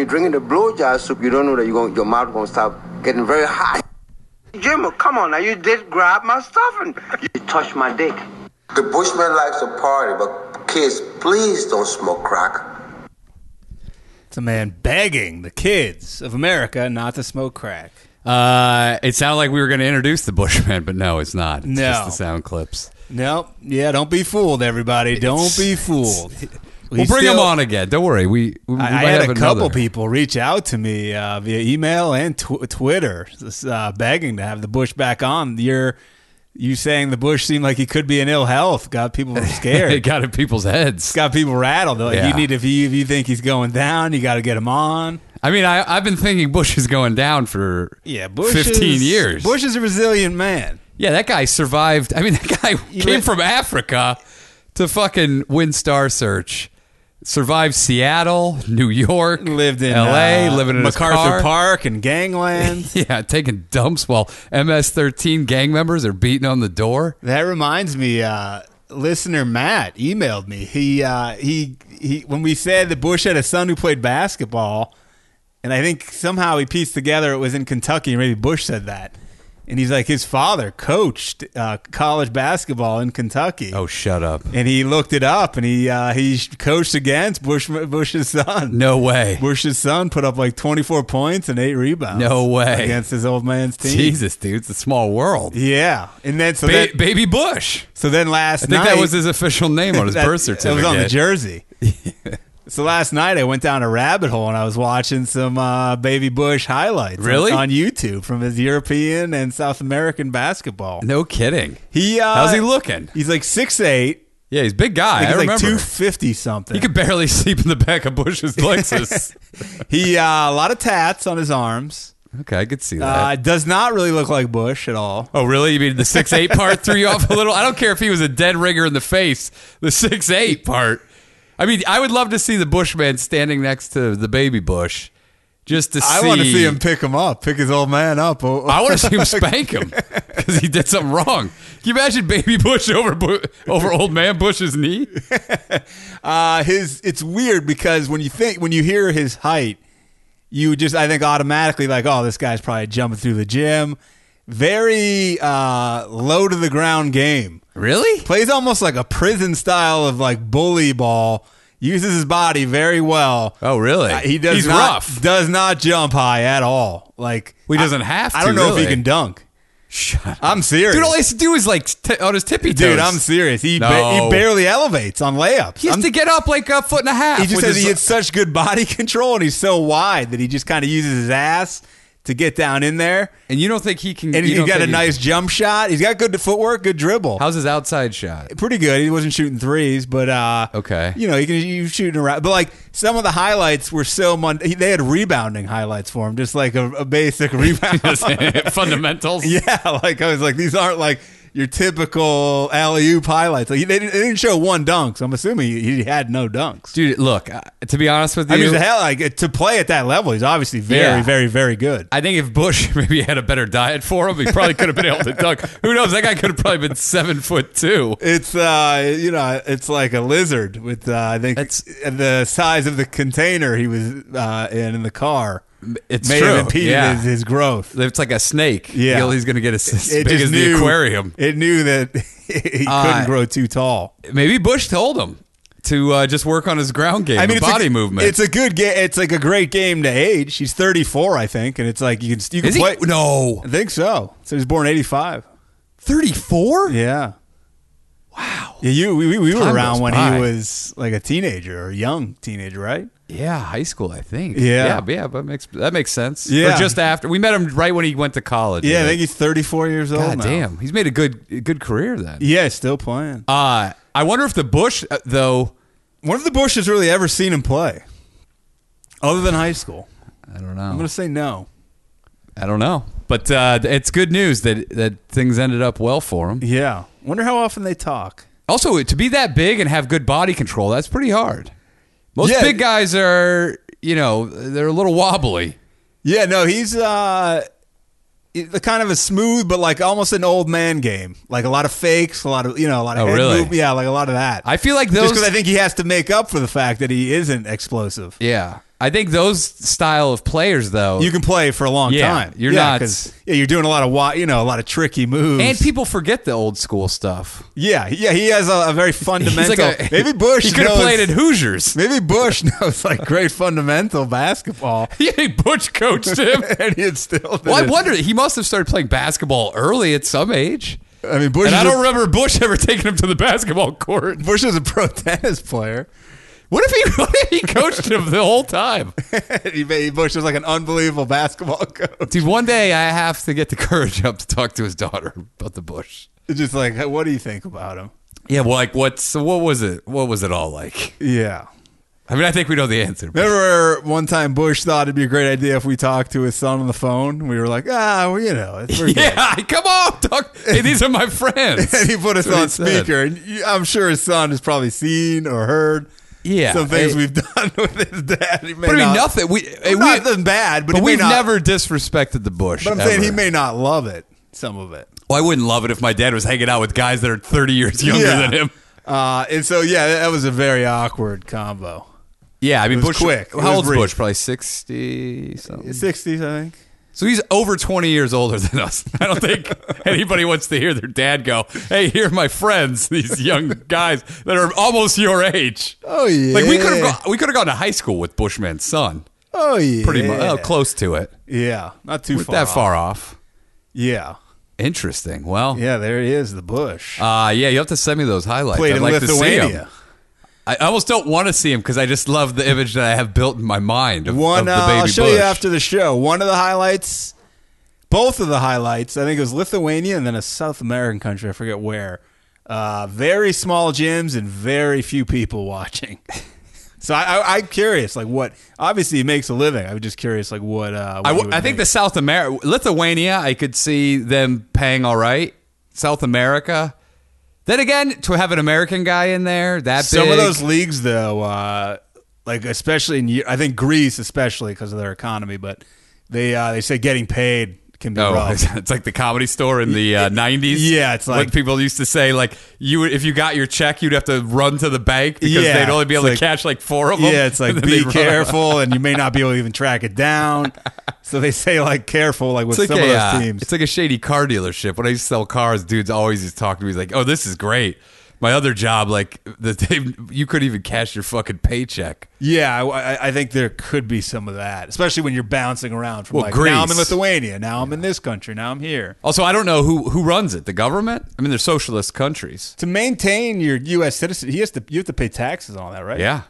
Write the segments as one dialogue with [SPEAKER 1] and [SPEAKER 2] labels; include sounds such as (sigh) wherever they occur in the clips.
[SPEAKER 1] blow dry soup, you don't know that you going your mouth gonna start getting very hot. Jim, come on now, you did grab my stuff and you touched my dick.
[SPEAKER 2] The Bushman likes a party, but kids, please don't smoke crack.
[SPEAKER 3] It's a man begging the kids of America not to smoke crack.
[SPEAKER 4] Uh, it sounded like we were going to introduce the Bushman, but no, it's not. It's
[SPEAKER 3] No.
[SPEAKER 4] just the sound clips.
[SPEAKER 3] Nope. Yeah, don't be fooled, everybody. Don't
[SPEAKER 4] (laughs)
[SPEAKER 3] be fooled.
[SPEAKER 4] We'll bring him on again. Don't worry. We, we, we
[SPEAKER 3] I, I
[SPEAKER 4] might
[SPEAKER 3] had
[SPEAKER 4] have
[SPEAKER 3] a couple
[SPEAKER 4] (laughs) another.
[SPEAKER 3] people reach out to me uh, via email and tw- Twitter, s- uh, begging to have the Bush back on. Your you saying the Bush seemed like he could be in ill health got
[SPEAKER 4] (laughs)
[SPEAKER 3] people
[SPEAKER 4] it
[SPEAKER 3] scared.
[SPEAKER 4] got in people's heads.
[SPEAKER 3] got people rattled. They're Like
[SPEAKER 4] Yeah.
[SPEAKER 3] you need if you if you think he's going down, you got to get him on.
[SPEAKER 4] I mean, I, I've been thinking Bush is going down for
[SPEAKER 3] Yeah, Bush.
[SPEAKER 4] 15
[SPEAKER 3] is-
[SPEAKER 4] years.
[SPEAKER 3] Bush is a resilient man.
[SPEAKER 4] Yeah, that guy survived. I mean, (laughs) that guy came
[SPEAKER 3] went-
[SPEAKER 4] from Africa to fucking win Star Search. Survived Seattle, New York,
[SPEAKER 3] Lived in
[SPEAKER 4] L.A.,
[SPEAKER 3] uh,
[SPEAKER 4] living in his
[SPEAKER 3] MacArthur
[SPEAKER 4] car.
[SPEAKER 3] Park and gangland.
[SPEAKER 4] (laughs) Yeah, taking dumps while MS-13 gang members are beating on the door.
[SPEAKER 3] That reminds me, uh, listener Matt emailed me. He uh, he he. When we said that Bush had a son who played basketball, and I think somehow he pieced together it was in Kentucky. Maybe Bush said that, and he's like his father coached uh, college basketball in Kentucky.
[SPEAKER 4] Oh, shut up!
[SPEAKER 3] And he looked it up, and he uh, he coached against Bush Bush's son.
[SPEAKER 4] No way.
[SPEAKER 3] Bush's son put up like 24 points and eight rebounds.
[SPEAKER 4] No way.
[SPEAKER 3] against his old
[SPEAKER 4] (laughs)
[SPEAKER 3] man's team.
[SPEAKER 4] Jesus, dude, it's a small world.
[SPEAKER 3] Yeah, and then so
[SPEAKER 4] Ba-
[SPEAKER 3] then,
[SPEAKER 4] Baby Bush.
[SPEAKER 3] so then last
[SPEAKER 4] I think
[SPEAKER 3] night
[SPEAKER 4] that
[SPEAKER 3] (laughs)
[SPEAKER 4] was his official name on his
[SPEAKER 3] That-
[SPEAKER 4] birth certificate.
[SPEAKER 3] It was on the
[SPEAKER 4] (laughs)
[SPEAKER 3] jersey. so last night I went down a rabbit hole and I was watching some uh, Baby Bush highlights on-
[SPEAKER 4] Really?
[SPEAKER 3] on, YouTube from his European and South American basketball.
[SPEAKER 4] No kidding.
[SPEAKER 3] He uh,
[SPEAKER 4] How's he looking?
[SPEAKER 3] He's like six eight.
[SPEAKER 4] Yeah, he's a big guy. I,
[SPEAKER 3] He's like
[SPEAKER 4] remember.
[SPEAKER 3] two fifty something.
[SPEAKER 4] he could barely (laughs) sleep in the back
[SPEAKER 3] (laughs)
[SPEAKER 4] of Bush's Lexus.
[SPEAKER 3] he uh, a lot of tats on his arms.
[SPEAKER 4] okay, I could see that.
[SPEAKER 3] Uh, does not really look like Bush at all.
[SPEAKER 4] Oh, really? You mean the
[SPEAKER 3] (laughs)
[SPEAKER 4] six eight part threw you off a little? I don't care if he was a dead ringer in the face. The six eight part. I mean, I would love to see the Bushman standing next to the baby Bush, just to see.
[SPEAKER 3] I want to see him pick him up, pick his old man up. Oh,
[SPEAKER 4] I want to
[SPEAKER 3] (laughs)
[SPEAKER 4] see him spank him because he did something wrong. Can you imagine baby Bush over Bu- over old man Bush's knee?
[SPEAKER 3] Uh, his it's weird because when you think when you hear his height, you just I think automatically like, oh, this guy's probably jumping through the gym. Very uh, low to the ground game.
[SPEAKER 4] Really?
[SPEAKER 3] Plays almost like a prison style of like bully ball. Uses his body very well.
[SPEAKER 4] Oh, really?
[SPEAKER 3] Uh, he does
[SPEAKER 4] He's
[SPEAKER 3] not,
[SPEAKER 4] rough.
[SPEAKER 3] Does not jump high at all. Like
[SPEAKER 4] Well, he doesn't have
[SPEAKER 3] I
[SPEAKER 4] to,
[SPEAKER 3] don't know if
[SPEAKER 4] really.
[SPEAKER 3] he can dunk.
[SPEAKER 4] Shut up.
[SPEAKER 3] I'm serious,
[SPEAKER 4] Dude, all he has to do is like t- on his tippy toes.
[SPEAKER 3] Dude, I'm serious. He ba-
[SPEAKER 4] No.
[SPEAKER 3] he barely elevates on layups.
[SPEAKER 4] He has
[SPEAKER 3] I'm
[SPEAKER 4] to get up like a foot and a half.
[SPEAKER 3] He just
[SPEAKER 4] with
[SPEAKER 3] says
[SPEAKER 4] his-
[SPEAKER 3] he had such good body (laughs) control and he's so wide that he just kind of uses his ass to get down in there.
[SPEAKER 4] and you don't think he can?
[SPEAKER 3] And
[SPEAKER 4] you
[SPEAKER 3] he's
[SPEAKER 4] don't
[SPEAKER 3] got a
[SPEAKER 4] think he-
[SPEAKER 3] nice jump shot. He's got good footwork, good dribble.
[SPEAKER 4] How's his outside
[SPEAKER 3] (laughs)
[SPEAKER 4] shot?
[SPEAKER 3] Pretty good. He wasn't shooting threes, but uh,
[SPEAKER 4] Okay.
[SPEAKER 3] you know he can you shooting around. But like some of the highlights were so mon- he- they had rebounding highlights for him, just like a, a basic (laughs)
[SPEAKER 4] (laughs)
[SPEAKER 3] rebound.
[SPEAKER 4] fundamentals.
[SPEAKER 3] yeah, like I was like these aren't like your typical alley oop highlights. Like, they, didn't, they didn't show one dunk, so I'm assuming he, he had no dunks.
[SPEAKER 4] Dude, look, uh, to be honest with you,
[SPEAKER 3] I
[SPEAKER 4] I,
[SPEAKER 3] mean, the hell, like to play at that level, he's obviously very,
[SPEAKER 4] Yeah.
[SPEAKER 3] very, very good.
[SPEAKER 4] think if Bush (laughs) maybe had a better diet for him, he probably could have been able to dunk. Who knows? That guy could have probably been seven foot two.
[SPEAKER 3] It's uh, you know, it's like a lizard with uh, I think
[SPEAKER 4] That's-
[SPEAKER 3] the size of the container he was uh, in in the car.
[SPEAKER 4] It's
[SPEAKER 3] may
[SPEAKER 4] true.
[SPEAKER 3] have impeded
[SPEAKER 4] yeah.
[SPEAKER 3] his, his growth.
[SPEAKER 4] it's like a snake.
[SPEAKER 3] Yeah.
[SPEAKER 4] He'll- he's going to get as, as
[SPEAKER 3] It
[SPEAKER 4] big
[SPEAKER 3] just
[SPEAKER 4] as
[SPEAKER 3] knew-
[SPEAKER 4] the aquarium.
[SPEAKER 3] It knew that (laughs) he
[SPEAKER 4] Uh,
[SPEAKER 3] couldn't grow too tall.
[SPEAKER 4] Maybe Bush told him to uh, just work on his ground game, and
[SPEAKER 3] it's
[SPEAKER 4] body
[SPEAKER 3] a,
[SPEAKER 4] movement.
[SPEAKER 3] It's a good game. It's like a great game to age. He's 34, I think, and it's like you can you can
[SPEAKER 4] Is he?
[SPEAKER 3] play.
[SPEAKER 4] No,
[SPEAKER 3] I think so. So he was born 85.
[SPEAKER 4] thirty four.
[SPEAKER 3] Yeah. Wow. Yeah, you we, we, we were
[SPEAKER 4] Time
[SPEAKER 3] around
[SPEAKER 4] goes
[SPEAKER 3] when
[SPEAKER 4] by.
[SPEAKER 3] he was like a teenager or a young teenager, right?
[SPEAKER 4] Yeah, high school, I think.
[SPEAKER 3] Yeah.
[SPEAKER 4] yeah, yeah. That makes that makes sense.
[SPEAKER 3] Yeah.
[SPEAKER 4] or just after we met him, right when he went to college.
[SPEAKER 3] Yeah, I think he's 34 years old.
[SPEAKER 4] God
[SPEAKER 3] now.
[SPEAKER 4] damn, he's made a good good career then.
[SPEAKER 3] Yeah, he's still playing.
[SPEAKER 4] Uh, I wonder if the Bush uh, though.
[SPEAKER 3] One of the Bushes really ever seen him play, other than high school.
[SPEAKER 4] I don't
[SPEAKER 3] I'm
[SPEAKER 4] know.
[SPEAKER 3] gonna say no.
[SPEAKER 4] I don't know. But uh, it's good news that that things ended up well for him.
[SPEAKER 3] Yeah. Wonder how often they talk.
[SPEAKER 4] Also, to be that big and have good body control, that's pretty hard. Most
[SPEAKER 3] Yeah.
[SPEAKER 4] big guys are, you know, they're a little wobbly.
[SPEAKER 3] Yeah, no, he's uh, the kind of a smooth, but like almost an old man game. Like a lot of fakes, a lot of you know, a lot of
[SPEAKER 4] Oh,
[SPEAKER 3] head
[SPEAKER 4] really?
[SPEAKER 3] move- Yeah, like a lot of that.
[SPEAKER 4] I feel like
[SPEAKER 3] Just
[SPEAKER 4] those.
[SPEAKER 3] because I think he has to make up for the fact that he isn't explosive.
[SPEAKER 4] yeah, I think those style of players, though,
[SPEAKER 3] You can play for a long
[SPEAKER 4] Yeah,
[SPEAKER 3] time.
[SPEAKER 4] you're
[SPEAKER 3] yeah,
[SPEAKER 4] not-
[SPEAKER 3] 'cause- Yeah, you're doing a lot of wa- you know a lot of tricky moves.
[SPEAKER 4] and people forget the old school stuff.
[SPEAKER 3] yeah, yeah, he has a, a
[SPEAKER 4] (laughs)
[SPEAKER 3] very fundamental. (laughs) maybe Bush
[SPEAKER 4] He could have
[SPEAKER 3] knows-
[SPEAKER 4] played at (laughs)
[SPEAKER 3] (laughs)
[SPEAKER 4] Hoosiers.
[SPEAKER 3] Maybe Bush (laughs) knows like great fundamental basketball, (laughs)
[SPEAKER 4] Yeah, Bush coached (laughs) him.
[SPEAKER 3] and he still.
[SPEAKER 4] Well, (laughs) I wonder. He must have started playing basketball early at some age.
[SPEAKER 3] I mean, Bush. is
[SPEAKER 4] And I
[SPEAKER 3] a-
[SPEAKER 4] don't remember Bush ever (laughs) taking him to the basketball court.
[SPEAKER 3] Bush is a pro (laughs) tennis player.
[SPEAKER 4] What if he, (laughs) what if he coached him the whole time?
[SPEAKER 3] he made, Bush was like an unbelievable basketball (laughs) coach.
[SPEAKER 4] Dude, one day I have to get the courage up to talk to his daughter about the Bush.
[SPEAKER 3] It's Just like, what do you think about him?
[SPEAKER 4] Yeah, well, like what's what was it? What was it all like?
[SPEAKER 3] Yeah.
[SPEAKER 4] I mean, I think we know the answer. but- (laughs)
[SPEAKER 3] Remember one time Bush thought it'd be a great idea if we talked to his son on the phone? We were like, ah, well, you know,
[SPEAKER 4] (laughs)
[SPEAKER 3] it's, we're good.
[SPEAKER 4] yeah, come on, talk. Hey, these are my
[SPEAKER 3] (laughs)
[SPEAKER 4] friends.
[SPEAKER 3] And he put us
[SPEAKER 4] That's
[SPEAKER 3] on
[SPEAKER 4] what (laughs) he said.
[SPEAKER 3] speaker, and you- I'm sure his son has probably seen or heard
[SPEAKER 4] Yeah,
[SPEAKER 3] some things
[SPEAKER 4] it-
[SPEAKER 3] we've (laughs) done with his dad. He may
[SPEAKER 4] But I mean,
[SPEAKER 3] not-
[SPEAKER 4] nothing. We, hey,
[SPEAKER 3] Well,
[SPEAKER 4] we
[SPEAKER 3] not nothing bad, but,
[SPEAKER 4] but
[SPEAKER 3] he may
[SPEAKER 4] we've
[SPEAKER 3] not-
[SPEAKER 4] never disrespected the Bush.
[SPEAKER 3] But I'm saying he
[SPEAKER 4] ever.
[SPEAKER 3] may not love it. Some of it.
[SPEAKER 4] Well, I wouldn't love it if my dad was hanging out with guys that are 30 years younger
[SPEAKER 3] Yeah.
[SPEAKER 4] than him.
[SPEAKER 3] Uh, and so yeah, that, that was a very awkward combo.
[SPEAKER 4] Yeah, I mean,
[SPEAKER 3] was
[SPEAKER 4] Bush.
[SPEAKER 3] quick. It was
[SPEAKER 4] How old's
[SPEAKER 3] brief.
[SPEAKER 4] Bush? Probably 60 something.
[SPEAKER 3] Sixties, I think.
[SPEAKER 4] So he's over 20 years older than us. (laughs) I don't think anybody wants to hear their dad go, Hey, here are my friends, (laughs) these young guys that are almost your age.
[SPEAKER 3] Oh yeah.
[SPEAKER 4] Like we could have gone, we could have gone to high school with Bushman's son,
[SPEAKER 3] Oh yeah.
[SPEAKER 4] pretty much oh, close to it,
[SPEAKER 3] Yeah, not too
[SPEAKER 4] Weren't
[SPEAKER 3] far.
[SPEAKER 4] that
[SPEAKER 3] off.
[SPEAKER 4] far off.
[SPEAKER 3] Yeah.
[SPEAKER 4] Interesting. Well, yeah.
[SPEAKER 3] Yeah, there he is, the bush.
[SPEAKER 4] Uh, yeah, you have to send me those highlights.
[SPEAKER 3] Played
[SPEAKER 4] I'd
[SPEAKER 3] in
[SPEAKER 4] like to see 'em.
[SPEAKER 3] Lithuania.
[SPEAKER 4] I almost don't want to see him because I just love the image that I have built in my mind of,
[SPEAKER 3] One,
[SPEAKER 4] of the
[SPEAKER 3] uh,
[SPEAKER 4] baby
[SPEAKER 3] I'll show
[SPEAKER 4] Bush.
[SPEAKER 3] you after the show. One of the highlights, both of the highlights. I think it was Lithuania and then a South American country. I forget where. Uh, very small gyms and very few people (laughs) watching. so I, I, I'm curious, like what? Obviously, he makes a living. I'm just curious, like what? Uh, what
[SPEAKER 4] I,
[SPEAKER 3] he
[SPEAKER 4] w-
[SPEAKER 3] would
[SPEAKER 4] I think the
[SPEAKER 3] make.
[SPEAKER 4] South America, Lithuania, I could see them paying all right. South America. Then again, to have an American guy in there, that
[SPEAKER 3] some
[SPEAKER 4] big-
[SPEAKER 3] of those leagues, though, uh, like especially in Eu- I think Greece, especially because of their economy, but they uh, they say getting paid can be
[SPEAKER 4] Oh,
[SPEAKER 3] rough.
[SPEAKER 4] (laughs) it's like the comedy store in the uh, 90s.
[SPEAKER 3] yeah, it's
[SPEAKER 4] When
[SPEAKER 3] like-
[SPEAKER 4] people used to say, like, you would- if you got your check, you'd have to run to the bank because
[SPEAKER 3] Yeah,
[SPEAKER 4] they'd only be
[SPEAKER 3] it's
[SPEAKER 4] able
[SPEAKER 3] like-
[SPEAKER 4] to catch like four of them.
[SPEAKER 3] Yeah,
[SPEAKER 4] (laughs)
[SPEAKER 3] it's like
[SPEAKER 4] And then they'd
[SPEAKER 3] be
[SPEAKER 4] run
[SPEAKER 3] careful, and you may not be able to even track it
[SPEAKER 4] (laughs)
[SPEAKER 3] down. So they say like careful, like with
[SPEAKER 4] It's like,
[SPEAKER 3] some
[SPEAKER 4] a,
[SPEAKER 3] of
[SPEAKER 4] uh,
[SPEAKER 3] those teams.
[SPEAKER 4] it's like a shady car dealership. When I used to sell cars, dudes always used to talk to me he's like, "Oh, this is great." My other job, like the (laughs) day, you couldn't even cash your fucking paycheck.
[SPEAKER 3] yeah, I- I, I think there could be some of that, especially when you're bouncing around from
[SPEAKER 4] Well,
[SPEAKER 3] like now I'm in
[SPEAKER 4] Greece.
[SPEAKER 3] Lithuania, now I'm in this country, now I'm here.
[SPEAKER 4] Also, I don't know who who runs it. The government? I mean, they're socialist countries.
[SPEAKER 3] To maintain your U.S. citizen, he has to you have to pay taxes on that, right?
[SPEAKER 4] Yeah.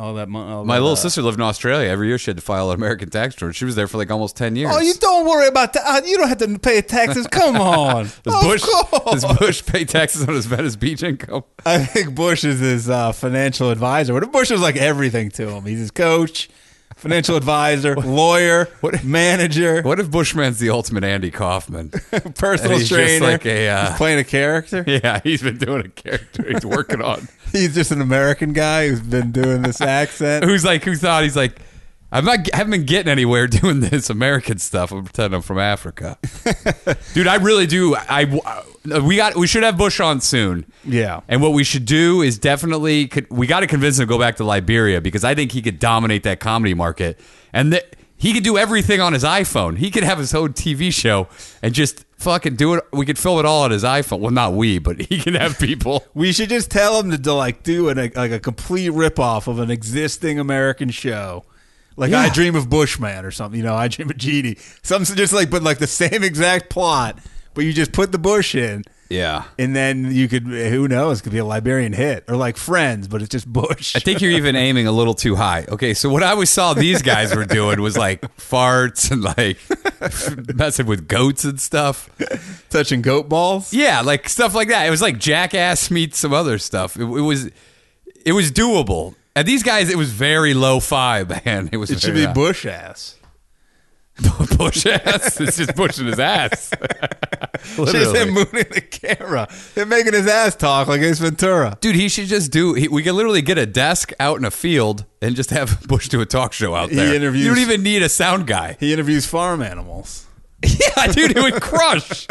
[SPEAKER 3] all that uh, money.
[SPEAKER 4] My little sister lived in Australia. Every year she had to file an American tax return. She was there for like almost 10 years.
[SPEAKER 3] Oh, you don't worry about that. Uh, You don't have to pay taxes. Come
[SPEAKER 4] (laughs)
[SPEAKER 3] on.
[SPEAKER 4] Does
[SPEAKER 3] Of
[SPEAKER 4] Bush,
[SPEAKER 3] course.
[SPEAKER 4] does Bush pay taxes on his Venice Beach income?
[SPEAKER 3] I think Bush is his uh, financial advisor. What if Bush was like everything to him? He's his coach, financial
[SPEAKER 4] (laughs)
[SPEAKER 3] advisor, lawyer,
[SPEAKER 4] what-
[SPEAKER 3] manager,
[SPEAKER 4] What if Bushman's the ultimate Andy Kaufman?
[SPEAKER 3] (laughs) personal
[SPEAKER 4] and he's just
[SPEAKER 3] trainer.
[SPEAKER 4] like a, uh,
[SPEAKER 3] he's playing a character.
[SPEAKER 4] yeah, he's been doing a character he's working on.
[SPEAKER 3] He's just an American guy who's been doing this accent.
[SPEAKER 4] (laughs) who's like who thought he's like I'm not I haven't been getting anywhere (laughs) doing this American stuff. I'm pretending I'm from Africa, dude. I really do. I uh, we got we should have Bush on soon.
[SPEAKER 3] Yeah.
[SPEAKER 4] and what we should do is definitely could, we got to convince him to go back to Liberia because I think he could dominate that comedy market and that he could do everything on his iPhone. He could have his own TV show and just fucking do it. We could film it all on his iPhone. Well, not we, but (laughs) he could have people.
[SPEAKER 3] We should just tell him to, do, like do an, like a complete ripoff of an existing American show. Like I
[SPEAKER 4] Yeah.
[SPEAKER 3] Dream of Bushman or something, you know, I Dream of Genie. Some just like but like the same exact plot, but you just put the Bush in.
[SPEAKER 4] Yeah.
[SPEAKER 3] And then you could, who knows, could be a Liberian hit or like Friends, but it's just Bush.
[SPEAKER 4] I think you're even aiming a little too high. Okay, so what I always saw these guys were doing was like farts and like (laughs) messing with goats and stuff.
[SPEAKER 3] (laughs) touching goat balls.
[SPEAKER 4] Yeah, like stuff like that. It was like jackass meets some other stuff. It, it was it was doable. And these guys, it was very lo-fi, man. It was
[SPEAKER 3] It should
[SPEAKER 4] very
[SPEAKER 3] be
[SPEAKER 4] high.
[SPEAKER 3] Bush ass.
[SPEAKER 4] (laughs) Bush ass. It's just pushing his ass.
[SPEAKER 3] Just him
[SPEAKER 4] Literally.
[SPEAKER 3] mooning the camera and making his ass talk like Ace Ventura.
[SPEAKER 4] Dude, he should just do. He, we could literally get a desk out in a field and just have (laughs) Bush do a talk show out
[SPEAKER 3] He
[SPEAKER 4] there.
[SPEAKER 3] interviews-
[SPEAKER 4] You don't even need a sound guy. (laughs)
[SPEAKER 3] He interviews farm animals. (laughs)
[SPEAKER 4] Yeah, dude, it would crush.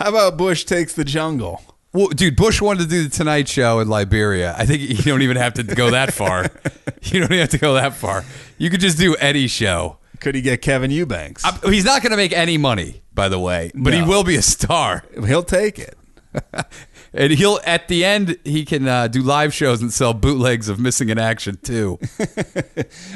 [SPEAKER 3] How about Bush takes the jungle?
[SPEAKER 4] Well, dude, Bush wanted to do the Tonight Show in Liberia. I think you don't even have to go that far.
[SPEAKER 3] (laughs)
[SPEAKER 4] you don't even have to go that far. You could just do any show.
[SPEAKER 3] Could he get Kevin Eubanks?
[SPEAKER 4] I- He's not going to make any money, by the way, but he
[SPEAKER 3] No.
[SPEAKER 4] will be a
[SPEAKER 3] (laughs)
[SPEAKER 4] star.
[SPEAKER 3] He'll take it.
[SPEAKER 4] And he'll at the end he can uh, do live shows and sell bootlegs of Missing in Action too.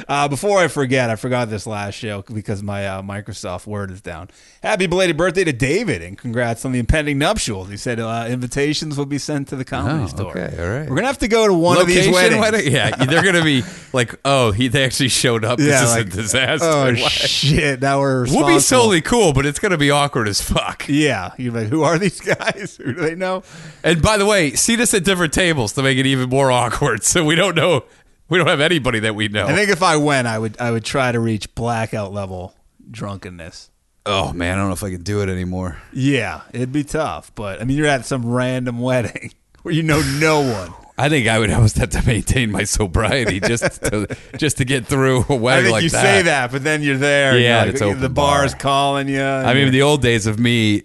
[SPEAKER 3] Uh, before I forget, I forgot this last show because my uh, Microsoft Word is down. Happy belated birthday to David and congrats on the impending nuptials. He said uh, invitations will be sent to the comedy
[SPEAKER 4] Oh,
[SPEAKER 3] store.
[SPEAKER 4] okay, all right.
[SPEAKER 3] We're gonna have to go to one of these weddings.
[SPEAKER 4] wedding?
[SPEAKER 3] (laughs)
[SPEAKER 4] Yeah, they're going to be like, oh, he they actually showed up.
[SPEAKER 3] Yeah,
[SPEAKER 4] this
[SPEAKER 3] like,
[SPEAKER 4] is a disaster.
[SPEAKER 3] Oh
[SPEAKER 4] Why-
[SPEAKER 3] shit! Now we're
[SPEAKER 4] We'll be
[SPEAKER 3] responsible.
[SPEAKER 4] totally cool, but it's going to be awkward as fuck.
[SPEAKER 3] Yeah, you're like, who are these (laughs) guys? Who do they know?
[SPEAKER 4] And by the way, seat us at different tables to make it even more awkward. So we don't know. We don't have anybody that we know.
[SPEAKER 3] I think if I went, I would I would try to reach blackout level drunkenness.
[SPEAKER 4] oh man, I don't know if I can do it anymore.
[SPEAKER 3] Yeah, it'd be tough, but I mean, you're at some random (laughs) wedding where you know no one.
[SPEAKER 4] I think I would almost have to maintain my sobriety just to, (laughs) just to get through a
[SPEAKER 3] I
[SPEAKER 4] wedding
[SPEAKER 3] think
[SPEAKER 4] like
[SPEAKER 3] you say that, but then you're there. and
[SPEAKER 4] Yeah,
[SPEAKER 3] you're like,
[SPEAKER 4] it's open
[SPEAKER 3] the bar's
[SPEAKER 4] bar.
[SPEAKER 3] calling you.
[SPEAKER 4] I mean, the old days of me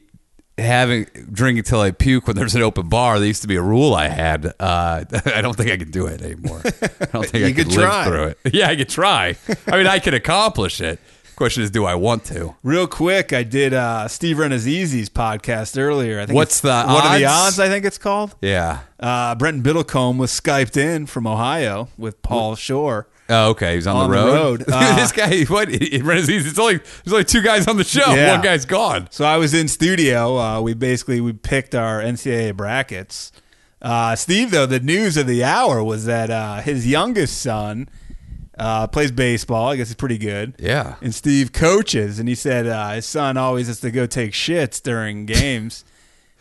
[SPEAKER 4] having drinking till I puke when there's an open bar. There used to be a rule I had. Uh, (laughs) I don't think I can do it anymore. I don't think I
[SPEAKER 3] (laughs) You could
[SPEAKER 4] could live
[SPEAKER 3] try.
[SPEAKER 4] through it. (laughs) Yeah, I could try. I mean, I could accomplish it. Question is, do I want to?
[SPEAKER 3] real quick, I did uh, Steve Renazizi's podcast earlier. I think
[SPEAKER 4] What's
[SPEAKER 3] it's-
[SPEAKER 4] the
[SPEAKER 3] what are the
[SPEAKER 4] odds?
[SPEAKER 3] odds? I think it's called.
[SPEAKER 4] Yeah.
[SPEAKER 3] Uh, Brenton Biddlecombe was skyped in from Ohio with Paul Shore.
[SPEAKER 4] Oh, okay. He's on,
[SPEAKER 3] On
[SPEAKER 4] the
[SPEAKER 3] the
[SPEAKER 4] road.
[SPEAKER 3] road. Uh,
[SPEAKER 4] (laughs) this guy, what? It, it's only there's only two guys on the show.
[SPEAKER 3] Yeah.
[SPEAKER 4] One guy's gone.
[SPEAKER 3] So I was in studio. Uh, we basically we picked our NCAA brackets. Uh, Steve, though, the news of the hour was that uh, his youngest son uh, plays baseball. I guess he's pretty good.
[SPEAKER 4] Yeah.
[SPEAKER 3] And Steve coaches, and he said uh, his son always has to go take shits during games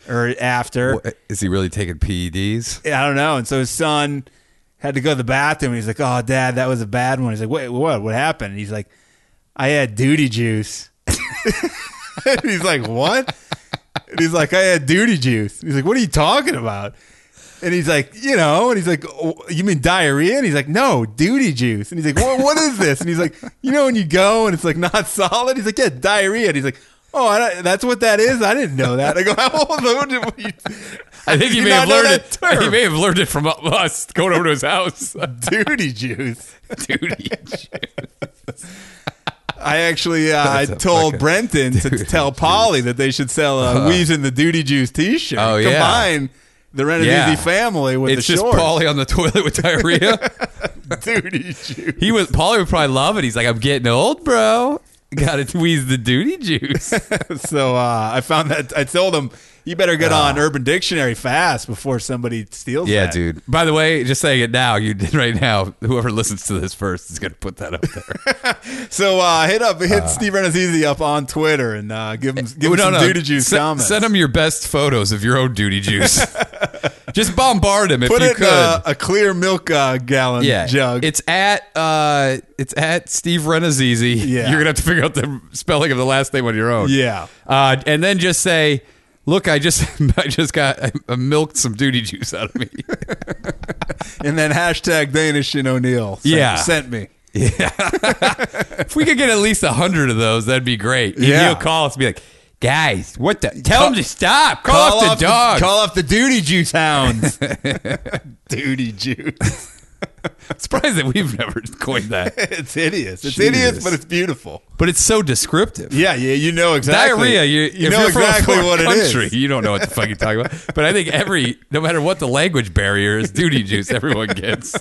[SPEAKER 3] or after.
[SPEAKER 4] Wha- Is he really taking E PEDs?
[SPEAKER 3] I don't know. And so his son had to go to the bathroom. And he's like, "Oh, dad, that was a bad one." He's like, "Wait, what? What happened?" And he's like, "I had duty juice." (laughs) And he's like, "What?" And he's like, "I had duty juice." And he's like, "What are you talking about?" And he's like, "You know." And he's like, oh, "You mean diarrhea?" And he's like, "No, duty juice." And he's like, "What? What is this?" And he's like, "You know, when you go and it's like not (laughs) solid." He's like, "Yeah, diarrhea." And he's like. Oh, I don't- that's what that is. I didn't know that. I go, how old? What did- what (laughs) you-
[SPEAKER 4] I think he
[SPEAKER 3] did
[SPEAKER 4] may
[SPEAKER 3] not
[SPEAKER 4] have
[SPEAKER 3] know
[SPEAKER 4] learned
[SPEAKER 3] that
[SPEAKER 4] it.
[SPEAKER 3] term."
[SPEAKER 4] He may have learned it from (laughs) us going over to his house. (laughs)
[SPEAKER 3] duty juice.
[SPEAKER 4] Dude,
[SPEAKER 3] I actually uh, I
[SPEAKER 4] That's a
[SPEAKER 3] told
[SPEAKER 4] fucking
[SPEAKER 3] Brenton to
[SPEAKER 4] duty
[SPEAKER 3] tell
[SPEAKER 4] juice. Uh-huh.
[SPEAKER 3] Polly that they should sell a Weaves in the Duty Juice T-shirt.
[SPEAKER 4] Oh, yeah.
[SPEAKER 3] combine the Renazzi
[SPEAKER 4] Yeah.
[SPEAKER 3] family with
[SPEAKER 4] it's
[SPEAKER 3] the
[SPEAKER 4] just
[SPEAKER 3] shorts.
[SPEAKER 4] Paulie on the toilet with diarrhea.
[SPEAKER 3] (laughs) Duty Juice.
[SPEAKER 4] (laughs) he was Paulie would probably love it. He's like, I'm getting old, bro. Got to tweeze the
[SPEAKER 3] (laughs)
[SPEAKER 4] duty juice.
[SPEAKER 3] so uh, I found that I told him you better get on Urban Dictionary fast before somebody steals.
[SPEAKER 4] Oh. yeah,
[SPEAKER 3] that.
[SPEAKER 4] dude. By the way, just saying it now. You did right now. Whoever listens to this first is gonna put that up there.
[SPEAKER 3] So uh, hit up hit Steve Renazizi up on Twitter and uh, give him (laughs) give him
[SPEAKER 4] Oh, No,
[SPEAKER 3] some
[SPEAKER 4] no.
[SPEAKER 3] Duty Juice
[SPEAKER 4] Sen-
[SPEAKER 3] comments.
[SPEAKER 4] Send him your best photos of your own
[SPEAKER 3] (laughs)
[SPEAKER 4] duty juice. just bombard him if
[SPEAKER 3] Put
[SPEAKER 4] you
[SPEAKER 3] it
[SPEAKER 4] could.
[SPEAKER 3] in uh, a, a clear milk uh, gallon
[SPEAKER 4] yeah,
[SPEAKER 3] jug.
[SPEAKER 4] It's at uh, it's at Steve Renazizi. (laughs)
[SPEAKER 3] Yeah.
[SPEAKER 4] you're gonna have to figure out the spelling of the last name on your own.
[SPEAKER 3] Yeah.
[SPEAKER 4] uh, and then just say, "Look, I just (laughs) I just got I, I milked some duty juice out
[SPEAKER 3] (laughs)
[SPEAKER 4] of me."
[SPEAKER 3] and then hashtag Danish and O'Neill. sent-
[SPEAKER 4] Yeah.
[SPEAKER 3] sent me.
[SPEAKER 4] if we could get at least a hundred of those, that'd be great. And
[SPEAKER 3] Yeah.
[SPEAKER 4] he'll call us and be like, "Guys, what the? Tell them to stop. Call,
[SPEAKER 3] Call
[SPEAKER 4] off the dog." (laughs)
[SPEAKER 3] Call off the duty juice hounds. (laughs) duty
[SPEAKER 4] (laughs)
[SPEAKER 3] juice.
[SPEAKER 4] Surprised that we've never coined that,
[SPEAKER 3] It's hideous. It's
[SPEAKER 4] Jesus.
[SPEAKER 3] hideous, but it's beautiful.
[SPEAKER 4] but it's so descriptive.
[SPEAKER 3] Yeah, yeah, you know exactly.
[SPEAKER 4] Diarrhea. You,
[SPEAKER 3] you
[SPEAKER 4] if
[SPEAKER 3] know
[SPEAKER 4] you're
[SPEAKER 3] exactly
[SPEAKER 4] from a
[SPEAKER 3] what
[SPEAKER 4] foreign
[SPEAKER 3] it is.
[SPEAKER 4] country, You don't know what the fuck you're talking about. But I think every, no matter what the language barrier is, duty juice everyone gets.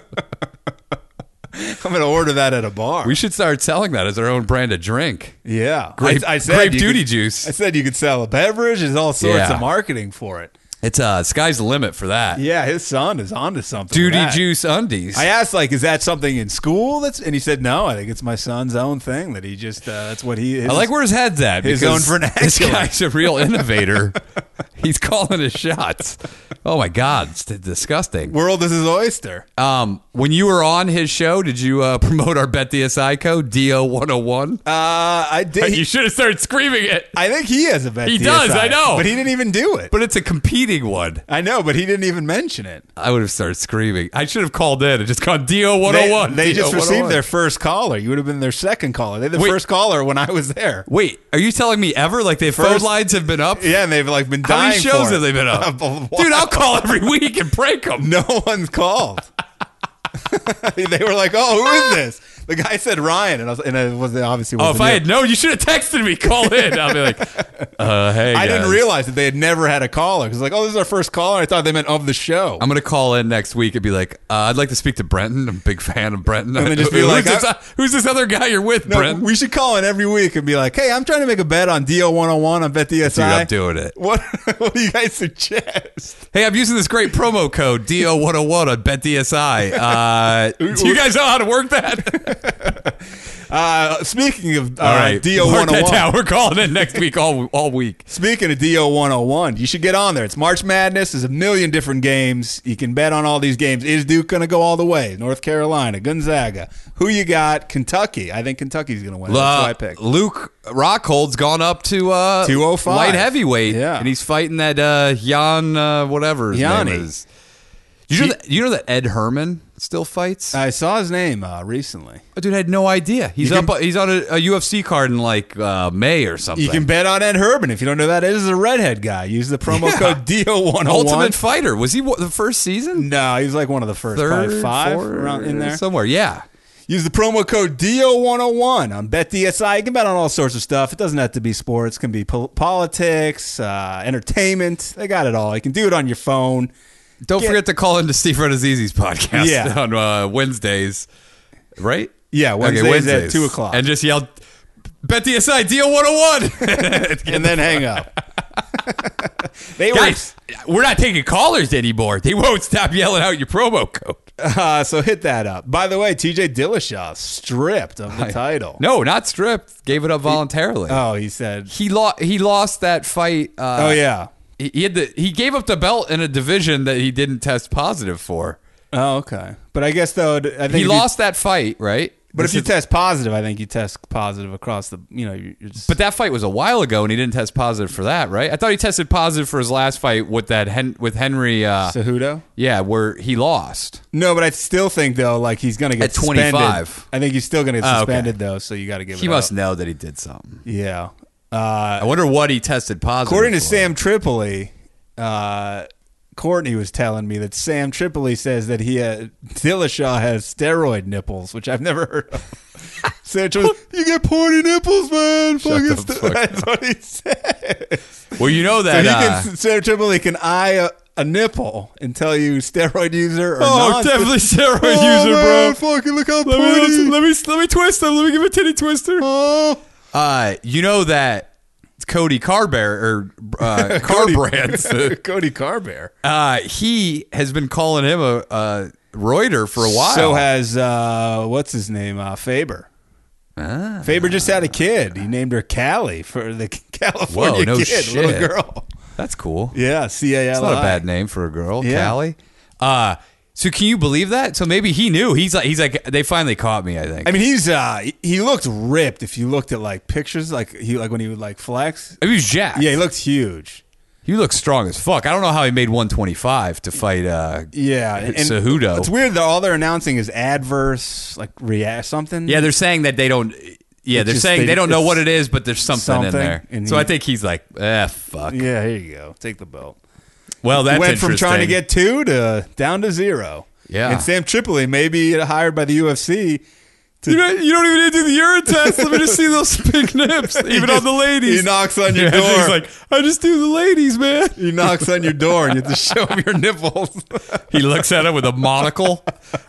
[SPEAKER 3] I'm going to order that at a bar.
[SPEAKER 4] We should start selling that as our own brand of drink.
[SPEAKER 3] yeah,
[SPEAKER 4] Grape-
[SPEAKER 3] I, I said
[SPEAKER 4] grape
[SPEAKER 3] you
[SPEAKER 4] duty
[SPEAKER 3] could-
[SPEAKER 4] juice.
[SPEAKER 3] I said you could sell a beverage. There's all sorts
[SPEAKER 4] Yeah.
[SPEAKER 3] of marketing for it.
[SPEAKER 4] It's uh, sky's the limit for that.
[SPEAKER 3] Yeah, his son is onto something. with
[SPEAKER 4] Duty
[SPEAKER 3] that.
[SPEAKER 4] juice undies.
[SPEAKER 3] I asked like, is that something in school? That's and he said no. I think it's my son's own thing that he just uh, that's what he. His,
[SPEAKER 4] I like where his head's at.
[SPEAKER 3] His
[SPEAKER 4] because
[SPEAKER 3] own
[SPEAKER 4] This
[SPEAKER 3] vernacular.
[SPEAKER 4] guy's a
[SPEAKER 3] (laughs)
[SPEAKER 4] real innovator. He's calling his shots. Oh my god, it's disgusting.
[SPEAKER 3] world is his oyster.
[SPEAKER 4] Um, when you were on his show, did you uh, (laughs) promote our Bet DSI code DO one hundred and one?
[SPEAKER 3] Uh, I did.
[SPEAKER 4] You should have started screaming it.
[SPEAKER 3] I think he has a bet.
[SPEAKER 4] He
[SPEAKER 3] DSI,
[SPEAKER 4] does, I know.
[SPEAKER 3] but he didn't even do it.
[SPEAKER 4] But it's a competing one.
[SPEAKER 3] I know, but he didn't even mention it.
[SPEAKER 4] I would have started screaming. I should have called in and just gone DO 101.
[SPEAKER 3] They, they just
[SPEAKER 4] DO
[SPEAKER 3] received
[SPEAKER 4] 101.
[SPEAKER 3] their first caller. You would have been their second caller. They had the
[SPEAKER 4] Wait.
[SPEAKER 3] first caller when I was there.
[SPEAKER 4] Wait, are you telling me ever? Like, the phone
[SPEAKER 3] First-
[SPEAKER 4] lines have been up?
[SPEAKER 3] Yeah, and they've like been
[SPEAKER 4] How many
[SPEAKER 3] dying dying for
[SPEAKER 4] shows
[SPEAKER 3] it.
[SPEAKER 4] have they
[SPEAKER 3] (laughs)
[SPEAKER 4] been up?
[SPEAKER 3] Wow.
[SPEAKER 4] Dude, I'll call every week and prank them.
[SPEAKER 3] No one's called. (laughs) they were like, "Oh, who is this?" The guy said Ryan, and I was, and it was obviously.
[SPEAKER 4] Oh,
[SPEAKER 3] Wasn't
[SPEAKER 4] if I
[SPEAKER 3] you.
[SPEAKER 4] had known, you should have texted me. Call in. I'll
[SPEAKER 3] (laughs)
[SPEAKER 4] be like, uh, hey.
[SPEAKER 3] I
[SPEAKER 4] guys.
[SPEAKER 3] didn't realize that they had never had a caller because like, oh, this is our first caller. I thought they meant of the show.
[SPEAKER 4] I'm gonna call in next week and be like, uh, I'd like to speak to Brenton. I'm a big fan of Brenton.
[SPEAKER 3] And then
[SPEAKER 4] (laughs)
[SPEAKER 3] just be
[SPEAKER 4] who's,
[SPEAKER 3] like,
[SPEAKER 4] this,
[SPEAKER 3] I-
[SPEAKER 4] who's this other guy you're with,
[SPEAKER 3] no,
[SPEAKER 4] Brenton?
[SPEAKER 3] we should call in every week and be like, "Hey, I'm trying to make a bet on DO 101 on BetDSI.
[SPEAKER 4] Dude, I'm doing it.
[SPEAKER 3] What, (laughs) what do you guys suggest?
[SPEAKER 4] Hey, I'm using this great promo code DO101 on BetDSI. Uh, do you guys know how to work that?
[SPEAKER 3] Uh, speaking of uh,
[SPEAKER 4] (laughs) All right,
[SPEAKER 3] DO
[SPEAKER 4] work that
[SPEAKER 3] 101,
[SPEAKER 4] down. We're calling in next week all all week.
[SPEAKER 3] Speaking of DO 101, you should get on there. It's March Madness. There's a million different games. You can bet on all these games. Is Duke going to go all the way? North Carolina, Gonzaga. Who you got? Kentucky. I think Kentucky's going to win. That's who I picked.
[SPEAKER 4] Uh, Luke Rockhold's gone up to uh,
[SPEAKER 3] 205.
[SPEAKER 4] light heavyweight,
[SPEAKER 3] Yeah.
[SPEAKER 4] and he's fighting that uh, Jan uh, whatever his
[SPEAKER 3] Yanni.
[SPEAKER 4] name is. You know, that, you know that Ed Herman still fights.
[SPEAKER 3] I saw his name uh, recently.
[SPEAKER 4] Oh, dude, I had no idea. He's
[SPEAKER 3] You can-
[SPEAKER 4] up. He's on a, a UFC card in like uh, May or something.
[SPEAKER 3] You can bet on Ed Herbin. If you don't know that, it is a redhead guy. Use the promo
[SPEAKER 4] (laughs) Yeah.
[SPEAKER 3] code DO101.
[SPEAKER 4] Ultimate Fighter was he what, the first season?
[SPEAKER 3] no, he's like one of the first probably
[SPEAKER 4] Third,
[SPEAKER 3] five
[SPEAKER 4] fourth,
[SPEAKER 3] around in there.
[SPEAKER 4] somewhere. Yeah.
[SPEAKER 3] Use the promo code DO101 on BetDSI. You can bet on all sorts of stuff. It doesn't have to be sports. It can be pol- politics, uh, entertainment. They got it all. You can do it on your phone.
[SPEAKER 4] Don't
[SPEAKER 3] Get-
[SPEAKER 4] forget to call into Steve Renazizi's podcast
[SPEAKER 3] Yeah.
[SPEAKER 4] (laughs) on uh, Wednesdays, right?
[SPEAKER 3] Yeah, Wednesdays at 2 o'clock.
[SPEAKER 4] And just yell, bet DSI, deal
[SPEAKER 3] (laughs)
[SPEAKER 4] 101.
[SPEAKER 3] And then hang up. (laughs) they
[SPEAKER 4] Guys, (laughs) we're not taking callers anymore. They won't stop yelling out your promo code.
[SPEAKER 3] were uh, so hit that up. By the way, TJ Dillashaw stripped of the title.
[SPEAKER 4] No, not stripped. Gave it up voluntarily.
[SPEAKER 3] Oh, he said.
[SPEAKER 4] he, lo- he lost that fight. Uh,
[SPEAKER 3] Oh yeah.
[SPEAKER 4] He, he, had the, he gave up the belt in a division that he didn't test positive for.
[SPEAKER 3] Oh okay. But I guess though, I think if
[SPEAKER 4] He
[SPEAKER 3] you-
[SPEAKER 4] lost that fight, right?
[SPEAKER 3] but if
[SPEAKER 4] This
[SPEAKER 3] you
[SPEAKER 4] is-
[SPEAKER 3] test positive, I think you test positive across the. You know, you're just,
[SPEAKER 4] But that fight was a while ago, and he didn't test positive for that, right? I thought he tested positive for his last fight with that Hen- with Henry. Uh,
[SPEAKER 3] Cejudo.
[SPEAKER 4] yeah, where he lost.
[SPEAKER 3] No, but I still think though, like he's gonna get
[SPEAKER 4] At 25.
[SPEAKER 3] suspended. I think he's still gonna get
[SPEAKER 4] Oh, okay.
[SPEAKER 3] suspended though, so you got to give
[SPEAKER 4] He
[SPEAKER 3] it
[SPEAKER 4] must
[SPEAKER 3] up.
[SPEAKER 4] know that he did something.
[SPEAKER 3] Yeah.
[SPEAKER 4] I
[SPEAKER 3] Uh,
[SPEAKER 4] wonder what he tested positive.
[SPEAKER 3] according to
[SPEAKER 4] for.
[SPEAKER 3] Sam Tripoli, uh, Courtney was telling me that Sam Tripoli says that he uh, Dillashaw has steroid nipples, which I've never heard of.
[SPEAKER 4] (laughs)
[SPEAKER 3] Sam Tripoli, you get pointy nipples, man. Fucking
[SPEAKER 4] the
[SPEAKER 3] st-"
[SPEAKER 4] fuck
[SPEAKER 3] That's what he said.
[SPEAKER 4] well, you know
[SPEAKER 3] So
[SPEAKER 4] that.
[SPEAKER 3] he
[SPEAKER 4] uh,
[SPEAKER 3] can, Sam Tripoli can eye a, a nipple and tell you steroid user or
[SPEAKER 4] (laughs) oh,
[SPEAKER 3] not.
[SPEAKER 4] definitely steroid
[SPEAKER 3] Oh,
[SPEAKER 4] user,
[SPEAKER 3] man,
[SPEAKER 4] bro.
[SPEAKER 3] Fucking look how
[SPEAKER 4] Let
[SPEAKER 3] pointy.
[SPEAKER 4] me, let me let me twist him. Let me give him a titty twister.
[SPEAKER 3] Oh.
[SPEAKER 4] Uh, you know that Cody Carbear or uh, (laughs)
[SPEAKER 3] (laughs)
[SPEAKER 4] Carbrands.
[SPEAKER 3] Cody Carbear.
[SPEAKER 4] uh, he has been calling him a, a Reuter for a while.
[SPEAKER 3] So has uh, what's his name? Uh, Faber.
[SPEAKER 4] Ah.
[SPEAKER 3] Faber just had a kid. He named her Callie for the (laughs) California
[SPEAKER 4] Whoa, no
[SPEAKER 3] kid, little
[SPEAKER 4] shit.
[SPEAKER 3] girl.
[SPEAKER 4] That's cool.
[SPEAKER 3] Yeah, C A L I.
[SPEAKER 4] It's not a bad name for a girl,
[SPEAKER 3] Yeah.
[SPEAKER 4] Callie. Uh, so can you believe that? So maybe he knew. He's like, he's like, they finally caught me. I think.
[SPEAKER 3] I mean, he's uh, he- he looked ripped. If you looked at like pictures, like he like when he would like flex.
[SPEAKER 4] I mean, he was jacked.
[SPEAKER 3] Yeah, he looked huge.
[SPEAKER 4] he looks strong as fuck. I don't know how he made 125 to fight. Uh,
[SPEAKER 3] Yeah,
[SPEAKER 4] Cejudo.
[SPEAKER 3] It's weird though. All they're announcing is adverse, like react something.
[SPEAKER 4] yeah, they're saying that they don't. Yeah,
[SPEAKER 3] It
[SPEAKER 4] they're
[SPEAKER 3] just-
[SPEAKER 4] saying
[SPEAKER 3] they-
[SPEAKER 4] they, don't know
[SPEAKER 3] it's
[SPEAKER 4] what it is, but there's something, in
[SPEAKER 3] something,
[SPEAKER 4] there.
[SPEAKER 3] and
[SPEAKER 4] so
[SPEAKER 3] he-
[SPEAKER 4] I think he's like, eh, fuck.
[SPEAKER 3] yeah. Here you go. Take the belt.
[SPEAKER 4] Well, that's
[SPEAKER 3] went from trying to get two
[SPEAKER 4] interesting.
[SPEAKER 3] to down to zero.
[SPEAKER 4] Yeah.
[SPEAKER 3] And Sam Tripoli may be hired by the UFC.
[SPEAKER 4] You don't, you don't even need to do the urine test. Let me just see those (laughs) big nips, even
[SPEAKER 3] just-
[SPEAKER 4] on the ladies.
[SPEAKER 3] he knocks on your
[SPEAKER 4] (laughs) Yeah,
[SPEAKER 3] door.
[SPEAKER 4] He's like, I just do the ladies, man.
[SPEAKER 3] He knocks on your door and you have to (laughs) show him your nipples.
[SPEAKER 4] He looks at him with a monocle,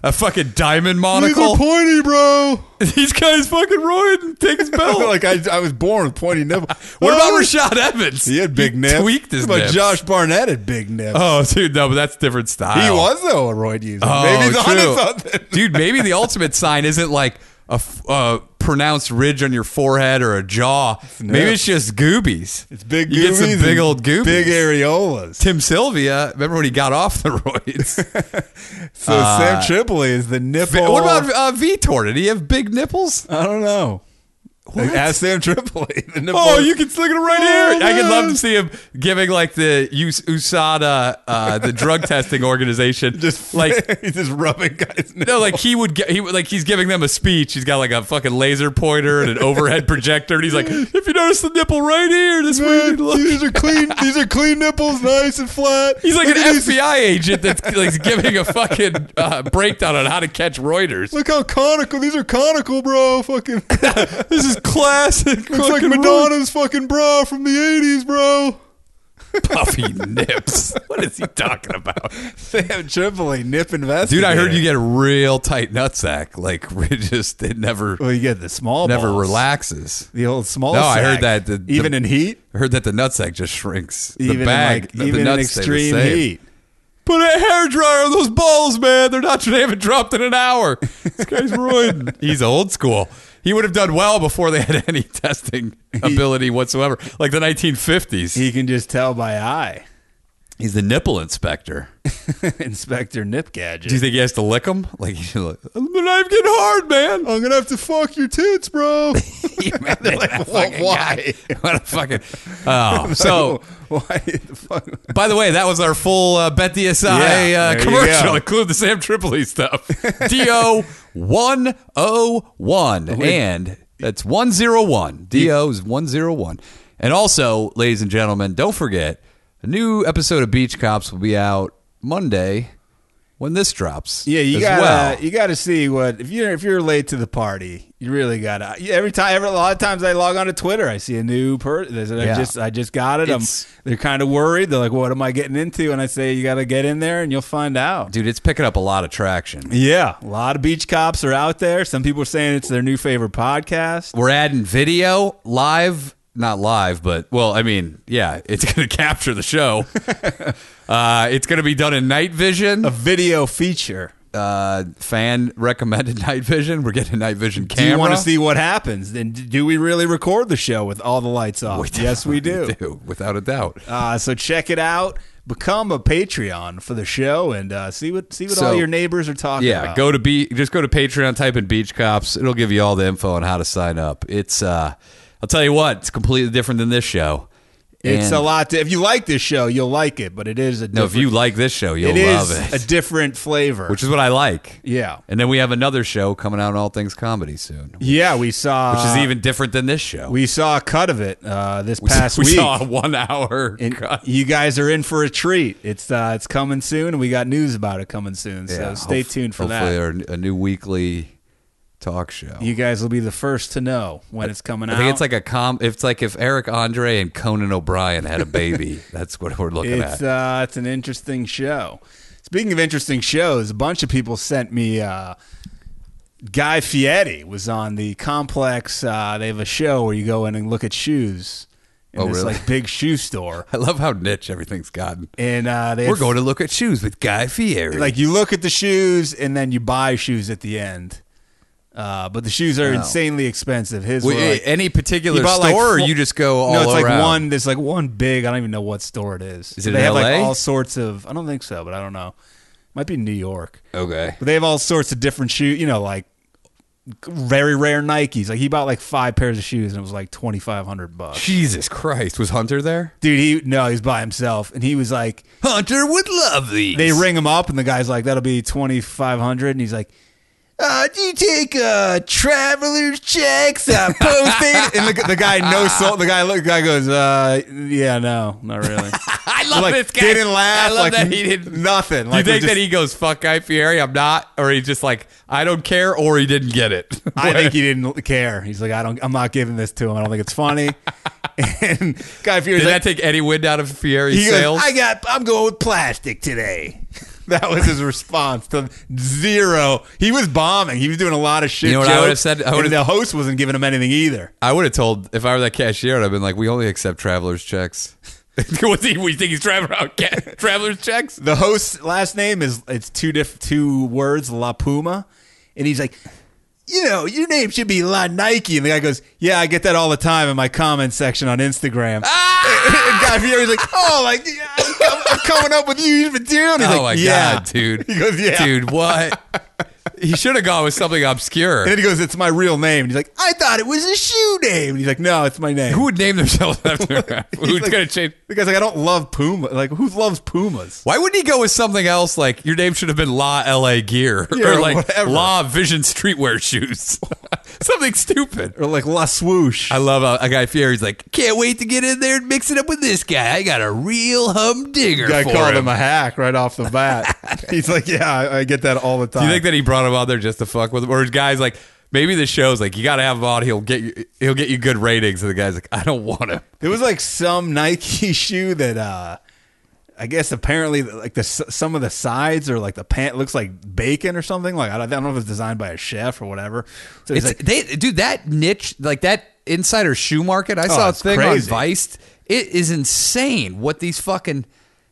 [SPEAKER 4] a fucking diamond
[SPEAKER 3] These are
[SPEAKER 4] monocle.
[SPEAKER 3] pointy, bro.
[SPEAKER 4] These guys fucking roid and take his
[SPEAKER 3] (laughs)
[SPEAKER 4] belt.
[SPEAKER 3] like I, I was born with pointy (laughs) nipples.
[SPEAKER 4] what about
[SPEAKER 3] Oh,
[SPEAKER 4] Rashad Evans?
[SPEAKER 3] He had big nips.
[SPEAKER 4] Tweaked his
[SPEAKER 3] What about
[SPEAKER 4] nips.
[SPEAKER 3] Josh Barnett had big nips.
[SPEAKER 4] Oh, dude, no, but that's different style.
[SPEAKER 3] he was though a roid user.
[SPEAKER 4] Oh,
[SPEAKER 3] Maybe he's
[SPEAKER 4] true.
[SPEAKER 3] onto something. (laughs)
[SPEAKER 4] dude. Maybe the ultimate sign isn't like a f- uh, pronounced ridge on your forehead or a jaw. Maybe it's just goobies.
[SPEAKER 3] It's big.
[SPEAKER 4] You get some
[SPEAKER 3] goobies
[SPEAKER 4] big
[SPEAKER 3] and
[SPEAKER 4] old goobies.
[SPEAKER 3] Big areolas.
[SPEAKER 4] Tim Sylvia, remember when he got off the (laughs) roids?
[SPEAKER 3] So
[SPEAKER 4] Uh,
[SPEAKER 3] Sam Tripoli is the nipple.
[SPEAKER 4] What about uh, Vitor? Did he have big nipples?
[SPEAKER 3] I don't know. Like, ask Sam Tripoli. The nipple-
[SPEAKER 4] Oh, you can sling it right here. I could love
[SPEAKER 3] man.
[SPEAKER 4] to see him giving like the US- USADA, uh, the (laughs) drug testing organization,
[SPEAKER 3] just
[SPEAKER 4] (laughs) like
[SPEAKER 3] like (laughs) he's just rubbing guys.
[SPEAKER 4] No, like he would get, he would- like he's giving them a speech. He's got like a fucking laser pointer and an overhead projector, and he's like, "If you notice the nipple right here, this way."
[SPEAKER 3] these are clean. These are clean nipples, nice and flat.
[SPEAKER 4] He's like an FBI agent that's like giving a fucking uh, breakdown on how to catch Reuters.
[SPEAKER 3] Look how conical. These are conical, bro.
[SPEAKER 4] (laughs)
[SPEAKER 3] Fucking.
[SPEAKER 4] this is classic. fucking
[SPEAKER 3] fucking bra from the '80s, bro.
[SPEAKER 4] Reuters. puffy nips. What is he talking about,
[SPEAKER 3] Sam Tripoli, nip investor.
[SPEAKER 4] dude? I heard you get a real tight nutsack. Like (laughs) it just it never
[SPEAKER 3] Well, you get the small.
[SPEAKER 4] never
[SPEAKER 3] balls.
[SPEAKER 4] relaxes.
[SPEAKER 3] The old small.
[SPEAKER 4] No, I
[SPEAKER 3] sack.
[SPEAKER 4] heard that the- the-
[SPEAKER 3] even in heat,
[SPEAKER 4] I heard that the nutsack just shrinks. The
[SPEAKER 3] even
[SPEAKER 4] bag,
[SPEAKER 3] in like, even in extreme heat.
[SPEAKER 4] Put a hair dryer on those balls, man. They're not. (laughs) They haven't dropped in an hour.
[SPEAKER 3] (laughs)
[SPEAKER 4] This guy's ruined. He's old school. He would have done well before they had (laughs) any testing ability whatsoever, like the 1950s.
[SPEAKER 3] He can just tell by eye. (laughs)
[SPEAKER 4] He's the nipple inspector.
[SPEAKER 3] Inspector Nip Gadget. (laughs)
[SPEAKER 4] Do you think he has to lick them? Like, (laughs) he's like, the knife getting hard, man.
[SPEAKER 3] I'm gonna have to fuck your tits,
[SPEAKER 4] (laughs)
[SPEAKER 3] bro.
[SPEAKER 4] Man, they're (laughs) like,
[SPEAKER 3] "Well,
[SPEAKER 4] why? (laughs) What a fucking.
[SPEAKER 3] (laughs)
[SPEAKER 4] Oh, so
[SPEAKER 3] why the fuck?
[SPEAKER 4] By the way, that was our full uh, Bet the SI
[SPEAKER 3] Yeah,
[SPEAKER 4] uh,
[SPEAKER 3] there you
[SPEAKER 4] commercial,
[SPEAKER 3] go.
[SPEAKER 4] (laughs) include the Sam
[SPEAKER 3] (laughs)
[SPEAKER 4] Tripoli stuff. DO 101. And that's 101. DO is 101. And also, ladies and gentlemen, don't forget a new episode of Beach Cops will be out Monday when this drops.
[SPEAKER 3] Yeah, you
[SPEAKER 4] as
[SPEAKER 3] gotta e
[SPEAKER 4] well.
[SPEAKER 3] you gotta see what if you're if you're late to the party, you really gotta. you- Every time, every a lot of times I log on to Twitter, I see a new person. I
[SPEAKER 4] Yeah.
[SPEAKER 3] just I just got it. I'm,
[SPEAKER 4] It's-
[SPEAKER 3] they're kind of worried. They're like, "What am I getting into?" And I say, "You gotta get in there, and you'll find out."
[SPEAKER 4] Dude, it's picking up a lot of traction.
[SPEAKER 3] Yeah, a lot of beach cops are out there. Some people are saying it's their new favorite podcast.
[SPEAKER 4] We're adding video live, not live, but well, I mean, yeah, it's (laughs) going to capture the
[SPEAKER 3] (laughs)
[SPEAKER 4] show. uh, it's going to be done in night vision.
[SPEAKER 3] A video feature.
[SPEAKER 4] Uh, fan recommended (laughs) night vision. We're getting a night vision camera.
[SPEAKER 3] Do you want to
[SPEAKER 4] (laughs)
[SPEAKER 3] see what happens? Then d- do we really record the show with all the lights off? yes, we do.
[SPEAKER 4] without a doubt.
[SPEAKER 3] Uh, so check it out. Become a Patreon for the show and uh, see what see what
[SPEAKER 4] So-
[SPEAKER 3] all your neighbors are talking
[SPEAKER 4] yeah,
[SPEAKER 3] about.
[SPEAKER 4] go to be just go to Patreon, type in Beach Cops. It'll give you all the info on how to sign up. It's uh, I'll tell you what, it's completely different than this show.
[SPEAKER 3] It's
[SPEAKER 4] And,
[SPEAKER 3] a lot. To, if you like this show, you'll like it, but it is a
[SPEAKER 4] No,
[SPEAKER 3] different,
[SPEAKER 4] if you like this show, you'll
[SPEAKER 3] it is
[SPEAKER 4] love it.
[SPEAKER 3] a different flavor.
[SPEAKER 4] which is what I like.
[SPEAKER 3] yeah,
[SPEAKER 4] And then we have another show coming out on All Things Comedy soon, which
[SPEAKER 3] yeah. We saw
[SPEAKER 4] is even different than this show.
[SPEAKER 3] Uh, we saw a cut of it uh, this past
[SPEAKER 4] (laughs) we
[SPEAKER 3] week.
[SPEAKER 4] saw a one hour.
[SPEAKER 3] (laughs) and
[SPEAKER 4] cut.
[SPEAKER 3] you guys are in for a treat. It's uh, it's coming soon, and we got news about it coming soon. So
[SPEAKER 4] Yeah,
[SPEAKER 3] stay
[SPEAKER 4] hope-
[SPEAKER 3] tuned for
[SPEAKER 4] hopefully
[SPEAKER 3] that.
[SPEAKER 4] Our, a new weekly talk show.
[SPEAKER 3] You guys will be the first to know when it's coming
[SPEAKER 4] I
[SPEAKER 3] out.
[SPEAKER 4] think it's like a com. It's like if Eric Andre and Conan O'Brien had a baby.
[SPEAKER 3] (laughs)
[SPEAKER 4] that's what we're looking
[SPEAKER 3] it's
[SPEAKER 4] at.
[SPEAKER 3] uh, it's an interesting show. Speaking of interesting shows, a bunch of people sent me. Uh, Guy Fieri was on the Complex. Uh, they have a show where you go in and look at shoes in
[SPEAKER 4] Oh,
[SPEAKER 3] this
[SPEAKER 4] really?
[SPEAKER 3] like big shoe store,
[SPEAKER 4] I love how niche everything's gotten.
[SPEAKER 3] and uh, they
[SPEAKER 4] We're
[SPEAKER 3] have-
[SPEAKER 4] going to look at shoes with Guy Fieri.
[SPEAKER 3] like you look at the shoes and then you buy shoes at the end. Uh, but the shoes are insanely expensive. His
[SPEAKER 4] Wait,
[SPEAKER 3] were, like,
[SPEAKER 4] eh, any particular
[SPEAKER 3] You
[SPEAKER 4] store,
[SPEAKER 3] bought, like, four-
[SPEAKER 4] or you just go all
[SPEAKER 3] no, it's
[SPEAKER 4] around?
[SPEAKER 3] like one. There's like one big. I don't even know what store it is.
[SPEAKER 4] Is it
[SPEAKER 3] they
[SPEAKER 4] in
[SPEAKER 3] have like
[SPEAKER 4] LA?
[SPEAKER 3] all sorts of. I don't think so, but I don't know. Might be New York.
[SPEAKER 4] Okay.
[SPEAKER 3] But they have all sorts of different shoes. You know, like very rare Nikes. Like he bought like five pairs of shoes and it was like twenty five hundred bucks.
[SPEAKER 4] Jesus Christ, was Hunter there?
[SPEAKER 3] Dude, he no, he's by himself, and he was like,
[SPEAKER 4] Hunter would love these.
[SPEAKER 3] they ring him up, and the guy's like, "That'll be twenty five hundred, and he's like. Uh, do you take uh, traveler's checks
[SPEAKER 4] (laughs)
[SPEAKER 3] uh, posted? and the, the guy no soul. The guy look. The guy goes, uh, yeah, no, not really.
[SPEAKER 4] (laughs) I love
[SPEAKER 3] like,
[SPEAKER 4] this guy.
[SPEAKER 3] Didn't laugh.
[SPEAKER 4] I love
[SPEAKER 3] like,
[SPEAKER 4] that he didn't.
[SPEAKER 3] Nothing.
[SPEAKER 4] you
[SPEAKER 3] Like,
[SPEAKER 4] think
[SPEAKER 3] we
[SPEAKER 4] that
[SPEAKER 3] just-
[SPEAKER 4] he goes fuck Guy Fieri? I'm not, or he just like I don't care, or he didn't get it.
[SPEAKER 3] (laughs) I
[SPEAKER 4] (laughs)
[SPEAKER 3] think he didn't care. He's like, I don't. I'm not giving this to him. I don't think it's funny. (laughs) and Guy Fieri's
[SPEAKER 4] Did
[SPEAKER 3] like,
[SPEAKER 4] that take any wind out of Fieri's
[SPEAKER 3] he goes,
[SPEAKER 4] sails?
[SPEAKER 3] I got. I'm going with plastic today. (laughs) That was his response to zero. He was bombing. He was doing a lot of shit.
[SPEAKER 4] You know what I
[SPEAKER 3] jokes,
[SPEAKER 4] would've said? I
[SPEAKER 3] and
[SPEAKER 4] would've-
[SPEAKER 3] the host wasn't giving him anything either.
[SPEAKER 4] I would have told if I were that cashier, I'd have been like, "We only accept
[SPEAKER 3] (laughs)
[SPEAKER 4] travelers' checks." What's he? We think he's driving around ca- travelers' checks.
[SPEAKER 3] The host's last name is it's two diff, two words, La Puma, and he's like, you know, your name should be La Nike, and the guy goes, yeah, I get that all the time in my comment section on Instagram.
[SPEAKER 4] Ah!
[SPEAKER 3] (laughs) and Guy Fieri's like, oh, like yeah, I'm, I'm coming up with used material. And he's
[SPEAKER 4] oh
[SPEAKER 3] like,
[SPEAKER 4] my
[SPEAKER 3] (laughs) yeah.
[SPEAKER 4] god, dude!
[SPEAKER 3] He goes, yeah. (laughs)
[SPEAKER 4] dude, what? he should have gone with something obscure.
[SPEAKER 3] And then he goes, "It's my real name." And he's like, "I thought it was a shoe name." And he's like, "No, it's my name."
[SPEAKER 4] Who would name themselves after a rap?
[SPEAKER 3] (laughs) He's
[SPEAKER 4] Who's
[SPEAKER 3] like-
[SPEAKER 4] gonna change?
[SPEAKER 3] The guy's like, "I don't love Puma." Like, who loves Pumas?
[SPEAKER 4] Why wouldn't he go with something else? Like your name should have been La LA Gear (laughs)
[SPEAKER 3] Yeah,
[SPEAKER 4] or
[SPEAKER 3] or
[SPEAKER 4] like
[SPEAKER 3] whatever.
[SPEAKER 4] La Vision Streetwear Shoes, (laughs) something stupid.
[SPEAKER 3] Or like La Swoosh.
[SPEAKER 4] I love a, a guy Fieri's like, can't wait to get in there and mix it up with this guy. I got a real humdinger
[SPEAKER 3] guy
[SPEAKER 4] for
[SPEAKER 3] called
[SPEAKER 4] him.
[SPEAKER 3] him. a hack right off the
[SPEAKER 4] (laughs)
[SPEAKER 3] bat. he's like, "Yeah, I, I get that all the time."
[SPEAKER 4] Do you think that he brought him out there just to fuck with him, or is guys like maybe the show's like you got to have him on. He'll get you. He'll get you good ratings. And the guy's like, I don't want him.
[SPEAKER 3] There was like some Nike (laughs) shoe that uh I guess apparently like the s- some of the sides or like the pant looks like bacon or something. Like I don't, I don't know if it's designed by a chef or whatever. So he's
[SPEAKER 4] It's
[SPEAKER 3] like,
[SPEAKER 4] they dude that niche like that insider shoe market. I saw a
[SPEAKER 3] Oh, it's
[SPEAKER 4] thing
[SPEAKER 3] crazy.
[SPEAKER 4] on Vice. It is insane what these fucking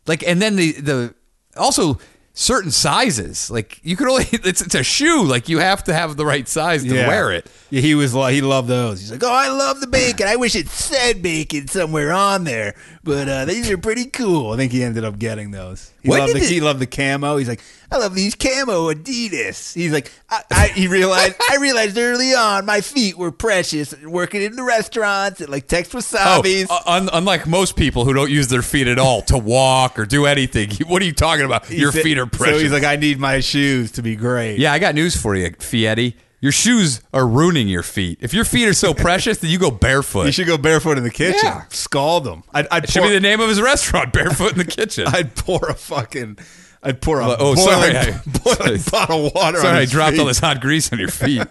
[SPEAKER 4] like. And then the the also certain sizes. Like you could only (laughs) it's it's a shoe. Like you have to have the right size to
[SPEAKER 3] yeah.
[SPEAKER 4] wear it.
[SPEAKER 3] Yeah, he was like he loved those. He's like, oh, I love the bacon. I wish it said bacon somewhere on there, but uh, these are pretty cool. I think he ended up getting those. He
[SPEAKER 4] When
[SPEAKER 3] loved
[SPEAKER 4] did
[SPEAKER 3] the,
[SPEAKER 4] it-
[SPEAKER 3] he loved the camo. He's like, I love these camo Adidas. He's like, I, I he
[SPEAKER 4] (laughs)
[SPEAKER 3] realized I realized early on my feet were precious working in the restaurants at like Tex
[SPEAKER 4] Oh,
[SPEAKER 3] Wasabi's.
[SPEAKER 4] uh, un- unlike most people who don't use their feet at all to walk or do anything, (laughs) what are you talking about?
[SPEAKER 3] He
[SPEAKER 4] Your
[SPEAKER 3] said-
[SPEAKER 4] feet are precious.
[SPEAKER 3] So he's like, I need my shoes to be great.
[SPEAKER 4] yeah, I got news for you, Fietti. Your shoes are ruining your feet. If your feet are so (laughs) precious, then you go barefoot.
[SPEAKER 3] You should go barefoot in the kitchen.
[SPEAKER 4] Yeah.
[SPEAKER 3] Scald them. I'd, I'd,
[SPEAKER 4] Should
[SPEAKER 3] pour,
[SPEAKER 4] be the name of his restaurant, Barefoot in
[SPEAKER 3] (laughs)
[SPEAKER 4] the Kitchen.
[SPEAKER 3] I'd pour a fucking. I'd pour a
[SPEAKER 4] oh,
[SPEAKER 3] boiling,
[SPEAKER 4] sorry, I-
[SPEAKER 3] (laughs) boiling pot of water. on
[SPEAKER 4] Sorry, I
[SPEAKER 3] his
[SPEAKER 4] dropped all
[SPEAKER 3] feet.
[SPEAKER 4] this hot grease on
[SPEAKER 3] (laughs)
[SPEAKER 4] your feet.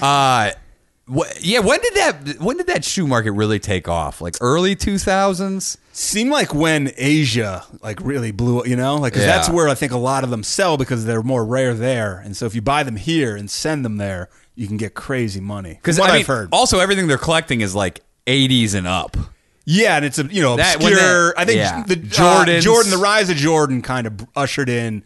[SPEAKER 4] uh, wh- yeah, when did that? When did that shoe market really take off? Like early two thousands.
[SPEAKER 3] Seemed like when Asia like really blew up, you know, like 'cause
[SPEAKER 4] Yeah.
[SPEAKER 3] that's where I think a lot of them sell because they're more rare there. And so if you buy them here and send them there, you can get crazy money.
[SPEAKER 4] Because
[SPEAKER 3] From what
[SPEAKER 4] I mean,
[SPEAKER 3] have heard,
[SPEAKER 4] also everything they're collecting is like eighties and up.
[SPEAKER 3] Yeah, and it's a you know
[SPEAKER 4] That-
[SPEAKER 3] obscure.
[SPEAKER 4] when that-
[SPEAKER 3] I think
[SPEAKER 4] yeah.
[SPEAKER 3] the
[SPEAKER 4] Jordans.
[SPEAKER 3] uh, Jordan, the rise of Jordan, kind of ushered in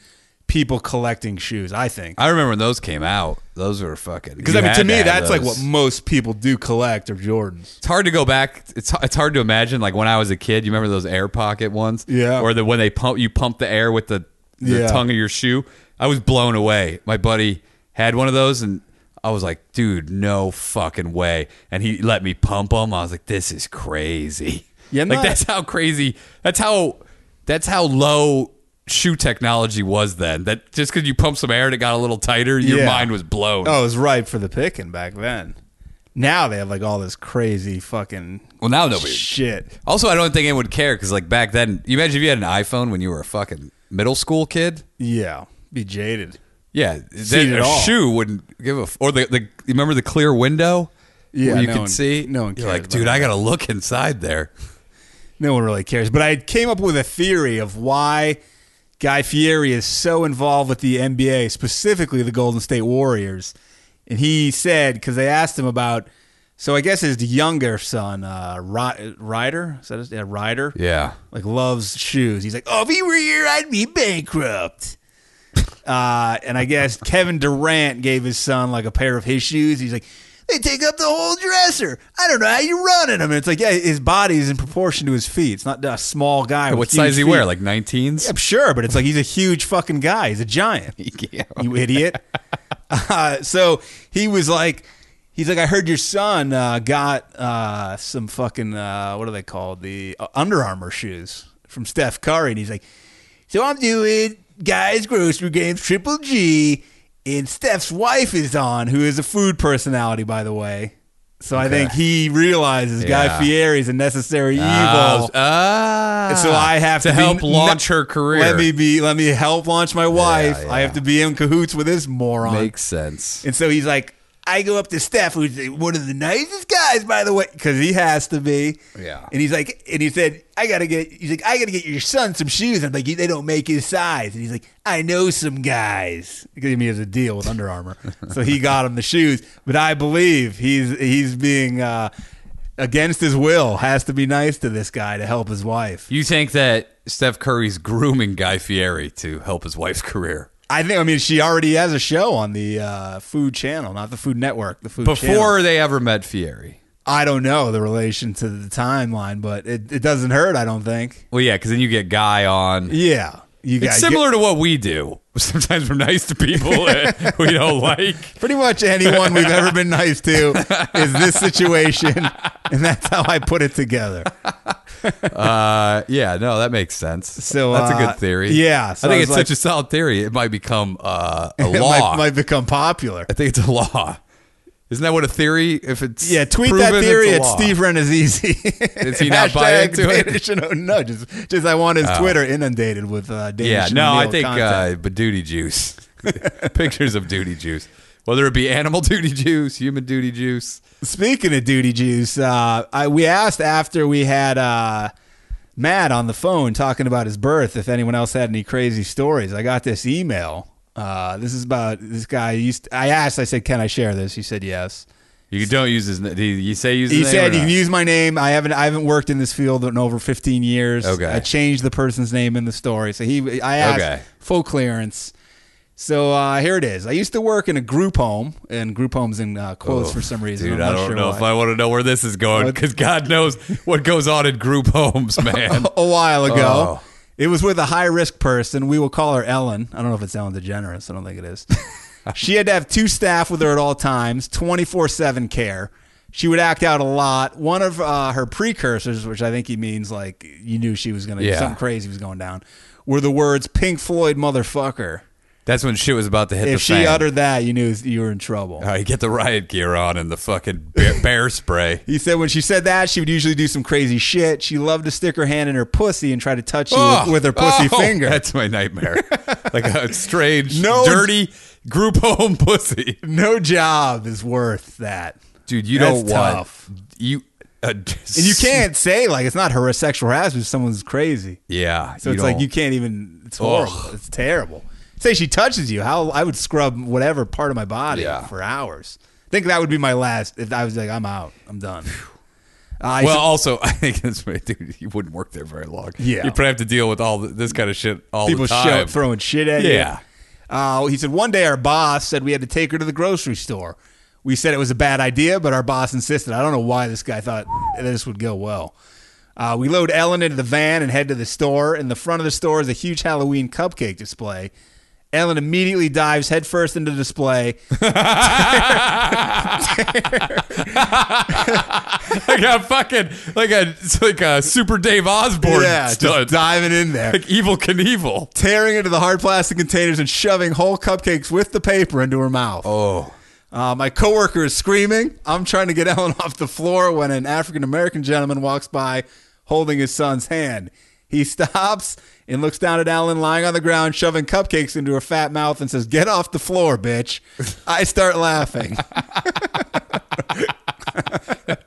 [SPEAKER 3] people collecting shoes. I think
[SPEAKER 4] I remember when those came out. Those were fucking.
[SPEAKER 3] because I mean to me that's like what most people do collect are Jordans.
[SPEAKER 4] It's hard to go back. It's it's hard to imagine. Like when I was a kid, you remember those air pocket ones?
[SPEAKER 3] Yeah.
[SPEAKER 4] Or the when they pump you pump the air with the, the
[SPEAKER 3] Yeah.
[SPEAKER 4] tongue of your shoe. I was blown away. My buddy had one of those, and I was like, dude, no fucking way. And he let me pump them. I was like, this is crazy.
[SPEAKER 3] Yeah,
[SPEAKER 4] like
[SPEAKER 3] not-
[SPEAKER 4] that's how crazy. That's how. That's how low shoe technology was then. That just because you pumped some air and it got a little tighter, your
[SPEAKER 3] Yeah.
[SPEAKER 4] mind was blown.
[SPEAKER 3] Oh, it was ripe for the picking back then. Now they have like all this crazy fucking
[SPEAKER 4] Well, now nobody.
[SPEAKER 3] shit.
[SPEAKER 4] Also, I don't think anyone would care because, like, back then, you imagine if you had an iPhone when you were a fucking middle school kid.
[SPEAKER 3] Yeah, be jaded.
[SPEAKER 4] Yeah,
[SPEAKER 3] Seen
[SPEAKER 4] then
[SPEAKER 3] it
[SPEAKER 4] a
[SPEAKER 3] all.
[SPEAKER 4] shoe wouldn't give a f- or the the you remember the clear window.
[SPEAKER 3] Yeah,
[SPEAKER 4] where you
[SPEAKER 3] no
[SPEAKER 4] could
[SPEAKER 3] one-
[SPEAKER 4] see.
[SPEAKER 3] no one
[SPEAKER 4] You're
[SPEAKER 3] cared
[SPEAKER 4] like,
[SPEAKER 3] about
[SPEAKER 4] dude, I
[SPEAKER 3] that."
[SPEAKER 4] gotta look inside there.
[SPEAKER 3] No one really cares. But I came up with a theory of why Guy Fieri is so involved with the NBA, specifically the Golden State Warriors. And he said, because they asked him about, so I guess his younger son, uh, Ry- Ryder, is that his, yeah, Ryder,
[SPEAKER 4] Yeah,
[SPEAKER 3] like loves shoes. He's like, oh, if he were here, I'd be bankrupt. Uh, and I
[SPEAKER 4] (laughs)
[SPEAKER 3] guess Kevin Durant gave his son like a pair of his shoes. He's like, they take up the whole dresser. I don't know how you run in them. And it's like, yeah, his body is in proportion to his feet. It's not a small guy. with
[SPEAKER 4] what
[SPEAKER 3] huge
[SPEAKER 4] size he wear?
[SPEAKER 3] feet.
[SPEAKER 4] Like 19s.
[SPEAKER 3] I'm sure, but it's like he's a huge fucking guy. He's a giant.
[SPEAKER 4] (laughs)
[SPEAKER 3] You idiot. (laughs) uh, so he was like, he's like, I heard your son uh, got uh, some fucking, uh, what are they called? The uh, Under Armour shoes from Steph Curry. And he's like, so I'm doing guys grocery games, Triple G, and Steph's wife is on, who is a food personality, by the way. So I think he realizes
[SPEAKER 4] Yeah.
[SPEAKER 3] Guy Fieri is a necessary evil.
[SPEAKER 4] Ah, ah.
[SPEAKER 3] And so I have to,
[SPEAKER 4] to
[SPEAKER 3] be-
[SPEAKER 4] help launch her career.
[SPEAKER 3] Let me be. Let me help launch my wife.
[SPEAKER 4] yeah.
[SPEAKER 3] I have to be in cahoots with this moron.
[SPEAKER 4] Makes sense.
[SPEAKER 3] and so he's like, I go up to Steph, who's one of the nicest guys, by the way, because he has to be.
[SPEAKER 4] Yeah.
[SPEAKER 3] And he's like, and he said, I gotta get. He's like, I gotta get your son some shoes. I'm like, they don't make his size. And he's like, I know some guys. Because he has a deal with Under
[SPEAKER 4] (laughs)
[SPEAKER 3] Armour, so he got him the shoes. But I believe he's he's being. Uh, Against his will, has to be nice to this guy to help his wife.
[SPEAKER 4] You think that Steph Curry's grooming Guy Fieri to help his wife's career?
[SPEAKER 3] I think. I mean, she already has a show on the uh, Food Channel, not the Food Network. The Food
[SPEAKER 4] Before
[SPEAKER 3] Channel.
[SPEAKER 4] they ever met Fieri.
[SPEAKER 3] I don't know the relation to the timeline, but it, it doesn't hurt. I don't think.
[SPEAKER 4] Well, yeah, because then you get Guy on.
[SPEAKER 3] Yeah, you
[SPEAKER 4] It's
[SPEAKER 3] got
[SPEAKER 4] similar to what we do. (laughs) Sometimes we're nice to (laughs) people that we don't like.
[SPEAKER 3] Pretty much anyone we've ever been nice
[SPEAKER 4] (laughs)
[SPEAKER 3] to is this situation, and that's how I put it together.
[SPEAKER 4] Uh, yeah, no, that makes sense.
[SPEAKER 3] So,
[SPEAKER 4] that's a
[SPEAKER 3] uh,
[SPEAKER 4] good theory.
[SPEAKER 3] yeah, so
[SPEAKER 4] I
[SPEAKER 3] I
[SPEAKER 4] think
[SPEAKER 3] was
[SPEAKER 4] it's
[SPEAKER 3] like-
[SPEAKER 4] such a solid theory. It might become uh,
[SPEAKER 3] (laughs)
[SPEAKER 4] a
[SPEAKER 3] It
[SPEAKER 4] law.
[SPEAKER 3] might, might become popular.
[SPEAKER 4] I think it's a law. Isn't that what a theory? If it's
[SPEAKER 3] Yeah, tweet
[SPEAKER 4] proven,
[SPEAKER 3] that
[SPEAKER 4] it's
[SPEAKER 3] theory
[SPEAKER 4] a
[SPEAKER 3] at
[SPEAKER 4] law.
[SPEAKER 3] Steve Renazizi.
[SPEAKER 4] Does
[SPEAKER 3] (laughs)
[SPEAKER 4] he not buy
[SPEAKER 3] Hashtag
[SPEAKER 4] into it? Oh.
[SPEAKER 3] David Chanel- No, just just I want his Twitter inundated with uh, David
[SPEAKER 4] Yeah, no,
[SPEAKER 3] Chanel
[SPEAKER 4] I think
[SPEAKER 3] content.
[SPEAKER 4] uh, but duty juice,
[SPEAKER 3] (laughs)
[SPEAKER 4] (laughs) pictures of duty juice, whether it be animal (laughs) duty juice, human duty juice.
[SPEAKER 3] Speaking of duty juice, uh, I, we asked after we had uh, Matt on the phone talking about his birth if anyone else had any crazy stories. I got this email. Uh, this is about this guy. Used I asked. I said, "Can I share this?" He said, "Yes."
[SPEAKER 4] You don't use his. na- do You say use.
[SPEAKER 3] He
[SPEAKER 4] his name or
[SPEAKER 3] said, "You
[SPEAKER 4] not?
[SPEAKER 3] can use my name. I haven't. I haven't worked in this field in over 15 years.
[SPEAKER 4] Okay.
[SPEAKER 3] I changed the person's name in the story. So he, I asked
[SPEAKER 4] Okay.
[SPEAKER 3] full clearance. So uh, here it is. I used to work in a group home, and group homes in uh, quotes
[SPEAKER 4] Oh,
[SPEAKER 3] for some reason.
[SPEAKER 4] Dude,
[SPEAKER 3] I'm
[SPEAKER 4] I
[SPEAKER 3] not
[SPEAKER 4] don't
[SPEAKER 3] sure
[SPEAKER 4] know
[SPEAKER 3] why.
[SPEAKER 4] if I want to know where this is going because God knows what goes on in group homes,
[SPEAKER 3] (laughs)
[SPEAKER 4] man.
[SPEAKER 3] a while ago.
[SPEAKER 4] Oh.
[SPEAKER 3] It was with a high risk person. We will call her Ellen. I don't know if it's Ellen DeGeneres. I don't think it
[SPEAKER 4] (laughs)
[SPEAKER 3] is. she had to have two staff with her at all times, 24 7 care. She would act out a lot. One of uh, her precursors, which I think he means like you knew she was going to,
[SPEAKER 4] Yeah.
[SPEAKER 3] something crazy was going down, were the words Pink Floyd motherfucker.
[SPEAKER 4] That's when shit was about to hit the Uh-huh.
[SPEAKER 3] If she
[SPEAKER 4] fan.
[SPEAKER 3] uttered that, you knew you were in trouble.
[SPEAKER 4] All right, get the riot gear on and the fucking
[SPEAKER 3] (laughs)
[SPEAKER 4] bear, bear spray.
[SPEAKER 3] He said when she said that, she would usually do some crazy shit. She loved to stick her hand in her pussy and try to touch you
[SPEAKER 4] Oh,
[SPEAKER 3] with, with her pussy
[SPEAKER 4] oh,
[SPEAKER 3] finger.
[SPEAKER 4] That's
[SPEAKER 3] (laughs)
[SPEAKER 4] my nightmare. like a strange,
[SPEAKER 3] No-
[SPEAKER 4] dirty group home (laughs) pussy.
[SPEAKER 3] no job is worth that.
[SPEAKER 4] Dude, you
[SPEAKER 3] That's
[SPEAKER 4] don't want
[SPEAKER 3] tough.
[SPEAKER 4] you. Uh,
[SPEAKER 3] And you can't say like it's not her sexual harassment. if Someone's crazy,
[SPEAKER 4] Yeah.
[SPEAKER 3] so it's like
[SPEAKER 4] don't-
[SPEAKER 3] you can't even. It's horrible.
[SPEAKER 4] Ugh.
[SPEAKER 3] It's terrible. Say she touches you, how I would scrub whatever part of my body
[SPEAKER 4] Yeah.
[SPEAKER 3] for hours. I think that would be my last. If I was like, I'm out. I'm done. I
[SPEAKER 4] Well, also, (laughs) I think that's why, dude, you wouldn't work there very long.
[SPEAKER 3] Yeah.
[SPEAKER 4] You'd probably have to deal with all th- this kind of shit all
[SPEAKER 3] people
[SPEAKER 4] the time.
[SPEAKER 3] show up throwing shit at you.
[SPEAKER 4] Yeah.
[SPEAKER 3] Uh, he said one day our boss said we had to take her to the grocery store. We said it was a bad idea, but our boss insisted. I don't know why this guy thought this would go well. Uh, we load Ellen into the van and head to the store. In the front of the store is a huge Halloween cupcake display. Ellen immediately dives headfirst into the display.
[SPEAKER 4] like a fucking like a it's like a Super Dave Osborne
[SPEAKER 3] yeah, just
[SPEAKER 4] stunt.
[SPEAKER 3] diving in there.
[SPEAKER 4] (laughs) like evil Knievel.
[SPEAKER 3] tearing into the hard plastic containers and shoving whole cupcakes with the paper into her mouth.
[SPEAKER 4] Oh.
[SPEAKER 3] Uh, my coworker is screaming. I'm trying to get (laughs) Ellen off the floor when an African American gentleman walks by holding his son's hand. He stops and looks down at Ellen lying on the ground, shoving cupcakes into her fat mouth, and says, Get off the floor, bitch. I start laughing.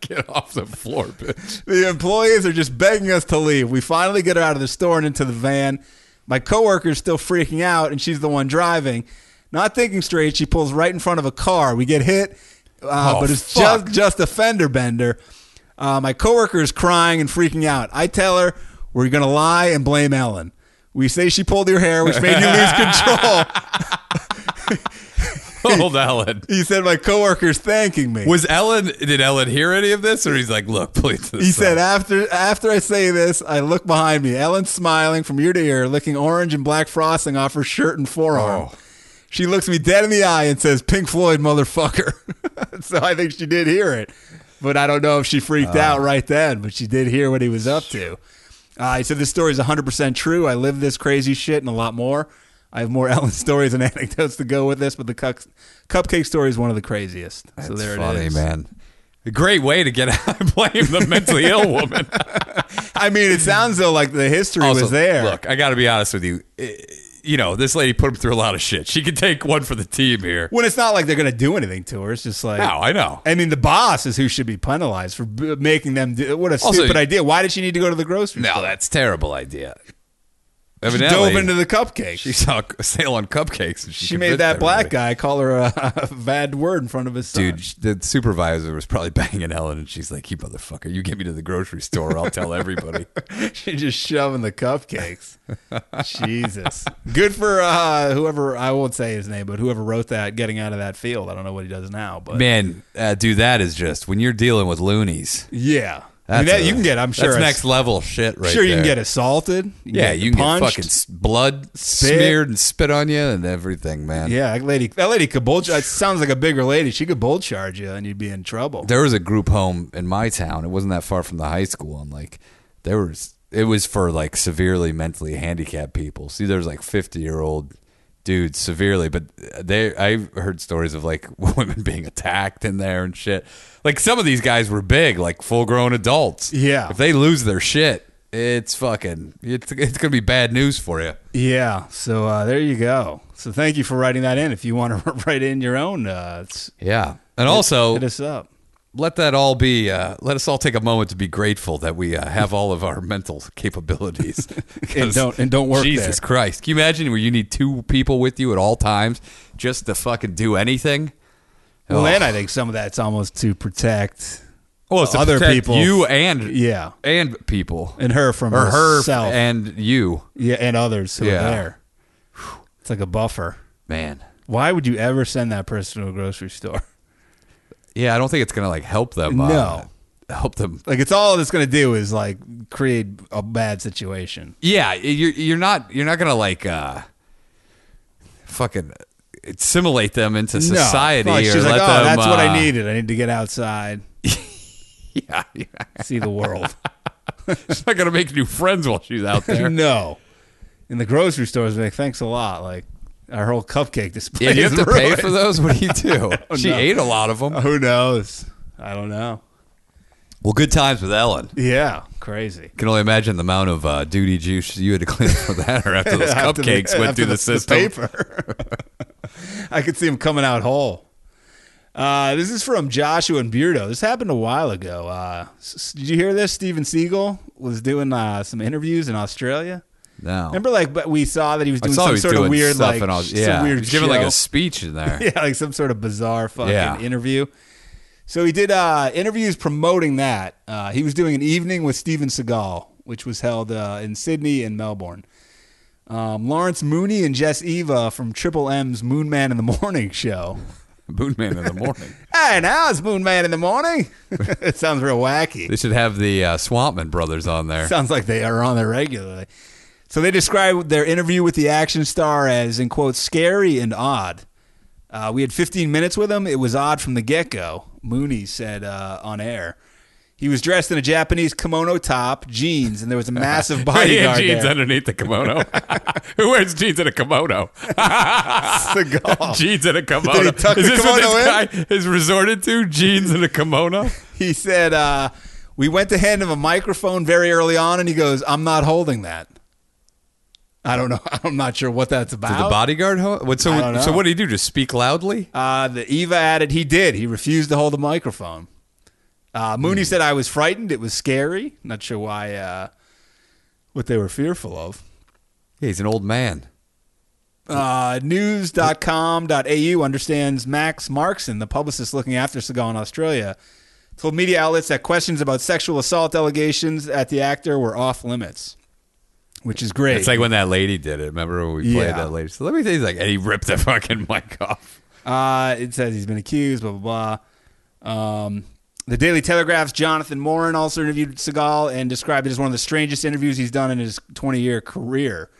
[SPEAKER 4] Get off the floor, bitch.
[SPEAKER 3] The employees are just begging us to leave. We finally get her out of the store and into the van. My coworker is still freaking out, and she's the one driving. Not thinking straight, she pulls right in front of a car. We get hit, uh,
[SPEAKER 4] Oh,
[SPEAKER 3] but it's
[SPEAKER 4] fuck.
[SPEAKER 3] just just a fender bender. Uh, my coworker is crying and freaking out. I tell her we're gonna lie and blame Ellen. We say she pulled your hair, which made you
[SPEAKER 4] (laughs)
[SPEAKER 3] lose control. (laughs)
[SPEAKER 4] Old Ellen.
[SPEAKER 3] He said my coworker's thanking me.
[SPEAKER 4] Was Ellen? Did Ellen hear any of this, or he's like, "Look, please."
[SPEAKER 3] He said, "Ah, "After after I say this, I look behind me. Ellen's smiling from ear to ear, licking orange and black frosting off her shirt and forearm.
[SPEAKER 4] Oh.
[SPEAKER 3] She looks me dead in the eye and says, "Pink Floyd, motherfucker." (laughs) so I think she did hear it, but I don't know if she freaked
[SPEAKER 4] Uh.
[SPEAKER 3] out right then. But she did hear what he was up to. Uh, he said, "This story is 100 percent true. I live this crazy shit and a lot more." I have more (laughs) Ellen stories and anecdotes to go with this, but the cuck- cupcake story is one of the craziest. so there it is.
[SPEAKER 4] man. A great way to get (laughs) out and blame the
[SPEAKER 3] (laughs)
[SPEAKER 4] mentally ill woman.
[SPEAKER 3] I mean, it sounds though like the history
[SPEAKER 4] Also,
[SPEAKER 3] was there.
[SPEAKER 4] Look, I got to be honest with you. Eh, You know, this lady put him through a lot of shit. She could take one for the team here.
[SPEAKER 3] When it's not like they're going to do anything to her, it's just like.
[SPEAKER 4] No, I know.
[SPEAKER 3] I mean, the boss is who should be penalized for b- making them. Do, what a
[SPEAKER 4] Also-
[SPEAKER 3] stupid idea! Why did she need to go to the grocery
[SPEAKER 4] No,
[SPEAKER 3] store?
[SPEAKER 4] that's a terrible idea.
[SPEAKER 3] she
[SPEAKER 4] Evidently,
[SPEAKER 3] dove into the cupcake. She,
[SPEAKER 4] she
[SPEAKER 3] (laughs)
[SPEAKER 4] saw a sale on cupcakes. And she
[SPEAKER 3] made
[SPEAKER 4] convinced
[SPEAKER 3] that black
[SPEAKER 4] everybody.
[SPEAKER 3] guy call her a, (laughs) a bad word in front of his son.
[SPEAKER 4] Dude, sh- the supervisor was probably (laughs) banging Ellen, and she's like, "You motherfucker! You get me to the grocery store, I'll
[SPEAKER 3] (laughs)
[SPEAKER 4] tell everybody."
[SPEAKER 3] (laughs) she just shoving the cupcakes. Jesus, good for uh, whoever I won't say his name, but whoever wrote that, getting out of that field. I don't know what he does now, but
[SPEAKER 4] Man, uh, dude, that is just when you're dealing with loonies.
[SPEAKER 3] yeah, I mean, that you can get, I'm sure,
[SPEAKER 4] That's
[SPEAKER 3] a-
[SPEAKER 4] next level shit right
[SPEAKER 3] sure, you can
[SPEAKER 4] there.
[SPEAKER 3] get assaulted.
[SPEAKER 4] Yeah, you can
[SPEAKER 3] punched.
[SPEAKER 4] get fucking s- blood smeared and spit on you and everything, man.
[SPEAKER 3] Yeah, that lady. That lady could bull. It sounds like a bigger lady. She could bull charge you, and you'd be in trouble.
[SPEAKER 4] There was a group home in my town. It wasn't that far from the high school, and like there was, it was for like severely mentally handicapped people. See, there's like fifty year old dudes severely, but they I heard stories of like (laughs) women being attacked in there and shit. Like some of these guys were big, like full grown adults.
[SPEAKER 3] Yeah.
[SPEAKER 4] if they lose their shit, it's fucking it's it's gonna be bad news for you.
[SPEAKER 3] Yeah. So uh, there you go. So thank you for writing that in. If you want to (laughs) write in your own, uh, it's,
[SPEAKER 4] Yeah, and also
[SPEAKER 3] hit us up.
[SPEAKER 4] let that all be. Uh, let us all take a moment to be grateful that we uh, have all of our mental capabilities.
[SPEAKER 3] (laughs)
[SPEAKER 4] 'Cause
[SPEAKER 3] And don't- and don't work
[SPEAKER 4] Jesus
[SPEAKER 3] there.
[SPEAKER 4] Christ! Can you imagine where you need two people with you at all times just to fucking do anything?
[SPEAKER 3] Well,
[SPEAKER 4] Oh.
[SPEAKER 3] and I think some of that's almost to protect
[SPEAKER 4] Well, it's to
[SPEAKER 3] Other
[SPEAKER 4] protect
[SPEAKER 3] people-
[SPEAKER 4] you and
[SPEAKER 3] Yeah.
[SPEAKER 4] and people
[SPEAKER 3] and her from
[SPEAKER 4] or her
[SPEAKER 3] herself.
[SPEAKER 4] and you,
[SPEAKER 3] yeah, and others who
[SPEAKER 4] Yeah.
[SPEAKER 3] are there. Whew, It's like a buffer.
[SPEAKER 4] man.
[SPEAKER 3] Why would you ever send that person to a grocery store? (laughs)
[SPEAKER 4] Yeah, I don't think it's gonna like help them. uh,
[SPEAKER 3] No.
[SPEAKER 4] help them.
[SPEAKER 3] Like it's all that's going to do is like create a bad situation.
[SPEAKER 4] Yeah, you're you're not you're not gonna like uh, fucking assimilate them into
[SPEAKER 3] No.
[SPEAKER 4] society
[SPEAKER 3] Like,
[SPEAKER 4] or
[SPEAKER 3] she's
[SPEAKER 4] let
[SPEAKER 3] like, oh,
[SPEAKER 4] them,
[SPEAKER 3] that's what
[SPEAKER 4] uh,
[SPEAKER 3] I needed. I need to get outside,
[SPEAKER 4] (laughs) Yeah, yeah.
[SPEAKER 3] see the
[SPEAKER 4] (laughs)
[SPEAKER 3] world.
[SPEAKER 4] she's not gonna make new friends while she's out
[SPEAKER 3] (laughs)
[SPEAKER 4] there.
[SPEAKER 3] no. In the grocery stores, like thanks a lot. Like our whole cupcake display.
[SPEAKER 4] Yeah, you have
[SPEAKER 3] is (laughs)
[SPEAKER 4] to pay
[SPEAKER 3] ruined.
[SPEAKER 4] for those. What do
[SPEAKER 3] (laughs)
[SPEAKER 4] you do? she
[SPEAKER 3] know.
[SPEAKER 4] ate a lot of
[SPEAKER 3] (laughs)
[SPEAKER 4] them.
[SPEAKER 3] Who knows? I don't know.
[SPEAKER 4] Well, good times with Ellen.
[SPEAKER 3] Yeah, crazy.
[SPEAKER 4] Can only imagine the amount of uh, duty juice you had to clean up for that, or
[SPEAKER 3] (laughs)
[SPEAKER 4] after those
[SPEAKER 3] After the-
[SPEAKER 4] cupcakes went
[SPEAKER 3] after
[SPEAKER 4] through the, system.
[SPEAKER 3] paper. (laughs) I could see him coming out whole. Uh, this is from Joshua and Beardo. This happened a while ago. Uh, s- s- did you hear this? Steven Seagal was doing uh, some interviews in Australia.
[SPEAKER 4] No,
[SPEAKER 3] Remember, like, but we saw that he was
[SPEAKER 4] I
[SPEAKER 3] doing
[SPEAKER 4] saw he
[SPEAKER 3] some
[SPEAKER 4] was
[SPEAKER 3] sort
[SPEAKER 4] doing
[SPEAKER 3] of weird,
[SPEAKER 4] stuff
[SPEAKER 3] like,
[SPEAKER 4] and all.
[SPEAKER 3] some
[SPEAKER 4] Yeah,
[SPEAKER 3] weird
[SPEAKER 4] he was giving like
[SPEAKER 3] show?
[SPEAKER 4] a speech in there.
[SPEAKER 3] (laughs) yeah, like some sort of bizarre fucking
[SPEAKER 4] Yeah.
[SPEAKER 3] interview. So he did uh, interviews promoting that. Uh, he was doing an evening with Steven Seagal, which was held uh, in Sydney and Melbourne. Um, Lawrence Mooney and Jess Eva from Triple M's Moon Man in the Morning (laughs) show.
[SPEAKER 4] Moon
[SPEAKER 3] (laughs)
[SPEAKER 4] Man in the morning.
[SPEAKER 3] Hey, now it's Moon Man in the Morning. (laughs) it sounds real wacky.
[SPEAKER 4] They should have the uh, Swampman brothers on
[SPEAKER 3] (laughs)
[SPEAKER 4] there. (laughs)
[SPEAKER 3] Sounds like they are on there regularly. So they described their interview with the action star as, in quotes, scary and odd. Uh, we had 15 minutes with him. It was odd from the get go, Mooney said uh, on air. He was dressed in a Japanese kimono top, jeans, and there was a
[SPEAKER 4] (laughs)
[SPEAKER 3] massive
[SPEAKER 4] He
[SPEAKER 3] bodyguard
[SPEAKER 4] had jeans
[SPEAKER 3] there.
[SPEAKER 4] underneath the
[SPEAKER 3] (laughs)
[SPEAKER 4] kimono. (laughs) Who wears jeans and a kimono?
[SPEAKER 3] (laughs) Seagal.
[SPEAKER 4] (laughs) jeans and a kimono.
[SPEAKER 3] Oh. Did he tuck
[SPEAKER 4] Is
[SPEAKER 3] the
[SPEAKER 4] this what this
[SPEAKER 3] kimono
[SPEAKER 4] guy is resorted to? Jeans and a kimono.
[SPEAKER 3] He said, uh, "We went to hand him a microphone very early on, and he goes, "I'm not holding that." I don't know. (laughs) I'm not sure what that's about.
[SPEAKER 4] The bodyguard? Ho- what, so,
[SPEAKER 3] I don't
[SPEAKER 4] so
[SPEAKER 3] know.
[SPEAKER 4] what do you do? Just speak loudly?
[SPEAKER 3] Uh, the Eva added, he did. He refused to hold the microphone. Uh, Mooney said, I was frightened. It was scary. Not sure why, uh, what they were fearful of.
[SPEAKER 4] Yeah, he's an old man.
[SPEAKER 3] Uh, news.com.au understands Max Markson, the publicist looking after Seagal in Australia, told media outlets that questions about sexual assault allegations at the actor were off limits, which is great.
[SPEAKER 4] It's like when that lady did it. Remember when we played
[SPEAKER 3] Yeah.
[SPEAKER 4] that lady? So let me tell you, like, and he ripped the (laughs) fucking mic off.
[SPEAKER 3] Uh, it says he's been accused, blah, blah, blah. Um, the Daily Telegraph's Jonathan Morin also interviewed Seagal and described it as one of the strangest interviews he's done in his 20 year career.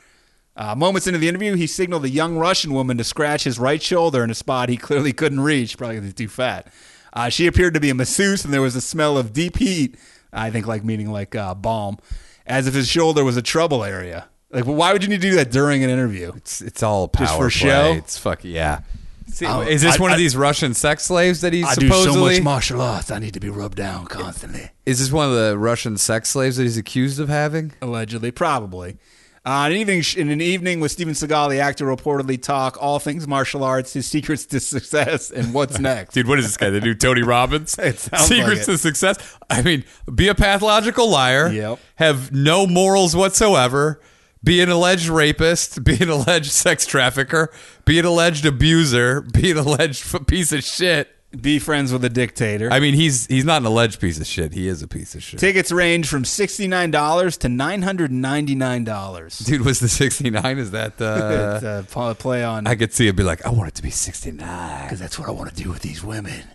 [SPEAKER 3] Uh, moments into the interview, he signaled a young Russian woman to scratch his right shoulder in a spot he clearly couldn't reach, probably because he's too fat. Uh, she appeared to be a masseuse, and there was a smell of deep heat, I think, like meaning like uh, balm, as if his shoulder was a trouble area. Like, why would you need to do that during an interview?
[SPEAKER 4] It's, it's all power
[SPEAKER 3] Just for
[SPEAKER 4] play.
[SPEAKER 3] show?
[SPEAKER 4] It's fuck yeah. See,
[SPEAKER 3] Oh,
[SPEAKER 4] is this
[SPEAKER 3] I-
[SPEAKER 4] one
[SPEAKER 3] I-
[SPEAKER 4] of these Russian sex slaves that he's
[SPEAKER 3] I do so
[SPEAKER 4] supposedly?
[SPEAKER 3] much martial arts, I need to be rubbed down constantly.
[SPEAKER 4] is this one of the Russian sex slaves that he's accused of having?
[SPEAKER 3] allegedly, probably. Uh, an evening sh- in an evening with Steven Seagal, the actor reportedly talk all things martial arts, his secrets to success, and (laughs) what's next.
[SPEAKER 4] Dude, what is this guy? The new Tony Robbins?
[SPEAKER 3] (laughs) It sounds like
[SPEAKER 4] Secrets
[SPEAKER 3] it.
[SPEAKER 4] to success. I mean, be a pathological liar.
[SPEAKER 3] Yep.
[SPEAKER 4] Have no morals whatsoever. Be an alleged rapist. Be an alleged sex trafficker. Be an alleged abuser. Be an alleged f- piece of shit.
[SPEAKER 3] Be friends with a dictator.
[SPEAKER 4] I mean, he's he's not an alleged piece of shit. He is a piece of shit.
[SPEAKER 3] Tickets range from sixty nine dollars to nine hundred ninety nine dollars.
[SPEAKER 4] Dude, was the sixty nine? Is that? Uh,
[SPEAKER 3] (laughs) it's a pl- play on
[SPEAKER 4] I could see it be like, I want it to be sixty nine.
[SPEAKER 3] because that's what I want to do with these women.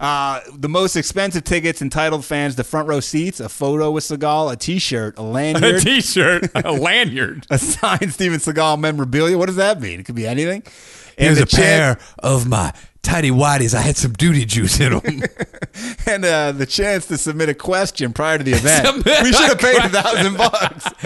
[SPEAKER 3] Uh, the most expensive tickets entitled fans the front row seats, a photo with Seagal, a T-shirt, (laughs) a
[SPEAKER 4] a (laughs)
[SPEAKER 3] lanyard,
[SPEAKER 4] T-shirt,
[SPEAKER 3] (laughs)
[SPEAKER 4] a lanyard.
[SPEAKER 3] a signed Steven Seagal memorabilia. What does that mean? It could be anything.
[SPEAKER 4] Here's
[SPEAKER 3] the
[SPEAKER 4] a pair of my tidy whities. I had some duty juice in them. (laughs)
[SPEAKER 3] chance, (laughs) and uh, the chance to submit a question prior
[SPEAKER 4] (laughs)
[SPEAKER 3] to the event.
[SPEAKER 4] Submit
[SPEAKER 3] we should have
[SPEAKER 4] a
[SPEAKER 3] paid a
[SPEAKER 4] question.
[SPEAKER 3] thousand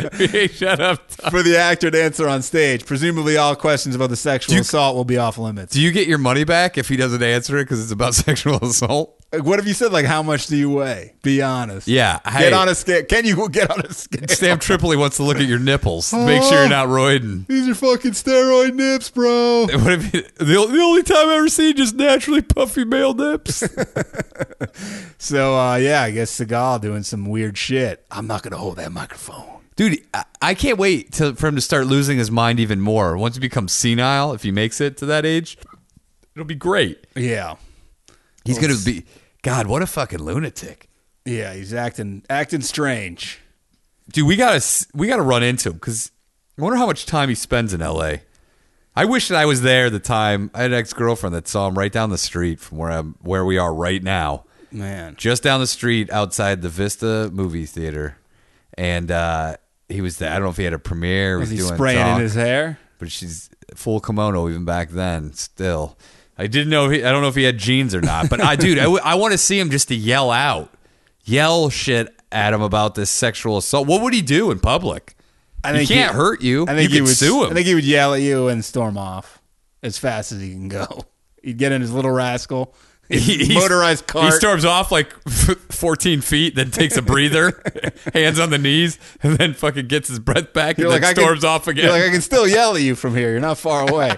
[SPEAKER 4] (laughs)
[SPEAKER 3] bucks.
[SPEAKER 4] hey, shut up.
[SPEAKER 3] for the actor to answer on stage. Presumably, all questions about the sexual assault will be off limits.
[SPEAKER 4] Do you get your money back if he doesn't answer it because it's about (laughs) sexual assault?
[SPEAKER 3] Like, what have you said? Like, how much do you weigh? Be honest.
[SPEAKER 4] Yeah, hey.
[SPEAKER 3] Get on a scale. Can you (laughs) get on a scale?
[SPEAKER 4] (laughs) Stamp Tripoli wants to look at your nipples, make sure you're not roiding.
[SPEAKER 3] (laughs) These are fucking steroid nips, bro.
[SPEAKER 4] (laughs) What if he- the, the only time I ever seen just naturally puffy male nips?
[SPEAKER 3] So, uh, yeah, I guess Seagal doing some weird shit. I'm not going to hold that microphone.
[SPEAKER 4] (laughs) Dude, I, I can't wait to, for him to start losing his mind even more. Once he becomes senile, if he makes it to that age, it'll be great.
[SPEAKER 3] Yeah.
[SPEAKER 4] He's going to be, God, what a fucking lunatic.
[SPEAKER 3] Yeah, he's acting acting strange.
[SPEAKER 4] Dude, we got to we gotta run into him because I wonder how much time he spends in L.A. I wish that I was there the time I had an ex girlfriend that saw him right down the street from where, I'm, where we are right now.
[SPEAKER 3] Man.
[SPEAKER 4] just down the street outside the Vista movie theater, and uh, he was there. I don't know if he had a premiere.
[SPEAKER 3] Was
[SPEAKER 4] Was,
[SPEAKER 3] he
[SPEAKER 4] doing
[SPEAKER 3] spraying
[SPEAKER 4] talk,
[SPEAKER 3] in his hair?
[SPEAKER 4] but she's full kimono even back then. Still, I didn't know. If he, I don't know if he had jeans or not. (laughs) But I, dude, I, w- I want to see him just to yell out, yell shit at him about this sexual assault. What would he do in public?
[SPEAKER 3] I
[SPEAKER 4] he can't
[SPEAKER 3] he-
[SPEAKER 4] hurt you.
[SPEAKER 3] I think
[SPEAKER 4] you
[SPEAKER 3] he
[SPEAKER 4] could
[SPEAKER 3] would
[SPEAKER 4] sue him.
[SPEAKER 3] I think he would yell at you and storm off as fast as he can go. (laughs) He'd get in his little rascal, his
[SPEAKER 4] (laughs) He- he-
[SPEAKER 3] motorized cart.
[SPEAKER 4] He storms off like 14 feet, then takes a (laughs) breather, hands on the knees, and then fucking gets his breath back and then
[SPEAKER 3] can-
[SPEAKER 4] storms off again.
[SPEAKER 3] You're like, I can still yell at you from here. You're not far
[SPEAKER 4] (laughs)
[SPEAKER 3] away.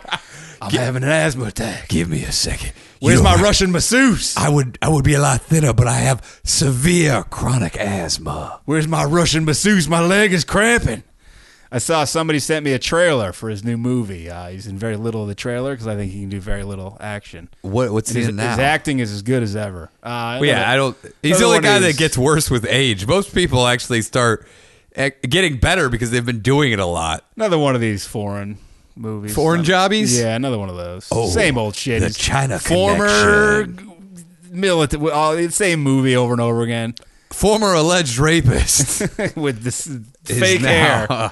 [SPEAKER 3] I'm having an asthma attack.
[SPEAKER 4] Give me a second.
[SPEAKER 3] Where's
[SPEAKER 4] You
[SPEAKER 3] my
[SPEAKER 4] are-
[SPEAKER 3] Russian masseuse?
[SPEAKER 4] I would I would be a lot thinner, but I have severe chronic asthma.
[SPEAKER 3] Where's my Russian masseuse? My leg is cramping. I saw somebody sent me a trailer for his new movie. Uh, he's in very little of the trailer because I think he can do very little action.
[SPEAKER 4] What what's
[SPEAKER 3] And
[SPEAKER 4] he
[SPEAKER 3] his,
[SPEAKER 4] in now?
[SPEAKER 3] his acting is as good as ever. Uh,
[SPEAKER 4] Well, yeah, I don't. He's
[SPEAKER 3] Another
[SPEAKER 4] the only
[SPEAKER 3] one
[SPEAKER 4] guy
[SPEAKER 3] is-
[SPEAKER 4] that gets worse with age. Most people actually start eh, getting better because they've been doing it a lot.
[SPEAKER 3] Another one of these foreign movies.
[SPEAKER 4] Foreign jobbies? Oh,
[SPEAKER 3] Yeah, another one of those. Same old shit.
[SPEAKER 4] the
[SPEAKER 3] It's
[SPEAKER 4] China
[SPEAKER 3] former militant. All, it's same movie over and over again (laughs)
[SPEAKER 4] Former alleged rapist.
[SPEAKER 3] with this
[SPEAKER 4] is
[SPEAKER 3] (laughs) fake
[SPEAKER 4] (laughs) now-
[SPEAKER 3] hair.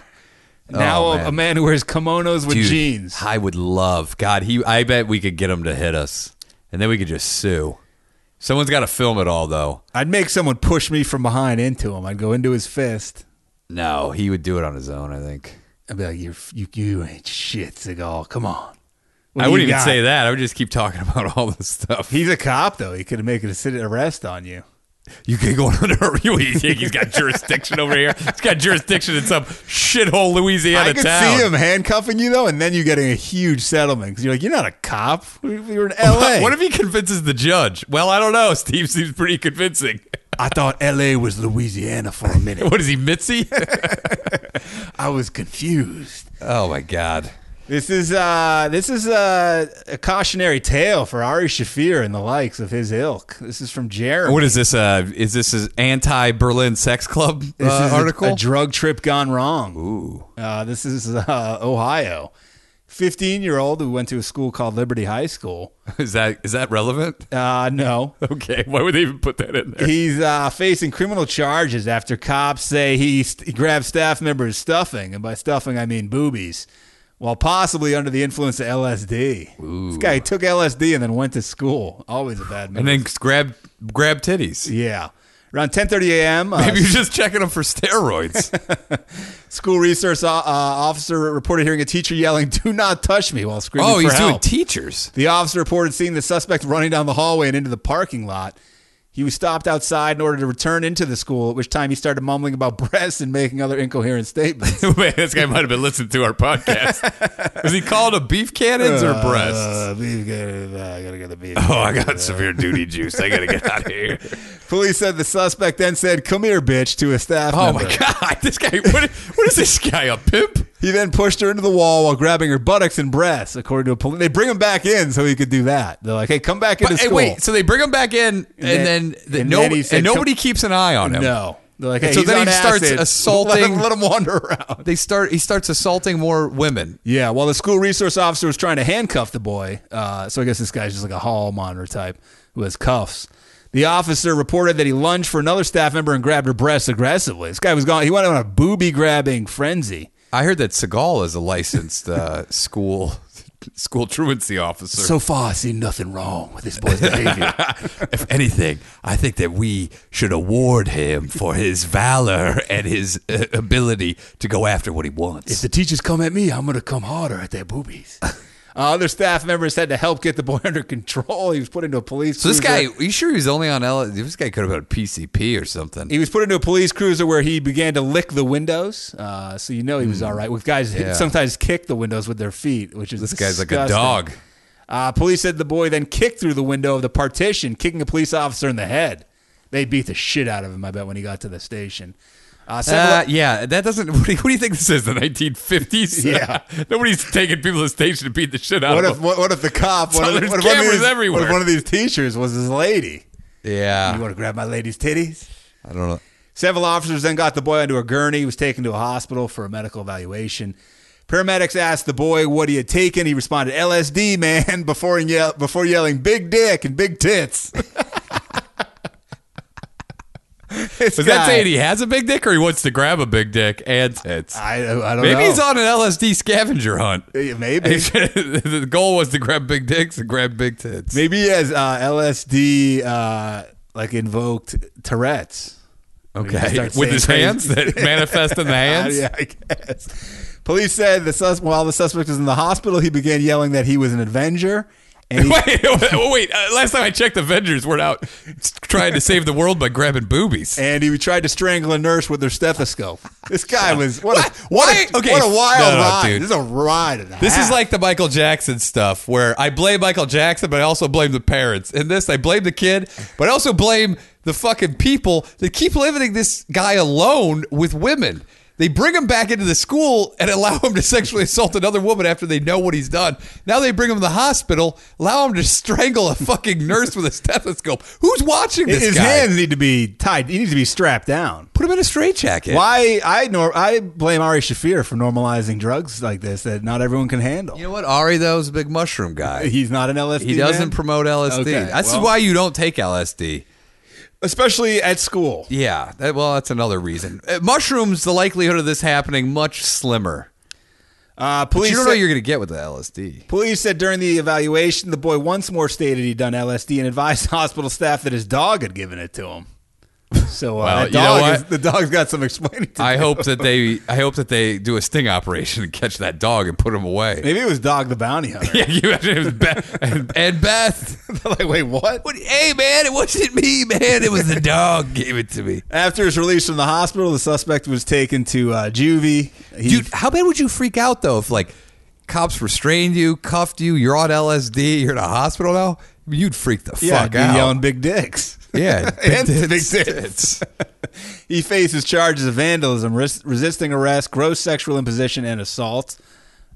[SPEAKER 3] Now
[SPEAKER 4] Oh,
[SPEAKER 3] a-
[SPEAKER 4] man.
[SPEAKER 3] a man who wears kimonos with
[SPEAKER 4] Dude,
[SPEAKER 3] jeans.
[SPEAKER 4] I would love God. He, I bet we could get him to hit us, and then we could just sue. Someone's got to film it all, though.
[SPEAKER 3] I'd make someone push me from behind into him. I'd go into his fist.
[SPEAKER 4] No, he would do it on his own. I think.
[SPEAKER 3] I'd be like, "You, you, you ain't shit, Seagal. Come on." What
[SPEAKER 4] I
[SPEAKER 3] do
[SPEAKER 4] wouldn't
[SPEAKER 3] you
[SPEAKER 4] even
[SPEAKER 3] got?"
[SPEAKER 4] say that. I would just keep talking (laughs) about all this stuff.
[SPEAKER 3] He's a cop, though. He could make a sit arrest on you.
[SPEAKER 4] You could go (laughs) under. You think he's got jurisdiction over here? He's got jurisdiction in some shithole Louisiana
[SPEAKER 3] I could
[SPEAKER 4] town.
[SPEAKER 3] see him handcuffing you though, and then you getting a huge settlement because you're like, you're not a cop. We, we were in L.A.
[SPEAKER 4] What if he convinces the judge? Well, I don't know. (laughs) Steve seems pretty convincing. (laughs)
[SPEAKER 3] I thought L.A. was Louisiana for a minute.
[SPEAKER 4] What is he,
[SPEAKER 3] (laughs)
[SPEAKER 4] Mitzi?
[SPEAKER 3] I was confused.
[SPEAKER 4] oh my God!
[SPEAKER 3] This is uh, this is uh, a cautionary tale for Ari Shafir and the likes of his ilk. This is from Jeremy.
[SPEAKER 4] What is this? Uh, is this his anti-Berlin sex club uh,
[SPEAKER 3] this is a-
[SPEAKER 4] article?
[SPEAKER 3] A, drug trip gone wrong. Ooh. Uh, this is uh, Ohio. 15 year old who went to a school called Liberty High School.
[SPEAKER 4] (laughs) Is that is that relevant? (laughs)
[SPEAKER 3] Uh, no,
[SPEAKER 4] Okay, why would they even put that in
[SPEAKER 3] (laughs)
[SPEAKER 4] there?
[SPEAKER 3] He's uh, facing criminal charges after cops say he, st- he grabbed staff members stuffing, and by stuffing I mean boobies, while possibly under the influence of LSD. This guy took LSD and then went to school. Always a bad man.
[SPEAKER 4] And then grab grab titties.
[SPEAKER 3] yeah. Around 10:30 a.m., uh,
[SPEAKER 4] Maybe you're just checking them
[SPEAKER 3] (laughs)
[SPEAKER 4] for steroids.
[SPEAKER 3] school resource uh, uh, officer reported hearing a teacher yelling, "Do not touch me!" while
[SPEAKER 4] (laughs)
[SPEAKER 3] screaming
[SPEAKER 4] oh,
[SPEAKER 3] for
[SPEAKER 4] he's
[SPEAKER 3] help.
[SPEAKER 4] doing teachers.
[SPEAKER 3] The officer reported seeing the suspect running down the hallway and into the parking lot. He was stopped outside in order to return into the school, at which time he started mumbling about (laughs) breasts and making other incoherent
[SPEAKER 4] (laughs)
[SPEAKER 3] statements.
[SPEAKER 4] Man, this guy might have been listening to our podcast. Was he called a beef cannons or breasts?
[SPEAKER 3] Uh, beef, gotta- I gotta get the beef.
[SPEAKER 4] Oh, I got severe duty juice. I gotta get out of (laughs) here.
[SPEAKER 3] Police said the suspect then said, "Come here, bitch," to a staff
[SPEAKER 4] Oh
[SPEAKER 3] member.
[SPEAKER 4] my god, this guy. What, what is this guy? A pimp?
[SPEAKER 3] He then pushed her into the wall while grabbing her buttocks and breasts. According to a police, they bring him back in so he could do that. They're like, "Hey, come back into
[SPEAKER 4] But, hey,
[SPEAKER 3] school."
[SPEAKER 4] wait, so they bring him back in, and,
[SPEAKER 3] then-
[SPEAKER 4] then, the, E
[SPEAKER 3] and
[SPEAKER 4] no,
[SPEAKER 3] then he said,
[SPEAKER 4] and nobody
[SPEAKER 3] "Come-"
[SPEAKER 4] keeps an eye on him.
[SPEAKER 3] no, they're like, "Hey,
[SPEAKER 4] so
[SPEAKER 3] he's
[SPEAKER 4] then
[SPEAKER 3] on
[SPEAKER 4] he starts
[SPEAKER 3] acid. (laughs)
[SPEAKER 4] assaulting-
[SPEAKER 3] Let him- let him wander around.
[SPEAKER 4] They start. He starts assaulting more women.
[SPEAKER 3] Yeah, while the school resource officer was trying to handcuff the boy, uh, so I guess this guy's just like a hall monitor type, was cuffs. The officer reported that he lunged for another staff member and grabbed her breasts aggressively. This guy was going, he went on a booby grabbing frenzy.
[SPEAKER 4] I heard that Seagal is a licensed uh, school school truancy officer.
[SPEAKER 3] So far, I've seen nothing wrong with this boy's (laughs) behavior.
[SPEAKER 4] if anything, I think that we should award him for his valor and his uh, ability to go after what he
[SPEAKER 3] if
[SPEAKER 4] wants.
[SPEAKER 3] the teachers come at me, I'm going to come harder at their boobies. (laughs) Uh, other staff members had to help get the boy (laughs) under control. He was put into a police.
[SPEAKER 4] So this guy,
[SPEAKER 3] cruiser.
[SPEAKER 4] are you sure he was only on L? This guy could have been a PCP or something.
[SPEAKER 3] he was put into a police cruiser where he began to lick the windows. Uh, so you know he was all right. With guys who
[SPEAKER 4] Hmm. Yeah.
[SPEAKER 3] sometimes kick the windows with their feet, which is
[SPEAKER 4] This guy's like a
[SPEAKER 3] disgusting.
[SPEAKER 4] dog.
[SPEAKER 3] Uh, police said the boy then kicked through the window of the partition, kicking a police officer in the head. They beat the shit out of him, I bet, when he got to the station. Uh, several-
[SPEAKER 4] Uh, yeah, that doesn't. What do, you, what do you think this is? The 1950s?
[SPEAKER 3] Yeah.
[SPEAKER 4] (laughs) nobody's taking people to the station to beat the shit out
[SPEAKER 3] what
[SPEAKER 4] of
[SPEAKER 3] if
[SPEAKER 4] them.
[SPEAKER 3] what, what if the cop?
[SPEAKER 4] So
[SPEAKER 3] What if,
[SPEAKER 4] there's
[SPEAKER 3] what if one of
[SPEAKER 4] cameras
[SPEAKER 3] these-
[SPEAKER 4] everywhere. Ah.
[SPEAKER 3] What if one of these teachers was his lady? You
[SPEAKER 4] yeah,
[SPEAKER 3] want to grab my lady's titties?
[SPEAKER 4] I don't know.
[SPEAKER 3] Several officers then got the boy onto a gurney. He was taken to a hospital for a medical evaluation. Paramedics asked the boy what he had taken. He responded, "LSD, man!" (laughs) Before yell, before yelling, "Big dick and big tits." (laughs) This
[SPEAKER 4] Is
[SPEAKER 3] guy-
[SPEAKER 4] that saying he has a big dick or he wants to grab a big dick and tits?
[SPEAKER 3] I, I don't
[SPEAKER 4] Maybe
[SPEAKER 3] know.
[SPEAKER 4] he's on an LSD scavenger hunt.
[SPEAKER 3] Yeah,
[SPEAKER 4] (laughs)
[SPEAKER 3] Maybe.
[SPEAKER 4] the goal was to grab big dicks and grab big tits.
[SPEAKER 3] Maybe he has uh, LSD, uh, like invoked Tourette's. He
[SPEAKER 4] Okay,
[SPEAKER 3] starts
[SPEAKER 4] with his
[SPEAKER 3] saying
[SPEAKER 4] hands
[SPEAKER 3] crazy-
[SPEAKER 4] that manifest in
[SPEAKER 3] (laughs)
[SPEAKER 4] the
[SPEAKER 3] Uh,
[SPEAKER 4] hands.
[SPEAKER 3] yeah, I guess. Police said the sus- while the suspect was in the hospital, he began yelling that he was an Avenger. And he,
[SPEAKER 4] (laughs) Wait, oh, wait. Uh, last time I checked, Avengers were out trying to save the world by grabbing boobies.
[SPEAKER 3] and he tried to strangle a nurse with their stethoscope. This guy was what? A,
[SPEAKER 4] Why-
[SPEAKER 3] what,
[SPEAKER 4] why-
[SPEAKER 3] a,
[SPEAKER 4] okay,
[SPEAKER 3] what a wild
[SPEAKER 4] no, no,
[SPEAKER 3] ride!
[SPEAKER 4] dude.
[SPEAKER 3] This is a ride. and a
[SPEAKER 4] This
[SPEAKER 3] half.
[SPEAKER 4] is like the Michael Jackson stuff where I blame Michael Jackson, but I also blame the parents. In this, I blame the kid, but I also blame the fucking people that keep limiting this guy alone with women. They bring him back into the school and (laughs) allow him to sexually assault another woman after they know what he's done. Now they bring him to the hospital, allow him to (laughs) strangle a fucking nurse with a stethoscope. Who's watching this
[SPEAKER 3] his
[SPEAKER 4] guy?
[SPEAKER 3] hands need to be tied. He needs to be strapped down.
[SPEAKER 4] Put him in a straitjacket.
[SPEAKER 3] Why I nor I blame Ari Shafir for normalizing drugs like this that not everyone can handle.
[SPEAKER 4] You know what? Ari, though, is a big mushroom (laughs)
[SPEAKER 3] (laughs)
[SPEAKER 4] guy.
[SPEAKER 3] He's not an LSD.
[SPEAKER 4] He doesn't
[SPEAKER 3] man?
[SPEAKER 4] promote LSD.
[SPEAKER 3] Okay,
[SPEAKER 4] That's
[SPEAKER 3] well-
[SPEAKER 4] why you don't take LSD.
[SPEAKER 3] especially at school.
[SPEAKER 4] Yeah, that, well, that's another reason. Uh, mushrooms, the likelihood of this happening much slimmer.
[SPEAKER 3] Uh,
[SPEAKER 4] But
[SPEAKER 3] police
[SPEAKER 4] you don't know
[SPEAKER 3] said,
[SPEAKER 4] what you're going to get with the
[SPEAKER 3] (laughs)
[SPEAKER 4] LSD.
[SPEAKER 3] police said during the evaluation, the boy once more stated he'd done LSD and advised (laughs) hospital staff that his dog had given it to him. So uh,
[SPEAKER 4] Well,
[SPEAKER 3] that
[SPEAKER 4] you know
[SPEAKER 3] dog
[SPEAKER 4] what?
[SPEAKER 3] is, the dog's got some explaining to
[SPEAKER 4] I
[SPEAKER 3] do.
[SPEAKER 4] hope that they, I hope that they do a sting operation and catch that dog and put him away.
[SPEAKER 3] Maybe it was Dog the Bounty Hunter.
[SPEAKER 4] (laughs)
[SPEAKER 3] (laughs)
[SPEAKER 4] Yeah, you imagine it was Beth and, and Beth.
[SPEAKER 3] like, wait, what?
[SPEAKER 4] What, hey man, it wasn't me, man. It was the dog (laughs) gave it to me.
[SPEAKER 3] After his release from the hospital, the suspect was taken to uh, juvie. He-
[SPEAKER 4] Dude, how bad would you freak out though if like cops restrained you, cuffed you, you're on LSD, you're in a hospital now? I mean, You'd freak the
[SPEAKER 3] yeah,
[SPEAKER 4] fuck
[SPEAKER 3] be
[SPEAKER 4] out.
[SPEAKER 3] yelling big dicks. (laughs)
[SPEAKER 4] Yeah,
[SPEAKER 3] And big
[SPEAKER 4] tits.
[SPEAKER 3] He faces charges of vandalism, res- resisting arrest, gross sexual imposition, and assault.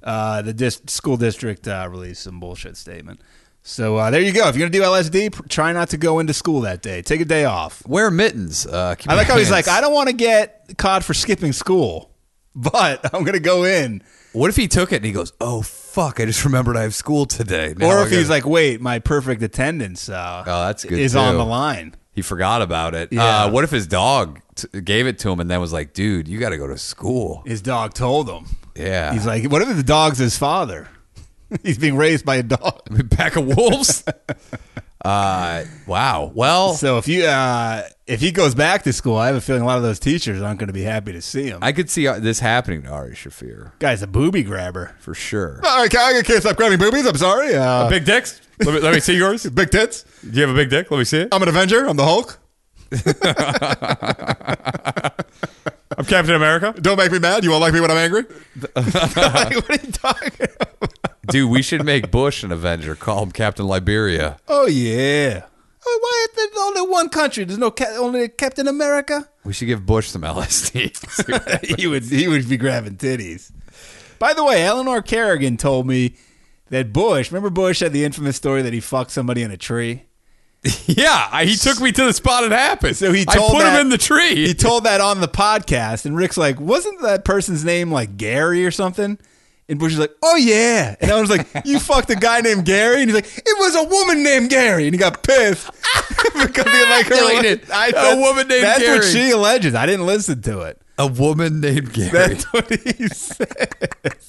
[SPEAKER 3] Uh, the dis- school district uh, released some bullshit statement. So uh, there you go. If you're going to do LSD, pr- try not to go into school that day. Take a day off.
[SPEAKER 4] Wear mittens. Uh, keep
[SPEAKER 3] I like
[SPEAKER 4] your
[SPEAKER 3] how he's
[SPEAKER 4] hands-
[SPEAKER 3] like, I don't want to get caught for skipping school, but I'm going to go in.
[SPEAKER 4] What if he took it and he goes, "Oh fuck, I just remembered I have school today." Now
[SPEAKER 3] Or
[SPEAKER 4] I
[SPEAKER 3] if he's
[SPEAKER 4] gotta-
[SPEAKER 3] like, wait, my perfect attendance uh,
[SPEAKER 4] Oh, that's good,
[SPEAKER 3] is on
[SPEAKER 4] too.
[SPEAKER 3] the line.
[SPEAKER 4] he forgot about it.
[SPEAKER 3] Yeah.
[SPEAKER 4] Uh, what if his dog t- gave it to him and then was like, "Dude, you got to go to school." (laughs)
[SPEAKER 3] His dog told him.
[SPEAKER 4] Yeah,
[SPEAKER 3] He's like, what if the dog's his father? (laughs) he's being raised by a dog.
[SPEAKER 4] pack of wolves. (laughs) uh, wow. Well,
[SPEAKER 3] So if you uh, if he goes back to school, I have a feeling a lot of those teachers aren't going to be happy to see him.
[SPEAKER 4] I could see uh, this happening to Ari Shafir
[SPEAKER 3] Guy's a booby grabber.
[SPEAKER 4] for sure.
[SPEAKER 3] I can't, stop grabbing boobies. I'm sorry. Uh,
[SPEAKER 4] Big dicks. Let me, let me see yours.
[SPEAKER 3] (laughs) big tits.
[SPEAKER 4] Do you have a big dick? Let me see it.
[SPEAKER 3] I'm an Avenger. I'm the
[SPEAKER 4] (laughs)
[SPEAKER 3] Hulk.
[SPEAKER 4] I'm Captain America.
[SPEAKER 3] Don't make me mad. You won't like me when I'm angry.
[SPEAKER 4] Uh,
[SPEAKER 3] (laughs) what are you talking?
[SPEAKER 4] Dude, we should make Bush an Avenger. Call him Captain Liberia.
[SPEAKER 3] Oh yeah. Oh, why is there only one country? There's no ca- only Captain America.
[SPEAKER 4] We should give Bush some
[SPEAKER 3] (laughs)
[SPEAKER 4] LSD.
[SPEAKER 3] he would he would be grabbing titties. By the way, Eleanor Kerrigan told me that Bush. Remember Bush had the infamous story that he fucked somebody in a tree.
[SPEAKER 4] (laughs) Yeah, I, he took me to the spot it happened.
[SPEAKER 3] So he
[SPEAKER 4] I
[SPEAKER 3] told
[SPEAKER 4] put
[SPEAKER 3] that-
[SPEAKER 4] him in the tree.
[SPEAKER 3] he told that on the podcast, and Rick's like, wasn't that person's name like Gary or something? And Bush is like, oh yeah. And I was like, (laughs) you fucked a guy named Gary? And he's like, it was a woman named Gary. And he got pissed (laughs) because he like her.
[SPEAKER 4] Deleted. A woman named
[SPEAKER 3] that's
[SPEAKER 4] Gary.
[SPEAKER 3] what she alleges. I didn't listen to it.
[SPEAKER 4] A woman named Gary.
[SPEAKER 3] That's what he said.
[SPEAKER 4] (laughs)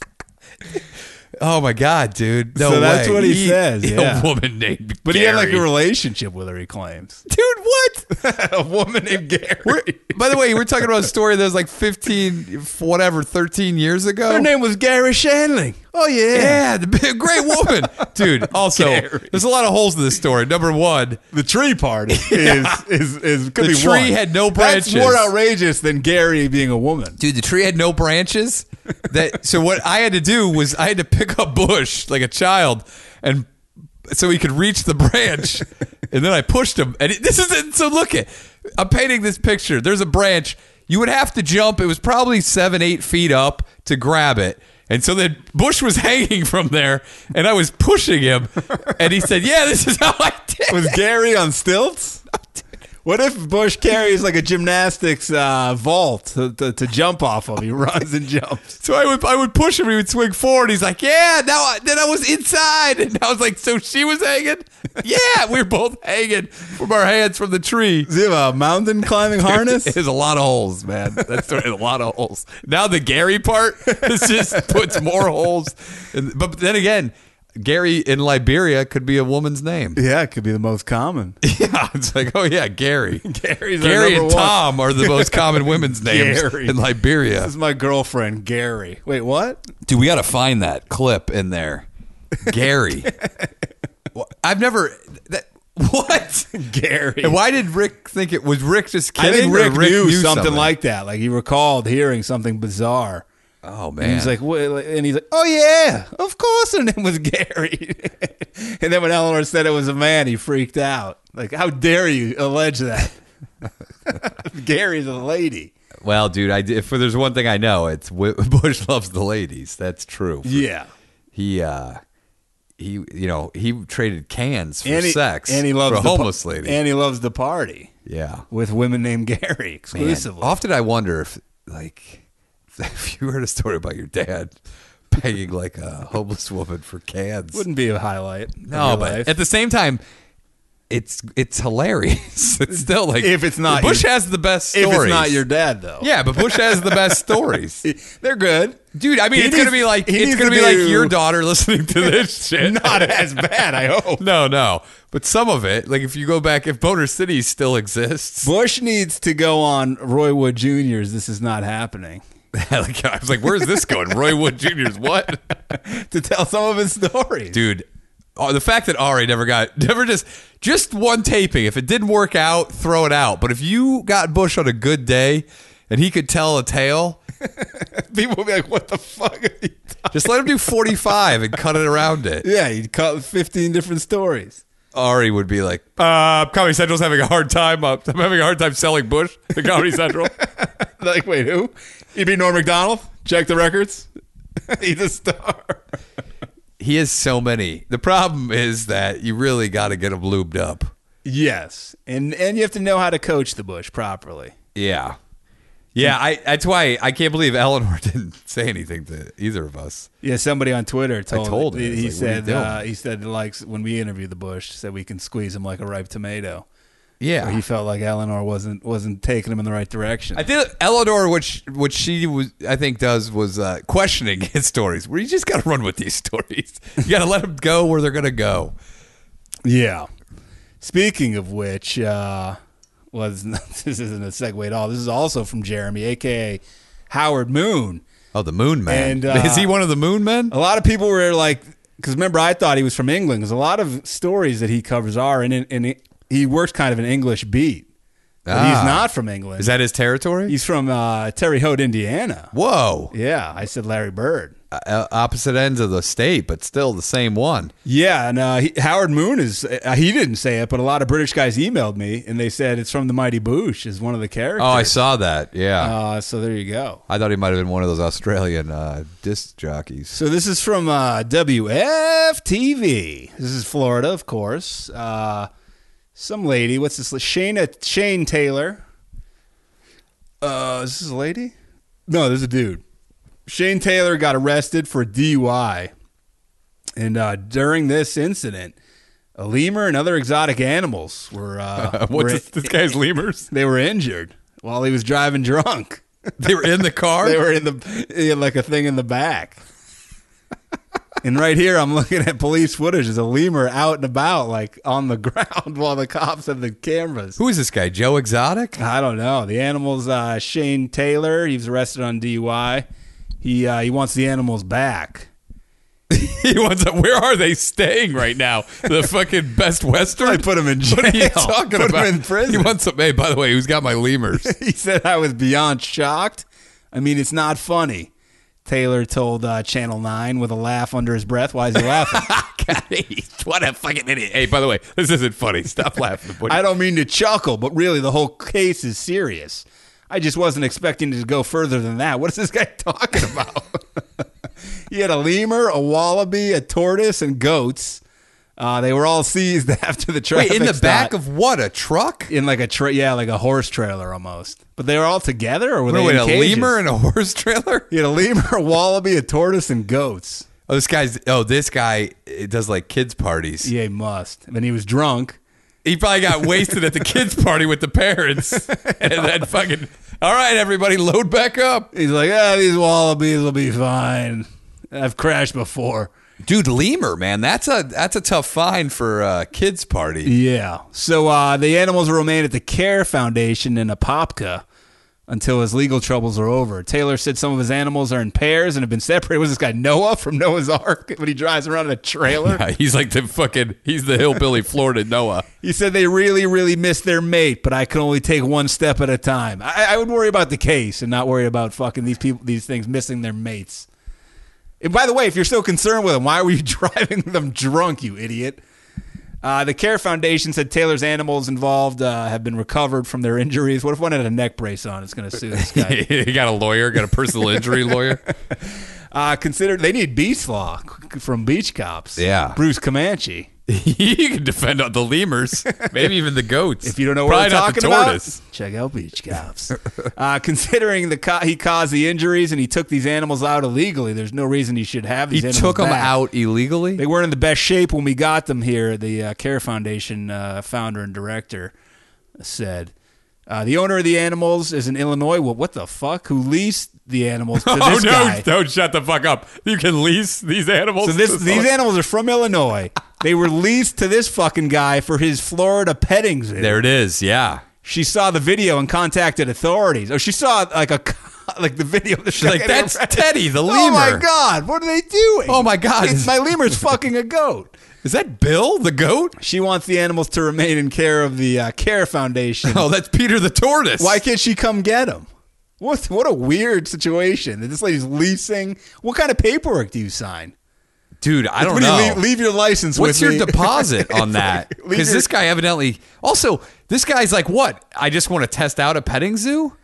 [SPEAKER 4] Oh my god, dude! No
[SPEAKER 3] So that's
[SPEAKER 4] way.
[SPEAKER 3] what he says, yeah.
[SPEAKER 4] (laughs) A woman named.
[SPEAKER 3] But he had like a
[SPEAKER 4] Gary.
[SPEAKER 3] relationship with her, he claims.
[SPEAKER 4] dude. What?
[SPEAKER 3] (laughs) a woman named Gary.
[SPEAKER 4] (laughs) By the way, we're talking about a story that was like 15, whatever, 13 years ago.
[SPEAKER 3] her name was Gary Shanling. Oh yeah.
[SPEAKER 4] yeah, the big,
[SPEAKER 3] (laughs)
[SPEAKER 4] great woman. Dude, also,
[SPEAKER 3] Gary.
[SPEAKER 4] there's a lot of holes in this story. Number one,
[SPEAKER 3] The tree part
[SPEAKER 4] (laughs)
[SPEAKER 3] is is, is could
[SPEAKER 4] The
[SPEAKER 3] be
[SPEAKER 4] tree
[SPEAKER 3] one.
[SPEAKER 4] had no branches.
[SPEAKER 3] That's more outrageous than Gary being a woman.
[SPEAKER 4] dude, the tree had no branches. That So what I had to do was I had to pick up Bush like a child and so he could reach the branch. And then I pushed him. And it, this is it. So look at, I'm painting this picture. There's a branch. You would have to jump. It was probably seven, eight feet up to grab it. And so then Bush was (laughs) hanging from there, and I was pushing him. And he said, "Yeah, this is how I did." it."
[SPEAKER 3] Was Gary on stilts? What if Bush carries like a gymnastics uh, vault to, to, to jump off of? He runs and jumps.
[SPEAKER 4] So I would I would push him. He would swing forward. He's like, "Yeah." Now I, then I was inside, and I was like, "So she was hanging." (laughs) Yeah, we were both hanging from our hands from the tree.
[SPEAKER 3] Does he have a mountain climbing
[SPEAKER 4] (laughs)
[SPEAKER 3] harness?
[SPEAKER 4] There's a lot of holes, man. That's a lot of holes. Now the Gary part, this just puts more holes. And- But then again, Gary in Liberia could be a woman's name.
[SPEAKER 3] Yeah, it could be the most
[SPEAKER 4] (laughs)
[SPEAKER 3] common.
[SPEAKER 4] Yeah, it's like, oh yeah, Gary.
[SPEAKER 3] (laughs) Gary's our
[SPEAKER 4] Gary
[SPEAKER 3] number
[SPEAKER 4] and
[SPEAKER 3] one.
[SPEAKER 4] Tom
[SPEAKER 3] (laughs)
[SPEAKER 4] are the most common women's names
[SPEAKER 3] Gary.
[SPEAKER 4] (laughs) in Liberia.
[SPEAKER 3] This is my girlfriend, Gary. Wait,
[SPEAKER 4] (laughs)
[SPEAKER 3] what?
[SPEAKER 4] Dude, we got to find that clip in there.
[SPEAKER 3] (laughs)
[SPEAKER 4] Gary. Wha- I've never. That, what?
[SPEAKER 3] Gary.
[SPEAKER 4] And why did Rick think it was Rick just
[SPEAKER 3] I
[SPEAKER 4] kidding?
[SPEAKER 3] think
[SPEAKER 4] or
[SPEAKER 3] Rick, knew, something, like that. Like he recalled hearing something bizarre.
[SPEAKER 4] Oh man.
[SPEAKER 3] And he's like, "What?" and he's like, oh yeah, of course her name was (laughs) Gary. and then when Eleanor said it was a man, he freaked out. Like, how dare you allege that? (laughs) Gary's a lady.
[SPEAKER 4] well, dude, I, if there's one thing I know, it's Wi- (laughs) Bush loves the ladies. That's true.
[SPEAKER 3] Yeah.
[SPEAKER 4] He. uh he, you know, he traded cans for
[SPEAKER 3] he,
[SPEAKER 4] sex
[SPEAKER 3] And he loves
[SPEAKER 4] for a
[SPEAKER 3] the pa-
[SPEAKER 4] homeless lady.
[SPEAKER 3] And he loves the party
[SPEAKER 4] yeah,
[SPEAKER 3] with women named Gary
[SPEAKER 4] Man,
[SPEAKER 3] exclusively.
[SPEAKER 4] often I wonder if, like, (laughs) if you heard a story about your dad (laughs) paying like a homeless woman for cans.
[SPEAKER 3] Wouldn't be a highlight. of
[SPEAKER 4] no,
[SPEAKER 3] your
[SPEAKER 4] but
[SPEAKER 3] life.
[SPEAKER 4] at the same time, it's it's hilarious. (laughs) It's still like
[SPEAKER 3] If it's not
[SPEAKER 4] Bush
[SPEAKER 3] your-
[SPEAKER 4] has the best stories.
[SPEAKER 3] if it's not your dad though.
[SPEAKER 4] yeah, but Bush has the
[SPEAKER 3] (laughs)
[SPEAKER 4] best stories.
[SPEAKER 3] They're good.
[SPEAKER 4] Dude, I mean,
[SPEAKER 3] He
[SPEAKER 4] it's gonna
[SPEAKER 3] needs-
[SPEAKER 4] be like
[SPEAKER 3] he
[SPEAKER 4] it's
[SPEAKER 3] needs
[SPEAKER 4] gonna
[SPEAKER 3] to
[SPEAKER 4] be like
[SPEAKER 3] do-
[SPEAKER 4] your daughter listening to
[SPEAKER 3] (laughs)
[SPEAKER 4] this shit. (laughs)
[SPEAKER 3] Not as bad, I hope.
[SPEAKER 4] no, no, but some of it, like if you go back, if Boner City still exists,
[SPEAKER 3] Bush needs to go on Roy Wood Jr.'s This Is Not Happening
[SPEAKER 4] (laughs) like, I was like, where's this going? Roy Wood Jr.'s (laughs) what?
[SPEAKER 3] to tell some of his stories.
[SPEAKER 4] dude. oh, the fact that Ari never got (laughs) never just just one taping. If it didn't work out, throw it out. But if you got Bush on a good day and he could tell a tale,
[SPEAKER 3] (laughs) People will be like, what the fuck are you talking
[SPEAKER 4] just let him do forty five and cut it around it.
[SPEAKER 3] Yeah, he'd cut 15 different stories.
[SPEAKER 4] Ari would be like, uh, "Comedy Central's having a hard time. Uh, (laughs) I'm having a hard time selling Bush to (laughs) Comedy Central."
[SPEAKER 3] (laughs) Like, wait, who? He'd be Norm MacDonald? Check the records. (laughs) He's a star.
[SPEAKER 4] he has so many. The problem is that you really got to get him lubed up.
[SPEAKER 3] Yes. And and you have to know how to coach the Bush properly.
[SPEAKER 4] Yeah. Yeah, I, that's why I can't believe Eleanor (laughs) didn't say anything to either of us.
[SPEAKER 3] Yeah, somebody on Twitter told,
[SPEAKER 4] told him.
[SPEAKER 3] he,
[SPEAKER 4] It's
[SPEAKER 3] he said
[SPEAKER 4] like, what are you doing?
[SPEAKER 3] uh, he said likes when we interviewed the Bush said we can squeeze him like a ripe tomato.
[SPEAKER 4] Yeah,
[SPEAKER 3] He felt like Eleanor wasn't wasn't taking him in the right direction.
[SPEAKER 4] I think Eleanor, which what she was, I think does was uh, questioning (laughs) his stories. Where you just got to run with these (laughs) stories. You got to let them go where they're gonna go.
[SPEAKER 3] Yeah. Speaking of which, uh, was (laughs) this isn't a segue at all. This is also from Jeremy, aka Howard Moon.
[SPEAKER 4] Oh, the Moon Man.
[SPEAKER 3] And, uh,
[SPEAKER 4] (laughs) Is he one of the Moon Men?
[SPEAKER 3] A lot of people were like, because remember, I thought he was from England. Because a lot of stories that he covers are, and in, and he works kind of an English beat. But
[SPEAKER 4] Ah.
[SPEAKER 3] he's not from England.
[SPEAKER 4] Is that his territory?
[SPEAKER 3] He's from uh, Terry Haute, Indiana.
[SPEAKER 4] Whoa,
[SPEAKER 3] Yeah, I said Larry Bird.
[SPEAKER 4] uh, opposite ends of the state, but still the same one.
[SPEAKER 3] Yeah, and uh, he, Howard Moon is, uh, he didn't say it, but a lot of British guys emailed me and they said it's from The Mighty Boosh, is one of the characters.
[SPEAKER 4] Oh, I saw that. Yeah,
[SPEAKER 3] Uh, so there you go.
[SPEAKER 4] I thought he might have been one of those Australian uh, disc jockeys.
[SPEAKER 3] So this is from uh, WFTV. This is Florida, of course. Uh, some lady. What's this? Shayna Shane Taylor. Uh, is this a lady? No, this is a dude. Shane Taylor got arrested for DUI. And uh, during this incident, a lemur and other exotic animals were, uh, were
[SPEAKER 4] (laughs) (laughs) What's this, this guy's lemurs?
[SPEAKER 3] they were injured while he was driving drunk.
[SPEAKER 4] They were in the car.
[SPEAKER 3] They were in the he had like a thing in the back. (laughs) and right here, I'm looking at police footage. There's a lemur out and about, like on the (laughs) ground, while the cops have the cameras.
[SPEAKER 4] Who is this guy? Joe Exotic? (laughs)
[SPEAKER 3] I don't know. The animal's uh, Shane Taylor. He was arrested on DUI. He uh, he wants the animals back. (laughs)
[SPEAKER 4] He wants. To, where are they staying right now? The fucking Best Western.
[SPEAKER 3] I put him in jail.
[SPEAKER 4] What are you talking
[SPEAKER 3] put
[SPEAKER 4] about?
[SPEAKER 3] Him in prison.
[SPEAKER 4] He wants some. Hey, by the way, who's got
[SPEAKER 3] (laughs)
[SPEAKER 4] my lemurs?
[SPEAKER 3] he said I was beyond shocked. I mean, it's not funny. Taylor told uh, Channel 9 with a laugh under his breath. Why is he laughing?
[SPEAKER 4] God, hey, what a fucking idiot! Hey, by the way, this isn't
[SPEAKER 3] (laughs)
[SPEAKER 4] funny. Stop laughing.
[SPEAKER 3] I don't mean to chuckle, but really the whole case is serious. I just wasn't expecting it to go further than that. What is this guy (laughs) talking about? he had a lemur, a wallaby, a tortoise, and goats. Uh, they were all seized (laughs) after the traffic
[SPEAKER 4] Wait, in the
[SPEAKER 3] stop.
[SPEAKER 4] back of what? A truck?
[SPEAKER 3] in like a tra- yeah, like a horse trailer almost. But they were all together, or were they
[SPEAKER 4] Wait,
[SPEAKER 3] in
[SPEAKER 4] a
[SPEAKER 3] cages?
[SPEAKER 4] lemur and a (laughs) horse trailer?
[SPEAKER 3] He had a lemur, a wallaby, a tortoise, and goats.
[SPEAKER 4] Oh, this guy's. Oh, this guy it does like kids parties.
[SPEAKER 3] Yeah, he must. And then he was drunk.
[SPEAKER 4] He probably got wasted at the kids party with
[SPEAKER 3] (laughs)
[SPEAKER 4] the parents, and then fucking. All right, everybody, load back up,
[SPEAKER 3] He's like, ah, these wallabies will be fine. I've crashed before.
[SPEAKER 4] dude. Lemur, man, that's a that's a tough find for a kids party.
[SPEAKER 3] Yeah. So uh, the animals will remain at the Care Foundation in Apopka until his legal troubles are over. Taylor said some of his animals are in pairs and have been separated. Was this guy Noah from Noah's Ark when he drives around in a trailer?
[SPEAKER 4] (laughs) He's like the fucking. He's the hillbilly Florida Noah.
[SPEAKER 3] He said they really, really missed their mate, but I can only take one step at a time. I, I would worry about the case and not worry about fucking these people, these things missing their mates. And by the way, if you're so concerned with them, why were you (laughs) driving them drunk, you idiot? Uh, the Care Foundation said Taylor's animals involved uh, have been recovered from their injuries. What if one had a neck brace on? It's going to sue this guy.
[SPEAKER 4] (laughs) he got a lawyer, got a personal
[SPEAKER 3] (laughs)
[SPEAKER 4] injury lawyer.
[SPEAKER 3] Uh, consider they need beach law from beach cops.
[SPEAKER 4] Yeah.
[SPEAKER 3] Bruce Comanche.
[SPEAKER 4] you can defend on the lemurs, maybe even the goats.
[SPEAKER 3] If you don't know what
[SPEAKER 4] Probably
[SPEAKER 3] I'm
[SPEAKER 4] not the
[SPEAKER 3] talking about,
[SPEAKER 4] tortoise.
[SPEAKER 3] check out Beach Cops. (laughs) uh, considering the co- he caused the injuries and he took these animals out illegally, there's no reason he should have
[SPEAKER 4] He
[SPEAKER 3] these animals.
[SPEAKER 4] took them
[SPEAKER 3] back.
[SPEAKER 4] out illegally.
[SPEAKER 3] They weren't in the best shape when we got them here. The uh, Care Foundation uh, founder and director said. Uh, the owner of the animals is an Illinois. Well, what the fuck? Who leased the animals to
[SPEAKER 4] (laughs) (laughs) oh
[SPEAKER 3] this
[SPEAKER 4] no!
[SPEAKER 3] guy?
[SPEAKER 4] Don't shut the fuck up. You can lease these animals.
[SPEAKER 3] So
[SPEAKER 4] to (laughs)
[SPEAKER 3] this, these
[SPEAKER 4] someone.
[SPEAKER 3] animals are from Illinois. They were leased to this fucking guy for his Florida petting zoo.
[SPEAKER 4] there it
[SPEAKER 3] (laughs)
[SPEAKER 4] is. Yeah.
[SPEAKER 3] she saw the video and contacted authorities. Oh, she saw like a (laughs) like the video. Of the She's
[SPEAKER 4] like, "That's Teddy, the
[SPEAKER 3] Oh my
[SPEAKER 4] lemur."
[SPEAKER 3] god, what are they doing?
[SPEAKER 4] Oh my God.
[SPEAKER 3] it's, my (laughs) lemur's fucking a goat.
[SPEAKER 4] Is that Bill the goat? (laughs)
[SPEAKER 3] She wants the animals to remain in care of the uh, Care Foundation.
[SPEAKER 4] Oh, that's Peter the tortoise.
[SPEAKER 3] Why can't she come get them? What what a weird situation that this lady's leasing. What kind of paperwork do you sign?
[SPEAKER 4] dude? I don't
[SPEAKER 3] What do
[SPEAKER 4] know.
[SPEAKER 3] you leave, leave your license
[SPEAKER 4] What's your
[SPEAKER 3] with me? (laughs)
[SPEAKER 4] deposit on
[SPEAKER 3] It's
[SPEAKER 4] that?
[SPEAKER 3] like, leave
[SPEAKER 4] Because
[SPEAKER 3] your-
[SPEAKER 4] this guy evidently also this guy's like, what? I just want to test out a petting zoo.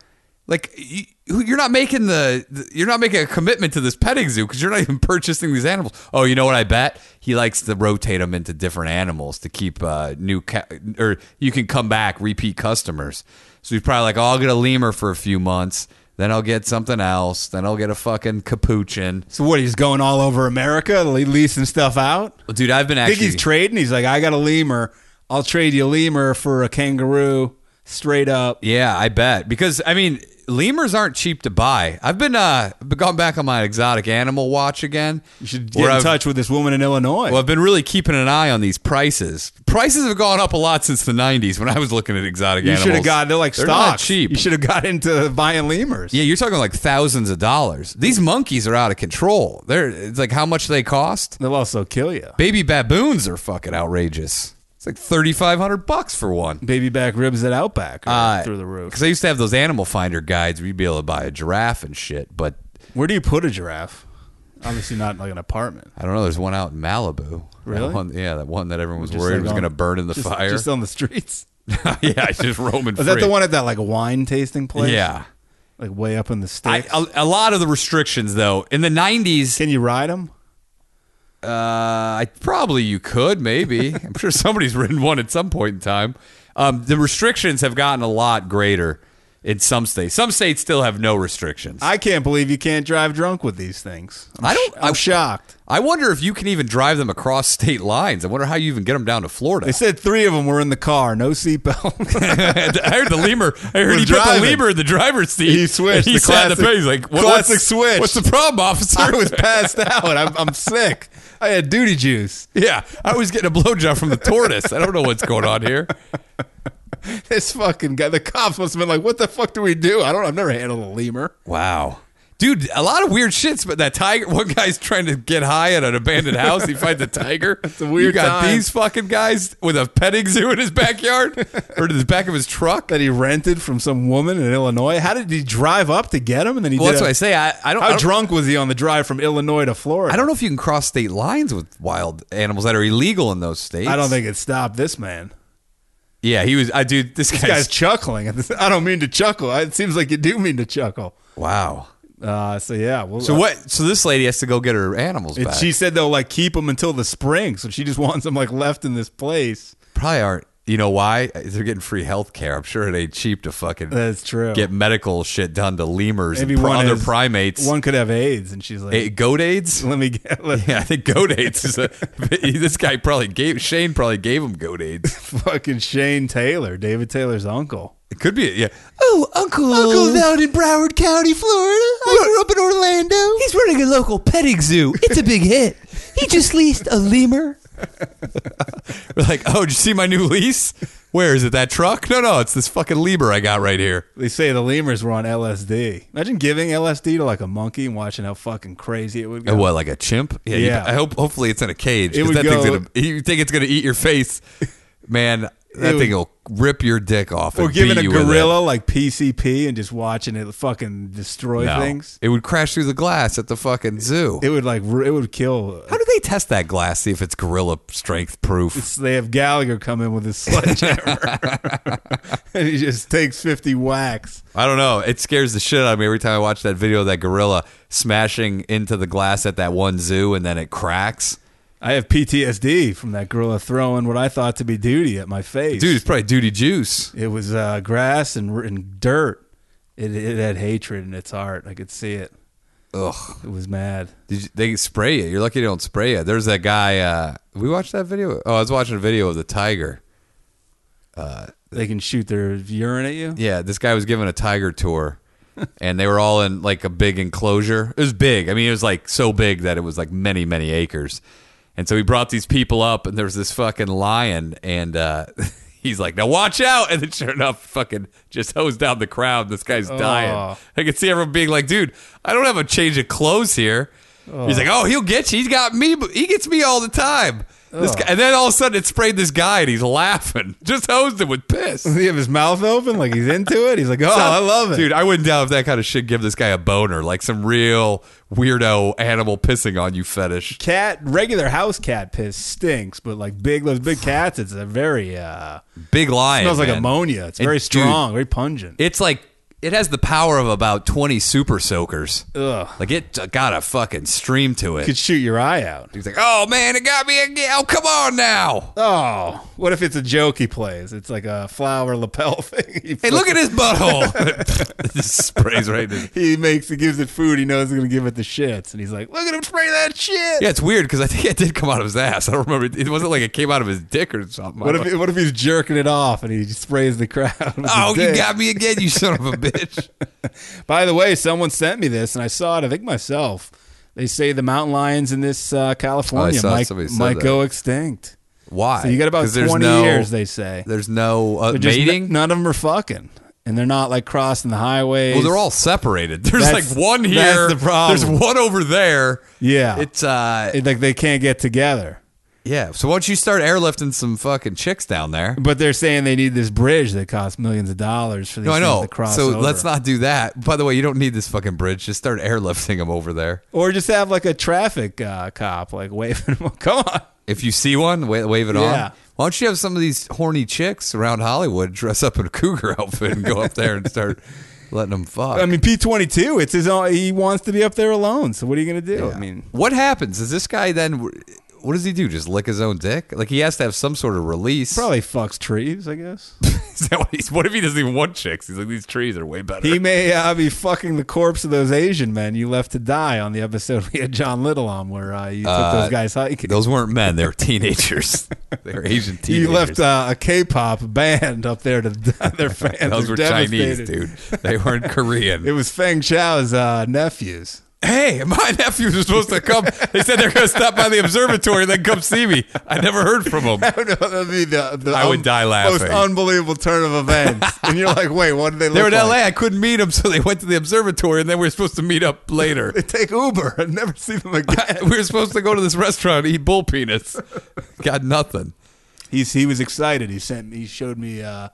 [SPEAKER 4] Like you, you're not making the the- you're not making a commitment to this petting zoo because you're not even (laughs) purchasing these animals. Oh, you know what? I bet he likes to rotate them into different animals to keep uh, new ca- or you can come back repeat customers. So he's probably like, oh, I'll get a lemur for a few months, then I'll get something else, then I'll get a fucking capuchin.
[SPEAKER 3] (laughs) So what? He's going all over America, le- leasing stuff out.
[SPEAKER 4] Well, dude, I've been
[SPEAKER 3] I
[SPEAKER 4] actually
[SPEAKER 3] think he's trading. He's like, I got a lemur. I'll trade you a lemur for a kangaroo. Straight up.
[SPEAKER 4] Yeah, I bet because I mean lemurs aren't cheap to buy. I've been uh gone back on my exotic animal watch again. You should
[SPEAKER 3] Get in touch with this woman in Illinois.
[SPEAKER 4] Well, I've been really keeping an eye on these prices. Prices have gone up a lot since the '90s when I was looking at exotic
[SPEAKER 3] you
[SPEAKER 4] animals.
[SPEAKER 3] should have got. They're like
[SPEAKER 4] They're not
[SPEAKER 3] stocks.
[SPEAKER 4] cheap.
[SPEAKER 3] You should have got into buying lemurs.
[SPEAKER 4] yeah, you're talking like thousands of dollars. These monkeys are out of control. They're it's like how much they cost.
[SPEAKER 3] They'll also kill you.
[SPEAKER 4] Baby baboons are fucking outrageous. It's like thirty five hundred bucks for one.
[SPEAKER 3] Baby back ribs at Outback
[SPEAKER 4] Uh,
[SPEAKER 3] are through the roof.
[SPEAKER 4] Because I used to have those animal finder guides where you'd be able to buy a giraffe and shit, but
[SPEAKER 3] Where do you put a giraffe? Obviously not in like an apartment.
[SPEAKER 4] I don't know. There's one out in Malibu.
[SPEAKER 3] Really?
[SPEAKER 4] That one, yeah, that one that everyone was
[SPEAKER 3] Just
[SPEAKER 4] worried
[SPEAKER 3] like
[SPEAKER 4] was
[SPEAKER 3] on-
[SPEAKER 4] going to burn in the
[SPEAKER 3] just-
[SPEAKER 4] fire. (laughs)
[SPEAKER 3] Just on the streets.
[SPEAKER 4] yeah, it's
[SPEAKER 3] (laughs)
[SPEAKER 4] just roaming
[SPEAKER 3] Was
[SPEAKER 4] free.
[SPEAKER 3] that the one at that like wine tasting place?
[SPEAKER 4] Yeah.
[SPEAKER 3] Like way up in the
[SPEAKER 4] I,
[SPEAKER 3] sticks.
[SPEAKER 4] a, a lot of the restrictions, though, in the 90s, uh,
[SPEAKER 3] Can you ride them?
[SPEAKER 4] I, probably you
[SPEAKER 3] (laughs)
[SPEAKER 4] could, maybe. I'm sure somebody's written one at some point in time. Um, the restrictions have gotten a lot greater. in some states. Some states still have no restrictions.
[SPEAKER 3] I can't believe you can't drive drunk with these things. I'm
[SPEAKER 4] I don't-
[SPEAKER 3] sh- I'm
[SPEAKER 4] I-
[SPEAKER 3] shocked.
[SPEAKER 4] I wonder if you can even drive them across state lines. I wonder how you even get them down to Florida.
[SPEAKER 3] They said three of them were in the car, no seatbelt.
[SPEAKER 4] (laughs)
[SPEAKER 3] (laughs)
[SPEAKER 4] I heard the lemur. I
[SPEAKER 3] Was
[SPEAKER 4] heard he put the
[SPEAKER 3] driving.
[SPEAKER 4] lemur in the driver's seat.
[SPEAKER 3] He switched,
[SPEAKER 4] He
[SPEAKER 3] the
[SPEAKER 4] sat in the
[SPEAKER 3] classic-
[SPEAKER 4] back. He's like, what,
[SPEAKER 3] classic
[SPEAKER 4] what's,
[SPEAKER 3] switch.
[SPEAKER 4] What's the problem,
[SPEAKER 3] (laughs)
[SPEAKER 4] officer?
[SPEAKER 3] I was passed out. I'm, I'm sick. I had duty juice.
[SPEAKER 4] (laughs) yeah, I was getting a blowjob from the tortoise. I don't know what's going on here.
[SPEAKER 3] This fucking guy. The cops must have been like, "What the fuck do we do?" I don't. I've never handled a lemur.
[SPEAKER 4] Wow. Dude, a lot of weird shits, but that tiger, one guy's trying to get high at an abandoned house. He fights
[SPEAKER 3] (laughs)
[SPEAKER 4] the tiger. It's
[SPEAKER 3] a weird
[SPEAKER 4] You got
[SPEAKER 3] time.
[SPEAKER 4] these fucking guys with a petting zoo in
[SPEAKER 3] (laughs)
[SPEAKER 4] his backyard or in the back of his truck.
[SPEAKER 3] That he rented from some woman in Illinois. How did he drive up to get him? And then he.
[SPEAKER 4] Well,
[SPEAKER 3] did
[SPEAKER 4] that's
[SPEAKER 3] a-
[SPEAKER 4] what I say. I, I don't. I
[SPEAKER 3] How
[SPEAKER 4] don't-
[SPEAKER 3] drunk was he on the drive from Illinois to Florida?
[SPEAKER 4] I don't know if you can cross state lines with wild animals that are illegal in those states.
[SPEAKER 3] I don't think it stopped this man.
[SPEAKER 4] Yeah, he was. I dude, this,
[SPEAKER 3] This guy's chuckling. (laughs) at this- I don't mean to chuckle. It seems like you do mean to chuckle.
[SPEAKER 4] wow.
[SPEAKER 3] Uh, so yeah. Well,
[SPEAKER 4] So what? So this lady has to go get her animals
[SPEAKER 3] It,
[SPEAKER 4] back.
[SPEAKER 3] she said they'll like keep them until the spring, so she just (laughs) wants them like left in this place.
[SPEAKER 4] probably aren't. You know why? They're getting free health care. I'm sure it ain't cheap to fucking
[SPEAKER 3] That's true.
[SPEAKER 4] get medical shit done to lemurs and pro- other
[SPEAKER 3] has-
[SPEAKER 4] primates.
[SPEAKER 3] One could have AIDS, and she's like,
[SPEAKER 4] Eh, goat aids?
[SPEAKER 3] (laughs) "Let me get (laughs) let
[SPEAKER 4] Yeah, I think goat aids is a. (laughs) this guy probably gave Shane probably gave him goat aids.
[SPEAKER 3] fucking Shane Taylor, David Taylor's uncle."
[SPEAKER 4] It could be. Yeah. Oh, uncle.
[SPEAKER 3] Uncle's
[SPEAKER 4] out in Broward County, Florida. I grew up in Orlando. He's running a local petting zoo. It's a big hit. He (laughs) just leased a lemur. (laughs) We're like, oh, did you see my new lease? Where is it? That truck? No, no, it's this fucking lemur I got right here.
[SPEAKER 3] They say the lemurs were on LSD. Imagine giving LSD to like a monkey and watching how fucking crazy it would
[SPEAKER 4] Uh,
[SPEAKER 3] go.
[SPEAKER 4] What, like a chimp? Yeah. you-
[SPEAKER 3] Yeah.
[SPEAKER 4] I hope. Hopefully, it's in a cage.
[SPEAKER 3] It
[SPEAKER 4] 'cause
[SPEAKER 3] would
[SPEAKER 4] that thing's
[SPEAKER 3] go-
[SPEAKER 4] gonna. You think it's gonna eat your (laughs) face, man? That
[SPEAKER 3] would-
[SPEAKER 4] thing will rip your dick off.
[SPEAKER 3] Or
[SPEAKER 4] and
[SPEAKER 3] giving
[SPEAKER 4] beat
[SPEAKER 3] a
[SPEAKER 4] you with it.
[SPEAKER 3] gorilla like PCP and just watching it fucking destroy
[SPEAKER 4] No.
[SPEAKER 3] things.
[SPEAKER 4] It would crash through the glass at the fucking zoo.
[SPEAKER 3] It would like ru- it would kill.
[SPEAKER 4] How do they test that glass? See if it's gorilla strength proof.
[SPEAKER 3] They have Gallagher come in with his (laughs) sledgehammer, (laughs) and he just takes fifty whacks.
[SPEAKER 4] I don't know. It scares the shit out of me every time I watch that video of that gorilla smashing into the glass at that one zoo and then it cracks.
[SPEAKER 3] I have PTSD from that gorilla throwing what I thought to be duty at my face.
[SPEAKER 4] Dude, it's probably duty juice.
[SPEAKER 3] It was uh, grass and, and dirt. It, it had hatred in its heart. I could see it.
[SPEAKER 4] Ugh.
[SPEAKER 3] It was mad.
[SPEAKER 4] Did you, they spray it. You're lucky they don't spray it. There's that guy. Uh, we watched that video. Oh, I was watching a video of the tiger.
[SPEAKER 3] They can shoot their urine at you.
[SPEAKER 4] Yeah, this guy was giving a tiger tour, and they were all in like a big enclosure. It was big. I mean, it was like so big that it was like many, many acres. And so he brought these people up, and there was this fucking lion, and uh, (laughs) he's like, "Now watch out!" And then sure enough, fucking just hosed down the crowd. This guy's dying.
[SPEAKER 3] Oh.
[SPEAKER 4] I could see everyone being like, "Dude, I don't have a change of clothes here." He's like, "Oh, he'll get you. He's got me. He gets me all the time." This guy, and then all of a sudden, it sprayed this guy, and he's laughing. (laughs) Just hosed him with piss.
[SPEAKER 3] Does he have his mouth open like he's into it? He's like, oh, I love it.
[SPEAKER 4] Dude, I wouldn't doubt if that kind of shit give this guy a boner, like some real weirdo animal pissing on you fetish.
[SPEAKER 3] Cat, regular house cat piss stinks, but like big, those big cats, it's a very, uh,
[SPEAKER 4] Big lion.
[SPEAKER 3] smells like
[SPEAKER 4] man.
[SPEAKER 3] ammonia. It's
[SPEAKER 4] And
[SPEAKER 3] very
[SPEAKER 4] dude,
[SPEAKER 3] strong, very pungent.
[SPEAKER 4] it's like it has the power of about 20 super soakers.
[SPEAKER 3] Ugh.
[SPEAKER 4] Like it got a fucking stream to it.
[SPEAKER 3] could shoot your eye out.
[SPEAKER 4] He's like, "Oh man, it got me again. Oh, come on now.
[SPEAKER 3] Oh, what if it's a joke he plays? It's like a flower lapel (laughs) thing. He
[SPEAKER 4] Hey, look at his butthole." (laughs) Just sprays right in.
[SPEAKER 3] he makes he gives it food he knows is gonna give it the shits and he's like look at him spray that shit
[SPEAKER 4] Yeah, it's weird because I think it did come out of his ass. I don't remember. It wasn't like it came out of his dick or something.
[SPEAKER 3] what if what if he's jerking it off and he sprays the crowd (laughs) with
[SPEAKER 4] Oh,
[SPEAKER 3] his
[SPEAKER 4] you
[SPEAKER 3] dick?
[SPEAKER 4] got me again, you son of a
[SPEAKER 3] (laughs)
[SPEAKER 4] bitch.
[SPEAKER 3] by the way someone sent me this and i saw it i think myself they say the mountain lions in this uh, california
[SPEAKER 4] saw
[SPEAKER 3] might,
[SPEAKER 4] somebody said
[SPEAKER 3] might
[SPEAKER 4] that.
[SPEAKER 3] go extinct
[SPEAKER 4] Why?
[SPEAKER 3] so you got about
[SPEAKER 4] 'Cause there's
[SPEAKER 3] 20
[SPEAKER 4] no-
[SPEAKER 3] years they say
[SPEAKER 4] There's no uh,
[SPEAKER 3] They're just-
[SPEAKER 4] mating.
[SPEAKER 3] none of them are fucking and they're not like crossing the highways
[SPEAKER 4] well, they're all separated. (laughs) There's
[SPEAKER 3] That's-
[SPEAKER 4] like one here.
[SPEAKER 3] that's the problem.
[SPEAKER 4] There's one over there.
[SPEAKER 3] Yeah.
[SPEAKER 4] It's uh.
[SPEAKER 3] It- like they can't get together
[SPEAKER 4] yeah. So why don't you start airlifting some fucking chicks down there?
[SPEAKER 3] but they're saying they need this bridge that costs millions of dollars for these
[SPEAKER 4] No, I
[SPEAKER 3] things
[SPEAKER 4] know.
[SPEAKER 3] to cross
[SPEAKER 4] So
[SPEAKER 3] over.
[SPEAKER 4] let's not do that. By the way, you don't need this fucking bridge. Just start airlifting them over there.
[SPEAKER 3] Or just have like a traffic uh, cop like (laughs) waving them. Come on.
[SPEAKER 4] If you see one, wave, wave it
[SPEAKER 3] Yeah.
[SPEAKER 4] on. Why don't you have some of these horny chicks around Hollywood dress up in a cougar (laughs) outfit and go up there and start letting them fuck?
[SPEAKER 3] I mean, P twenty two. It's his own. He wants to be up there alone. So what are you gonna do? I mean,
[SPEAKER 4] What happens? Is this guy then? what does he do? Just lick his own dick? Like he has to have some sort of release.
[SPEAKER 3] Probably fucks trees, I guess.
[SPEAKER 4] (laughs) Is that what, he's, what if he doesn't even want chicks? He's like, these trees are way better.
[SPEAKER 3] He may uh, be fucking the corpse of those Asian men you left to die on the episode we had John Little on, where uh, you took those guys hiking.
[SPEAKER 4] Those weren't men; they were teenagers. (laughs) they were Asian teenagers.
[SPEAKER 3] You left uh, a K-pop band up there to (laughs) their fans.
[SPEAKER 4] (laughs) Those
[SPEAKER 3] are
[SPEAKER 4] were
[SPEAKER 3] devastated.
[SPEAKER 4] Chinese, dude. They weren't
[SPEAKER 3] (laughs)
[SPEAKER 4] Korean.
[SPEAKER 3] It was Feng Chao's uh, nephews. (laughs)
[SPEAKER 4] hey, my nephews are supposed to come. They said they're going to stop by the observatory and then come see me. I never heard from
[SPEAKER 3] (laughs)
[SPEAKER 4] them.
[SPEAKER 3] I don't know, that'd be the- the
[SPEAKER 4] I would die laughing.
[SPEAKER 3] Most unbelievable turn of events. and you're like, wait, what did they look
[SPEAKER 4] They were in
[SPEAKER 3] like?
[SPEAKER 4] L.A. I couldn't meet them, so they went to the observatory, and then we were supposed to meet up later.
[SPEAKER 3] They take Uber. (laughs) I've never seen them again.
[SPEAKER 4] (laughs) we were supposed to go to this restaurant and eat bull peanuts. Got nothing.
[SPEAKER 3] He's he was excited. He sent me, he showed me uh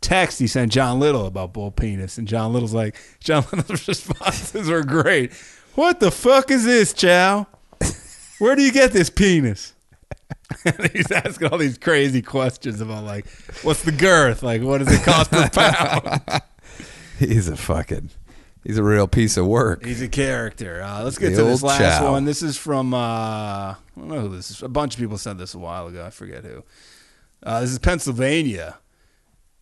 [SPEAKER 3] text he sent John Little about bull penis, and John Little's like (laughs) John Little's responses were great. What the fuck is this, Chow? Where do you get this penis? (laughs) And he's asking all these crazy questions about like, what's the girth? Like, what does it cost per pound?
[SPEAKER 4] He's a fucking. He's a real piece of work.
[SPEAKER 3] He's a character. Uh, let's get
[SPEAKER 4] The
[SPEAKER 3] to this
[SPEAKER 4] old
[SPEAKER 3] last
[SPEAKER 4] Chow.
[SPEAKER 3] one. This is from uh, I don't know who this is. A bunch of people sent this a while ago. I forget who. Uh, this is Pennsylvania.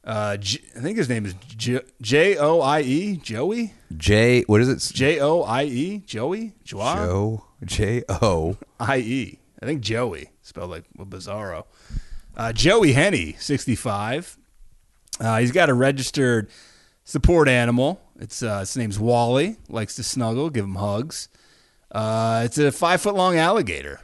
[SPEAKER 3] Uh, J- I think his name is J- J O I E Joey
[SPEAKER 4] J. What is it?
[SPEAKER 3] J O I E Joey Joa
[SPEAKER 4] Joe. J O.
[SPEAKER 3] I E. I think Joey spelled like Bizarro. Uh, Joey Henny, sixty five. Uh, he's got a registered support animal. It's uh, its name's Wally. Likes to snuggle, give him hugs. Uh, it's a five foot long alligator.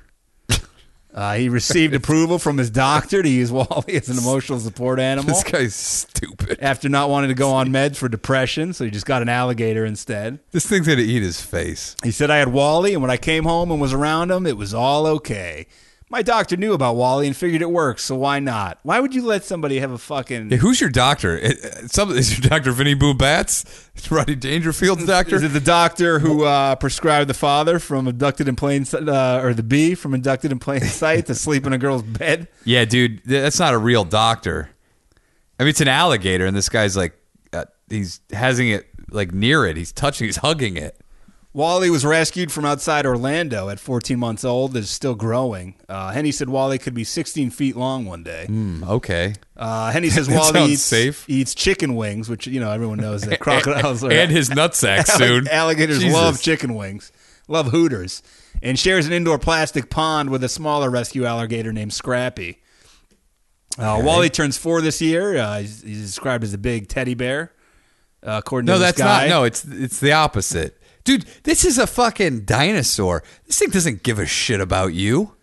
[SPEAKER 3] Uh, he received approval from his doctor to use Wally as an emotional support animal
[SPEAKER 4] This guy's stupid.
[SPEAKER 3] after not wanting to go on meds for depression, so he just got an alligator instead.
[SPEAKER 4] This thing's gonna eat his face.
[SPEAKER 3] He said I had Wally, and when I came home and was around him, it was all okay. My doctor knew about Wally and figured it worked, so why not? Why would you let somebody have a fucking
[SPEAKER 4] Yeah, who's your doctor? It- it- some is your doctor Vinny Boo Bats? It's Roddy (laughs) Dangerfield's doctor.
[SPEAKER 3] Is it the doctor who uh, prescribed the father from abducted in plain si- uh, or the bee from abducted in
[SPEAKER 4] (laughs)
[SPEAKER 3] plain sight to sleep in a girl's bed?
[SPEAKER 4] yeah, dude, th- that's not a real doctor. I mean, it's an alligator, and this guy's like, uh, he's having it like near it. He's touching. He's hugging it.
[SPEAKER 3] Wally was rescued from outside Orlando at 14 months old. Is still growing. Uh, Henny said Wally could be 16 feet long one day.
[SPEAKER 4] Mm, okay.
[SPEAKER 3] Uh,
[SPEAKER 4] (laughs)
[SPEAKER 3] Henny says
[SPEAKER 4] That
[SPEAKER 3] Wally
[SPEAKER 4] sounds
[SPEAKER 3] eats,
[SPEAKER 4] safe.
[SPEAKER 3] eats chicken wings, which you know everyone knows
[SPEAKER 4] (laughs)
[SPEAKER 3] that crocodiles are
[SPEAKER 4] and his
[SPEAKER 3] (laughs)
[SPEAKER 4] nutsack soon.
[SPEAKER 3] Alligators
[SPEAKER 4] Jesus.
[SPEAKER 3] love chicken wings, love Hooters, and shares an indoor plastic pond with a smaller rescue alligator named Scrappy. Uh, Wally turns four this year. Uh, he's, he's described as a big teddy bear, uh, according
[SPEAKER 4] No,
[SPEAKER 3] to this
[SPEAKER 4] that's
[SPEAKER 3] guy.
[SPEAKER 4] not. No, it's it's the opposite, dude. This is a fucking dinosaur. This thing doesn't give a shit about you.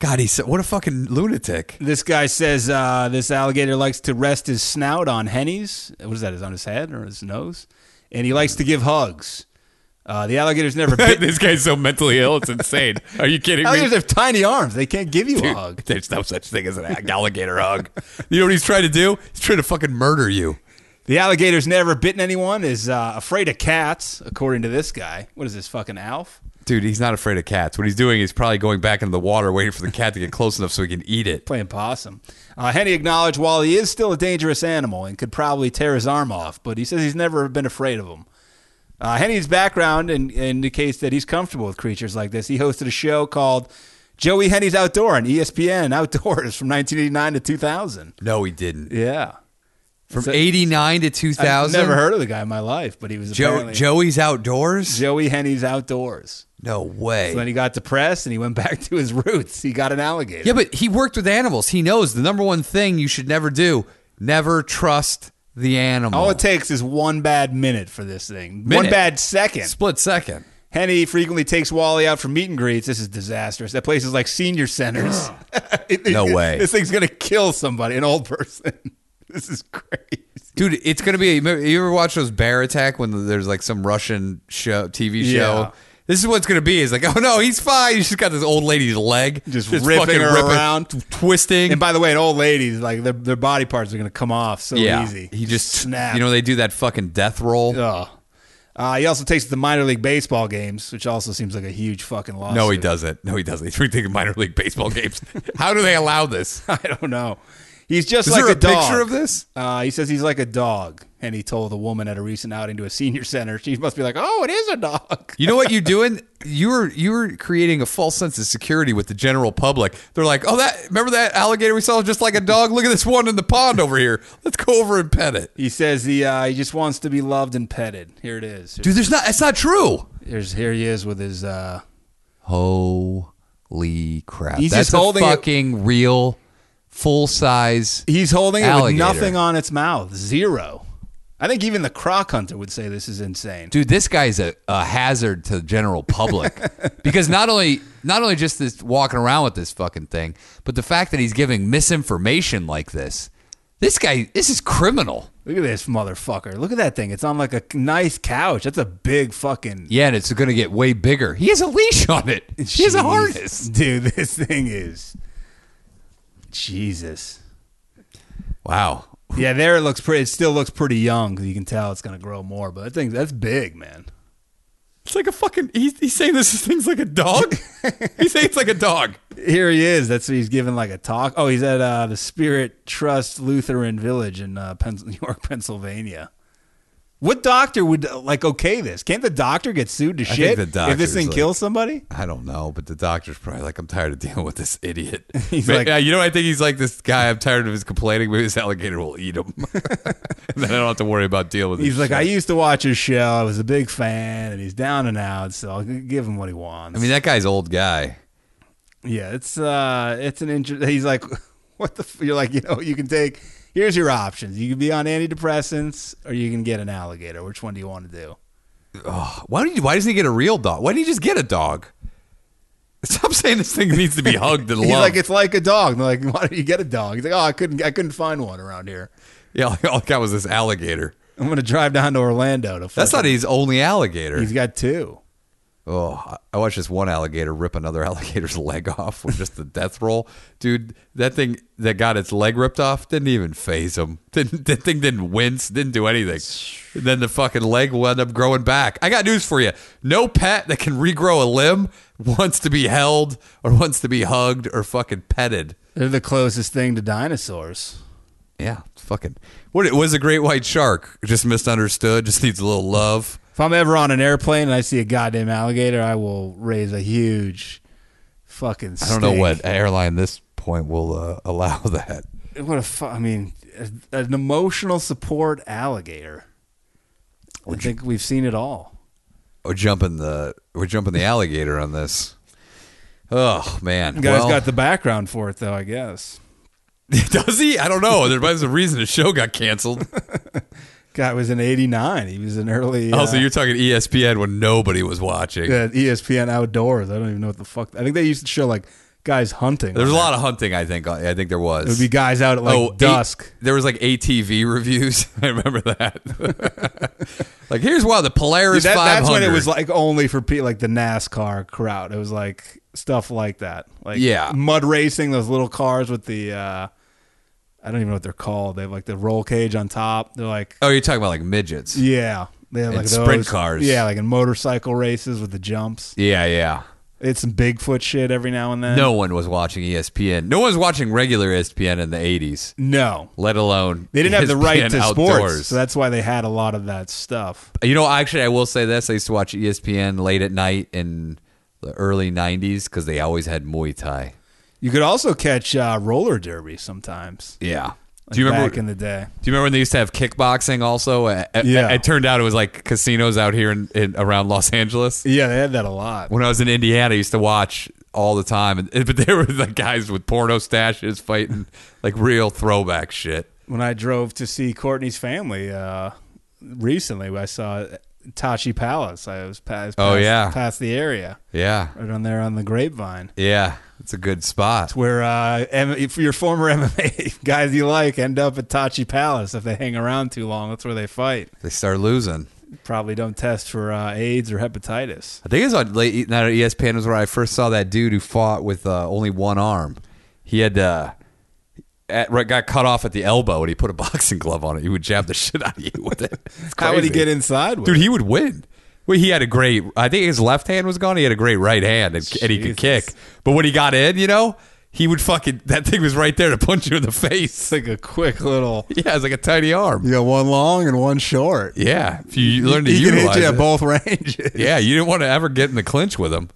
[SPEAKER 4] God, he's what a fucking
[SPEAKER 3] (laughs)
[SPEAKER 4] lunatic.
[SPEAKER 3] This guy says uh, this alligator likes to rest his snout on Henny's. What is that? Is on his head or his nose? And he likes to give hugs. Uh, the alligators
[SPEAKER 4] (laughs)
[SPEAKER 3] never bit.
[SPEAKER 4] this guy's so mentally ill. It's insane. Are you kidding
[SPEAKER 3] alligators have tiny arms. They can't give you a
[SPEAKER 4] Dude,
[SPEAKER 3] hug.
[SPEAKER 4] There's no such thing as an alligator hug. You know what he's trying to do? He's trying to fucking murder you.
[SPEAKER 3] The alligator's never bitten anyone, is uh, afraid of cats, according to this guy. What is this, fucking Alf?
[SPEAKER 4] Dude, he's not afraid of cats. What he's doing is probably going back into the water, waiting for the cat to get close enough so he can eat it.
[SPEAKER 3] Playing possum. Uh, Henny acknowledged while he is still a dangerous animal and could probably tear his arm off, but he says he's never been afraid of him. Uh, Henny's background in, indicates that he's comfortable with creatures like this. He hosted a show called Joey Henny's Outdoor on E ESPN Outdoors from 1989 to 2000.
[SPEAKER 4] No, he didn't.
[SPEAKER 3] Yeah.
[SPEAKER 4] From
[SPEAKER 3] So-
[SPEAKER 4] '89 to
[SPEAKER 3] I've
[SPEAKER 4] 2000,
[SPEAKER 3] never heard of the guy in my life, but he was
[SPEAKER 4] Joe,
[SPEAKER 3] apparently
[SPEAKER 4] Joey's outdoors.
[SPEAKER 3] Joey Henny's Outdoors.
[SPEAKER 4] No way.
[SPEAKER 3] So then he got depressed and he went (laughs) back to his roots. He got an alligator.
[SPEAKER 4] Yeah, but he worked with animals. He knows the number one thing you should never do: never trust the animal.
[SPEAKER 3] All it takes is one bad Oh. minute for this thing. One
[SPEAKER 4] Minute.
[SPEAKER 3] bad second.
[SPEAKER 4] Split second.
[SPEAKER 3] Henny frequently takes Wally out for meet and greets. This is disastrous. That place is like senior (gasps) centers. (laughs) It-
[SPEAKER 4] No
[SPEAKER 3] it-
[SPEAKER 4] way.
[SPEAKER 3] This thing's going to kill somebody, an old person. (laughs) This is crazy.
[SPEAKER 4] Dude, it's gonna be. You ever watch those bear attack when there's like some Russian show, TV show?
[SPEAKER 3] Yeah.
[SPEAKER 4] This is what's gonna be. Is like, oh no, he's fine. He's just got this old lady's leg,
[SPEAKER 3] Just ripping her around.
[SPEAKER 4] t- twisting.
[SPEAKER 3] And by the way, an old lady's like their, their body parts are going to come off so
[SPEAKER 4] yeah,
[SPEAKER 3] easy.
[SPEAKER 4] he just
[SPEAKER 3] snaps.
[SPEAKER 4] You know, they do that fucking death roll.
[SPEAKER 3] Ugh. Uh, he also takes the minor league baseball games, which also seems like a huge fucking loss.
[SPEAKER 4] No, he doesn't. No, he doesn't. (laughs) He's rethinking minor league baseball games. (laughs) How do they allow this?
[SPEAKER 3] (laughs) I don't know. He's just
[SPEAKER 4] Is
[SPEAKER 3] like
[SPEAKER 4] there a,
[SPEAKER 3] dog.
[SPEAKER 4] picture of this?
[SPEAKER 3] Uh, he says he's like a dog, and he told a woman at a recent outing to a senior center, she must be like, "Oh, it is a dog." (laughs)
[SPEAKER 4] You know what you're doing? you're you're creating a false sense of security with the general public. They're like, oh, that remember that alligator we saw just like a dog. Look at this one in the pond over here. Let's go over and pet it,
[SPEAKER 3] He says he uh, he just wants to be loved and petted. Here it is.
[SPEAKER 4] dude. There's not. That's not true.
[SPEAKER 3] Here's here he is with his. Uh,
[SPEAKER 4] Holy crap!
[SPEAKER 3] He's
[SPEAKER 4] That's
[SPEAKER 3] just holding
[SPEAKER 4] a
[SPEAKER 3] it-
[SPEAKER 4] fucking real, full size.
[SPEAKER 3] he's holding it with
[SPEAKER 4] Alligator.
[SPEAKER 3] nothing on its mouth, zero. I think even the croc hunter would say this is insane.
[SPEAKER 4] dude this guy's a, a hazard to the general (laughs) public because not only not only just this walking around with this fucking thing but the fact that he's giving misinformation like this this guy this is criminal
[SPEAKER 3] Look at this motherfucker. Look at that thing. It's on like a nice couch. That's a big fucking.
[SPEAKER 4] yeah and it's gonna get way bigger he has a leash on (laughs) it he has a
[SPEAKER 3] Jeez.
[SPEAKER 4] harness
[SPEAKER 3] dude. (laughs) This thing is Jesus.
[SPEAKER 4] wow
[SPEAKER 3] Yeah, there it looks pretty. It still looks pretty young 'cause you can tell it's gonna grow more. But that thing, that's big, man.
[SPEAKER 4] it's like a fucking he's, he's saying this thing's like a (laughs) dog he's saying it's like a dog
[SPEAKER 3] Here he is. That's what he's giving like a talk. Oh, he's at uh, the Spirit Trust Lutheran Village in uh, Pens- (laughs) New York, Pennsylvania. What doctor would uh, like okay this? Can't the doctor get sued to
[SPEAKER 4] think
[SPEAKER 3] shit
[SPEAKER 4] the
[SPEAKER 3] if this
[SPEAKER 4] doctor's
[SPEAKER 3] thing
[SPEAKER 4] like-
[SPEAKER 3] kills somebody?
[SPEAKER 4] I don't know, but the doctor's probably like, I'm tired of dealing with this idiot.
[SPEAKER 3] (laughs) He's
[SPEAKER 4] But,
[SPEAKER 3] like-
[SPEAKER 4] yeah, you know, I think he's like this guy. I'm tired of his complaining. Maybe this alligator will eat him, (laughs) and then I don't have to worry about dealing with.
[SPEAKER 3] He's
[SPEAKER 4] this
[SPEAKER 3] like,
[SPEAKER 4] shit.
[SPEAKER 3] I used to watch his show. I was a big fan, and he's down and out, so I'll g- give him what he wants.
[SPEAKER 4] I mean, that guy's old guy.
[SPEAKER 3] Yeah, it's uh, it's an injury. He's like, (laughs) what the? F-? You're like, you know, you can take. Here's your options. You can be on antidepressants, or you can get an alligator. Which one do you want to do?
[SPEAKER 4] Why don't you? Why doesn't he get a real dog? Why didn't he just get a dog? (laughs) Stop saying this thing needs to be hugged
[SPEAKER 3] (laughs)
[SPEAKER 4] and
[SPEAKER 3] He's
[SPEAKER 4] loved.
[SPEAKER 3] like, it's like a dog. And they're like, (laughs) why don't you get a dog? He's like, oh, I couldn't, I couldn't find one around here.
[SPEAKER 4] yeah, (laughs) all I got was this alligator.
[SPEAKER 3] I'm gonna drive down to Orlando to.
[SPEAKER 4] That's not
[SPEAKER 3] fucking-
[SPEAKER 4] his only alligator.
[SPEAKER 3] He's got two.
[SPEAKER 4] Oh, I- I watched this one alligator rip another (laughs) alligator's leg off with just the death roll. Dude, that thing that got its leg ripped off didn't even phase him. (laughs) Didn't, that thing didn't wince, didn't do anything. And then the fucking leg will end up growing back. I got news for you. No pet that can regrow a limb wants to be held or wants to be hugged or fucking petted.
[SPEAKER 3] They're the closest thing to dinosaurs.
[SPEAKER 4] Yeah, it's fucking. What it was a great white shark. Just misunderstood, just needs a little love.
[SPEAKER 3] If I'm ever on an airplane and I see a goddamn alligator, I will raise a huge, fucking.
[SPEAKER 4] I don't know what airline this point will uh, allow (laughs) that.
[SPEAKER 3] What a fu- I mean, a- an emotional support alligator. I think we've seen it all.
[SPEAKER 4] we're jumping the we're jumping the alligator on this. Oh man,
[SPEAKER 3] The guy's
[SPEAKER 4] Well,
[SPEAKER 3] got the background for it, though. I guess
[SPEAKER 4] (laughs) does he? I don't know. There was a reason the show got canceled.
[SPEAKER 3] (laughs) guy was in '89. He was an early.
[SPEAKER 4] Also,
[SPEAKER 3] uh, E
[SPEAKER 4] you're talking E ESPN when nobody was watching.
[SPEAKER 3] Yeah, ESPN Outdoors. I don't even know what the fuck. I think they used to show like guys hunting.
[SPEAKER 4] There was a
[SPEAKER 3] on
[SPEAKER 4] lot of hunting. I think I think there was.
[SPEAKER 3] It would be guys out at like
[SPEAKER 4] eight-
[SPEAKER 3] dusk.
[SPEAKER 4] there was like ATV reviews. (laughs) I remember that. (laughs) like here's why the Polaris
[SPEAKER 3] That-
[SPEAKER 4] 500.
[SPEAKER 3] that's when it was like only for pe- like the NASCAR crowd. It was like stuff like that. Like
[SPEAKER 4] Yeah.
[SPEAKER 3] mud racing those little cars with the uh I don't even know what they're called. They have like the roll cage on top. They're like
[SPEAKER 4] oh, you're talking about like midgets.
[SPEAKER 3] yeah, they have
[SPEAKER 4] And
[SPEAKER 3] like
[SPEAKER 4] sprint
[SPEAKER 3] those-
[SPEAKER 4] cars.
[SPEAKER 3] Yeah, like in motorcycle races with the jumps.
[SPEAKER 4] yeah. yeah.
[SPEAKER 3] It's some Bigfoot shit every now and then.
[SPEAKER 4] No one was watching E ESPN. No one was watching regular E ESPN in the 80s,
[SPEAKER 3] no.
[SPEAKER 4] let alone E
[SPEAKER 3] They didn't have the right
[SPEAKER 4] ESPN
[SPEAKER 3] to
[SPEAKER 4] outdoors.
[SPEAKER 3] sports, so that's why they had a lot of that stuff.
[SPEAKER 4] You know, actually, I will say this: I used to watch E ESPN late at night in the early '90s because they always had Muay Thai.
[SPEAKER 3] You could also catch uh, roller derby sometimes.
[SPEAKER 4] Yeah.
[SPEAKER 3] Like
[SPEAKER 4] do you remember?
[SPEAKER 3] back in the day?
[SPEAKER 4] do you remember when they used to have kickboxing? Also, Uh, uh,
[SPEAKER 3] Yeah.
[SPEAKER 4] It turned out it was like casinos out here in, in around Los Angeles.
[SPEAKER 3] Yeah, they had that a lot.
[SPEAKER 4] When I was in Indiana, I used to watch all the time, and, (laughs) but there were like guys with porno stashes fighting like real throwback shit.
[SPEAKER 3] When I drove to see Courtney's family uh, recently, I saw Tachi Palace. I was past,
[SPEAKER 4] Oh,
[SPEAKER 3] past-
[SPEAKER 4] yeah.
[SPEAKER 3] past the area
[SPEAKER 4] Yeah,
[SPEAKER 3] right on there on the grapevine.
[SPEAKER 4] yeah, it's a good spot.
[SPEAKER 3] Where uh, M- if your former (laughs) MMA guys you like end up at Tachi Palace if they hang around too long. That's where they fight.
[SPEAKER 4] They start losing.
[SPEAKER 3] Probably don't test for uh, AIDS or hepatitis.
[SPEAKER 4] I think it was on late E, night at ESPN was where I first saw that dude who fought with uh, only one arm. He had uh, at, right, got cut off at the elbow, and he put a (laughs) boxing glove on it. He would jab the (laughs) shit out of you with it. It's
[SPEAKER 3] How would he
[SPEAKER 4] crazy.
[SPEAKER 3] get inside? With
[SPEAKER 4] Dude,
[SPEAKER 3] it?
[SPEAKER 4] he would win. Well, he had a great. I think his left hand was gone. He had a great right hand, and, and he could
[SPEAKER 3] Jesus.
[SPEAKER 4] kick. But when he got in, you know, he would fucking that thing was right there to punch you in the (laughs)
[SPEAKER 3] It's
[SPEAKER 4] face.
[SPEAKER 3] like a quick little.
[SPEAKER 4] Yeah, it's like a tiny arm.
[SPEAKER 3] You got one long and one short.
[SPEAKER 4] Yeah, if you learn to
[SPEAKER 3] he can
[SPEAKER 4] utilize
[SPEAKER 3] hit you at
[SPEAKER 4] it.
[SPEAKER 3] both (laughs) ranges.
[SPEAKER 4] Yeah, you didn't want to ever get in the clinch with him.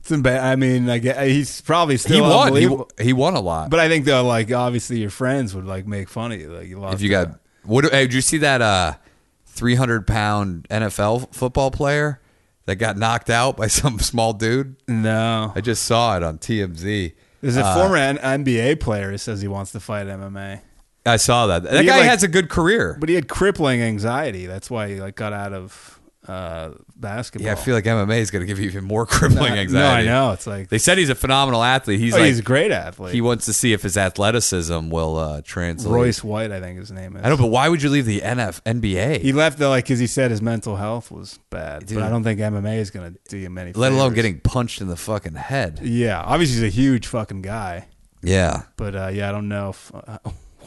[SPEAKER 3] It's emba- I mean, I guess, he's probably still
[SPEAKER 4] He won. He,
[SPEAKER 3] unbelievable.
[SPEAKER 4] he won a lot.
[SPEAKER 3] but I think though, like obviously your friends would like make fun of you, like you lost.
[SPEAKER 4] if you got what hey, did you see that uh 300 pound NFL football player that got knocked out by (laughs) some small dude?
[SPEAKER 3] no,
[SPEAKER 4] I just saw it on TMZ.
[SPEAKER 3] there's
[SPEAKER 4] Uh,
[SPEAKER 3] a former N- NBA player who says he wants to fight MMA,
[SPEAKER 4] I saw that. That
[SPEAKER 3] He,
[SPEAKER 4] guy
[SPEAKER 3] like-
[SPEAKER 4] has a good career.
[SPEAKER 3] but he had crippling anxiety. That's why he like got out of uh, basketball.
[SPEAKER 4] Yeah, I feel like MMA is going to give you even more (laughs) crippling
[SPEAKER 3] I-
[SPEAKER 4] anxiety.
[SPEAKER 3] No, I know. It's like
[SPEAKER 4] They said he's a phenomenal athlete. He's
[SPEAKER 3] oh,
[SPEAKER 4] like
[SPEAKER 3] he's a great athlete.
[SPEAKER 4] he wants to see if his athleticism will uh, translate.
[SPEAKER 3] Royce White, I think his name is.
[SPEAKER 4] I know, but why would you leave the NF NBA?
[SPEAKER 3] He left though, like because he said his mental health was bad.
[SPEAKER 4] Dude.
[SPEAKER 3] But I don't think MMA is gonna do him any.
[SPEAKER 4] let alone
[SPEAKER 3] favors.
[SPEAKER 4] getting punched in the fucking head.
[SPEAKER 3] Yeah, obviously he's a huge fucking guy,
[SPEAKER 4] Yeah.
[SPEAKER 3] but uh, yeah, I don't know if, (laughs) uh,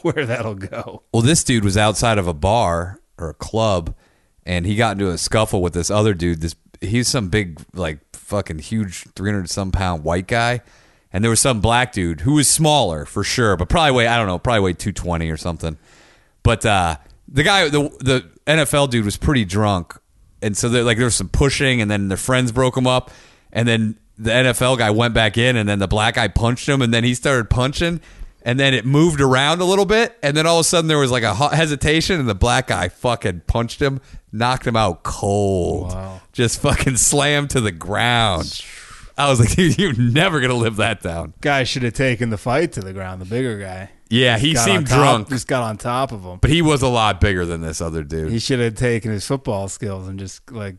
[SPEAKER 3] where that'll go.
[SPEAKER 4] Well, this dude was outside of a bar or a club, and he got into a scuffle with this other dude. This he's some big, like fucking huge, three hundred some pound white guy, and there was some black dude who was smaller for sure, but probably weigh I don't know, probably weighed two twenty or something. But uh, the guy, the the NFL dude was pretty drunk, and so there like there was some pushing, and then their friends broke him up, and then the NFL guy went back in, and then the black guy punched him, and then he started punching, and then it moved around a little bit, and then all of a sudden there was like a hu- hesitation, and the black guy fucking punched him, knocked him out cold,
[SPEAKER 3] Wow.
[SPEAKER 4] just fucking slammed to the ground. I was like, (laughs) dude, you're never gonna live that down.
[SPEAKER 3] Guy should have taken the fight to the ground. The bigger guy.
[SPEAKER 4] Yeah, he
[SPEAKER 3] Got on
[SPEAKER 4] seemed
[SPEAKER 3] top-
[SPEAKER 4] drunk,
[SPEAKER 3] Just got on top of him.
[SPEAKER 4] but he was a lot bigger than this other dude.
[SPEAKER 3] He should have taken his football skills and just like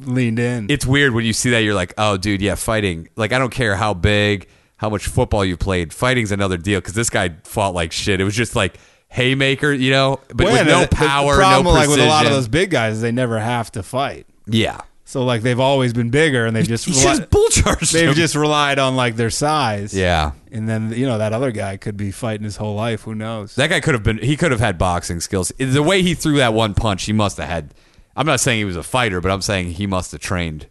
[SPEAKER 3] leaned in.
[SPEAKER 4] it's weird when you see that you're like oh dude yeah fighting like i don't care how big how much football you played fighting's another deal because this guy fought like shit it was just like haymaker you know but
[SPEAKER 3] Well,
[SPEAKER 4] with
[SPEAKER 3] yeah,
[SPEAKER 4] no
[SPEAKER 3] uh, the- the
[SPEAKER 4] power
[SPEAKER 3] problem,
[SPEAKER 4] no
[SPEAKER 3] like with a lot of
[SPEAKER 4] precision.
[SPEAKER 3] those big guys, is they never have to fight.
[SPEAKER 4] yeah
[SPEAKER 3] So like they've always been bigger, and they've just
[SPEAKER 4] he should
[SPEAKER 3] reli-
[SPEAKER 4] have bull charged
[SPEAKER 3] they've
[SPEAKER 4] him.
[SPEAKER 3] just relied on like their size.
[SPEAKER 4] yeah
[SPEAKER 3] And then you know that other guy could be fighting his whole life. Who knows?
[SPEAKER 4] that guy could have been he could have had boxing skills the way he threw that one punch he must have had i'm not saying he was a fighter but i'm saying he must have trained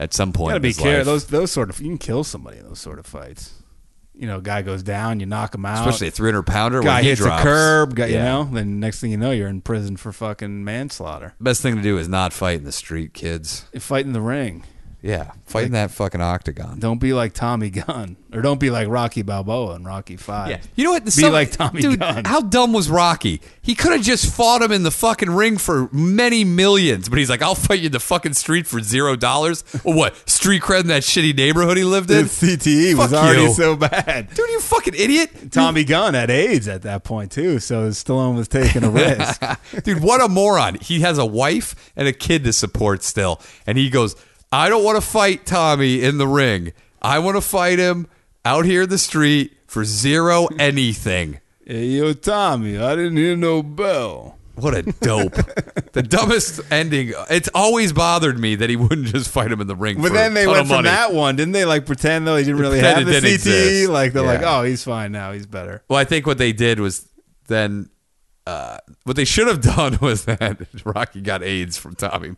[SPEAKER 4] at some point
[SPEAKER 3] gotta
[SPEAKER 4] in
[SPEAKER 3] be
[SPEAKER 4] his
[SPEAKER 3] careful.
[SPEAKER 4] life.
[SPEAKER 3] Those those sort of you can kill somebody in those sort of fights. You know, guy goes down, you knock him out.
[SPEAKER 4] especially a 300 pounder
[SPEAKER 3] guy
[SPEAKER 4] when he
[SPEAKER 3] hits
[SPEAKER 4] drops.
[SPEAKER 3] a curb. Guy, You
[SPEAKER 4] Yeah.
[SPEAKER 3] know, then next thing you know, you're in prison for fucking manslaughter.
[SPEAKER 4] best thing to do is not fight in the street kids
[SPEAKER 3] You Fight in the ring.
[SPEAKER 4] yeah fight in that fucking octagon
[SPEAKER 3] Don't be like Tommy Gunn, or don't be like Rocky Balboa in Rocky Five.
[SPEAKER 4] Yeah. You know what? The
[SPEAKER 3] Be like Tommy
[SPEAKER 4] dude,
[SPEAKER 3] Gunn. (laughs)
[SPEAKER 4] How dumb was Rocky? He could have just fought him in the fucking ring for many millions, but he's like, I'll fight you in the fucking street for zero dollars. Or what? Street cred in that shitty neighborhood he lived in?
[SPEAKER 3] His CTE E was
[SPEAKER 4] Fuck
[SPEAKER 3] already
[SPEAKER 4] you.
[SPEAKER 3] so bad.
[SPEAKER 4] Dude, you fucking idiot.
[SPEAKER 3] Tommy Gunn had AIDS at that point too, so Stallone was taking a
[SPEAKER 4] (laughs)
[SPEAKER 3] risk.
[SPEAKER 4] Dude, what a moron. He has a wife and a kid to support still. And he goes, I don't want to fight Tommy in the ring. I want to fight him out here in the street for zero anything.
[SPEAKER 3] hey, yo, Tommy, I didn't hear no bell.
[SPEAKER 4] What a dope. the dumbest ending. It's always bothered me that he wouldn't just fight him in the ring.
[SPEAKER 3] But
[SPEAKER 4] for
[SPEAKER 3] then
[SPEAKER 4] a
[SPEAKER 3] they
[SPEAKER 4] ton
[SPEAKER 3] went
[SPEAKER 4] of
[SPEAKER 3] from
[SPEAKER 4] money.
[SPEAKER 3] that one, didn't they? Like pretend though he didn't really
[SPEAKER 4] Pretend
[SPEAKER 3] have
[SPEAKER 4] it
[SPEAKER 3] the
[SPEAKER 4] didn't
[SPEAKER 3] CTE.
[SPEAKER 4] exist.
[SPEAKER 3] Like they're like,
[SPEAKER 4] Yeah.
[SPEAKER 3] oh, he's fine now. He's better. (laughs)
[SPEAKER 4] Well, I think what they did was then uh, what they should have (laughs) done was that Rocky got AIDS from Tommy.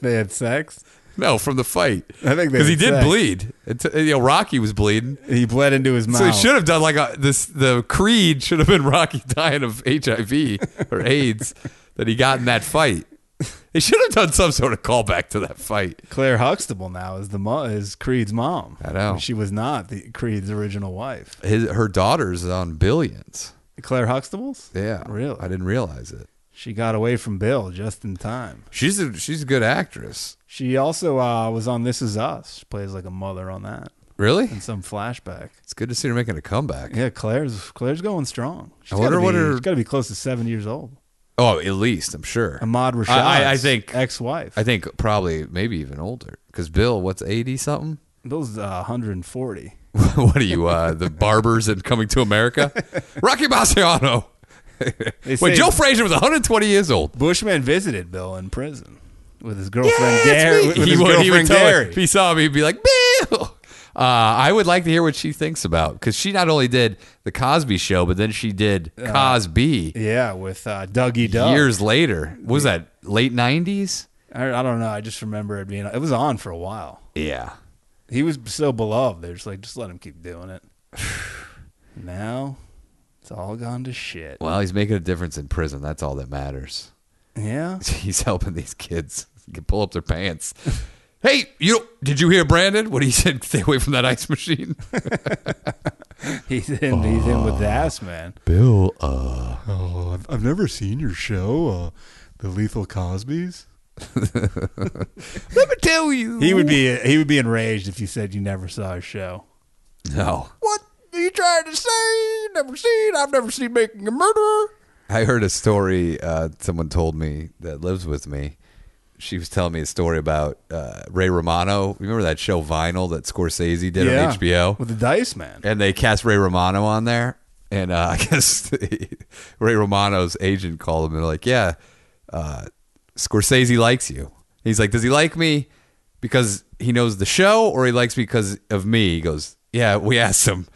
[SPEAKER 3] they had sex.
[SPEAKER 4] No, from the fight.
[SPEAKER 3] I think they
[SPEAKER 4] because he
[SPEAKER 3] had
[SPEAKER 4] did
[SPEAKER 3] sex.
[SPEAKER 4] bleed. It's- you know, Rocky was bleeding.
[SPEAKER 3] He bled into his mouth.
[SPEAKER 4] So he should have done like a, this. The creed should have been (laughs) Rocky dying of HIV or AIDS that he got in that fight. They should have done some sort of callback to that fight.
[SPEAKER 3] Claire Huxtable now is the mo- is Creed's mom.
[SPEAKER 4] I know.
[SPEAKER 3] she was not the Creed's original wife.
[SPEAKER 4] his her daughter's on billions.
[SPEAKER 3] Claire Huxtable's.
[SPEAKER 4] Yeah,
[SPEAKER 3] Really?
[SPEAKER 4] I didn't realize it.
[SPEAKER 3] She got away from Bill just in time.
[SPEAKER 4] She's a she's a good actress.
[SPEAKER 3] She also uh, was on This Is Us. She plays like a mother on that.
[SPEAKER 4] Really,
[SPEAKER 3] In some flashback.
[SPEAKER 4] it's good to see her making a comeback.
[SPEAKER 3] Yeah, Claire's Claire's going strong. She's
[SPEAKER 4] I wonder
[SPEAKER 3] gotta
[SPEAKER 4] what
[SPEAKER 3] be-
[SPEAKER 4] her-
[SPEAKER 3] she's got to be close to seven years old.
[SPEAKER 4] Oh, at least I'm sure.
[SPEAKER 3] Ahmad Rashad.
[SPEAKER 4] I- I think-
[SPEAKER 3] ex-wife.
[SPEAKER 4] I think probably maybe even older because Bill, what's eighty something?
[SPEAKER 3] Bill's uh, 140.
[SPEAKER 4] (laughs) what are you, uh, the barbers and Coming
[SPEAKER 3] (laughs)
[SPEAKER 4] to America? Rocky Marciano.
[SPEAKER 3] They
[SPEAKER 4] Wait,
[SPEAKER 3] say-
[SPEAKER 4] Joe Frazier was 120 years old.
[SPEAKER 3] Bushman visited Bill in prison with his girlfriend
[SPEAKER 4] Yeah, it's
[SPEAKER 3] Gary.
[SPEAKER 4] me.
[SPEAKER 3] With
[SPEAKER 4] he
[SPEAKER 3] his
[SPEAKER 4] would, he would
[SPEAKER 3] girlfriend
[SPEAKER 4] tell her-
[SPEAKER 3] Gary.
[SPEAKER 4] if he saw me, he'd be like, Bill. Uh, I would like to hear what she thinks about because she not only did the Cosby Show, but then she did
[SPEAKER 3] Uh-huh.
[SPEAKER 4] Cosby
[SPEAKER 3] Yeah, with uh, Dougie Doug.
[SPEAKER 4] years later. What was that late nineties?
[SPEAKER 3] I, I don't know. I just remember it being. It was on for a while.
[SPEAKER 4] Yeah,
[SPEAKER 3] He was so beloved. They're just like, just let him keep doing it. (sighs) Now it's all gone to shit.
[SPEAKER 4] Well, he's making a difference in prison. That's all that matters. (laughs)
[SPEAKER 3] Yeah. (laughs)
[SPEAKER 4] He's helping these kids get- pull up their (laughs) pants. Hey, you did you hear Brandon? What he (laughs) said? Stay away from that ice (laughs) machine.
[SPEAKER 3] He's in he's in
[SPEAKER 4] Oh.
[SPEAKER 3] with the ass man.
[SPEAKER 4] Bill, uh,
[SPEAKER 3] Oh, I've, I've never seen your show, uh, The Lethal Cosbys.
[SPEAKER 4] (laughs) let me tell you,
[SPEAKER 3] He would be he would be enraged if you said you never saw his show.
[SPEAKER 4] no.
[SPEAKER 3] What are you trying to say? Never seen. I've never seen making a murderer.
[SPEAKER 4] I heard a story uh, someone told me that lives with me. She was telling me a story about uh, Ray Romano. Remember that show Vinyl that Scorsese did on HBO?
[SPEAKER 3] with the dice man.
[SPEAKER 4] and they cast Ray Romano on there. And uh, (laughs) I guess Ray Romano's agent called him and like, yeah, uh, Scorsese likes you. He's like, does he like me because he knows the show, or he likes me because of me? He goes, yeah, (laughs) we asked him,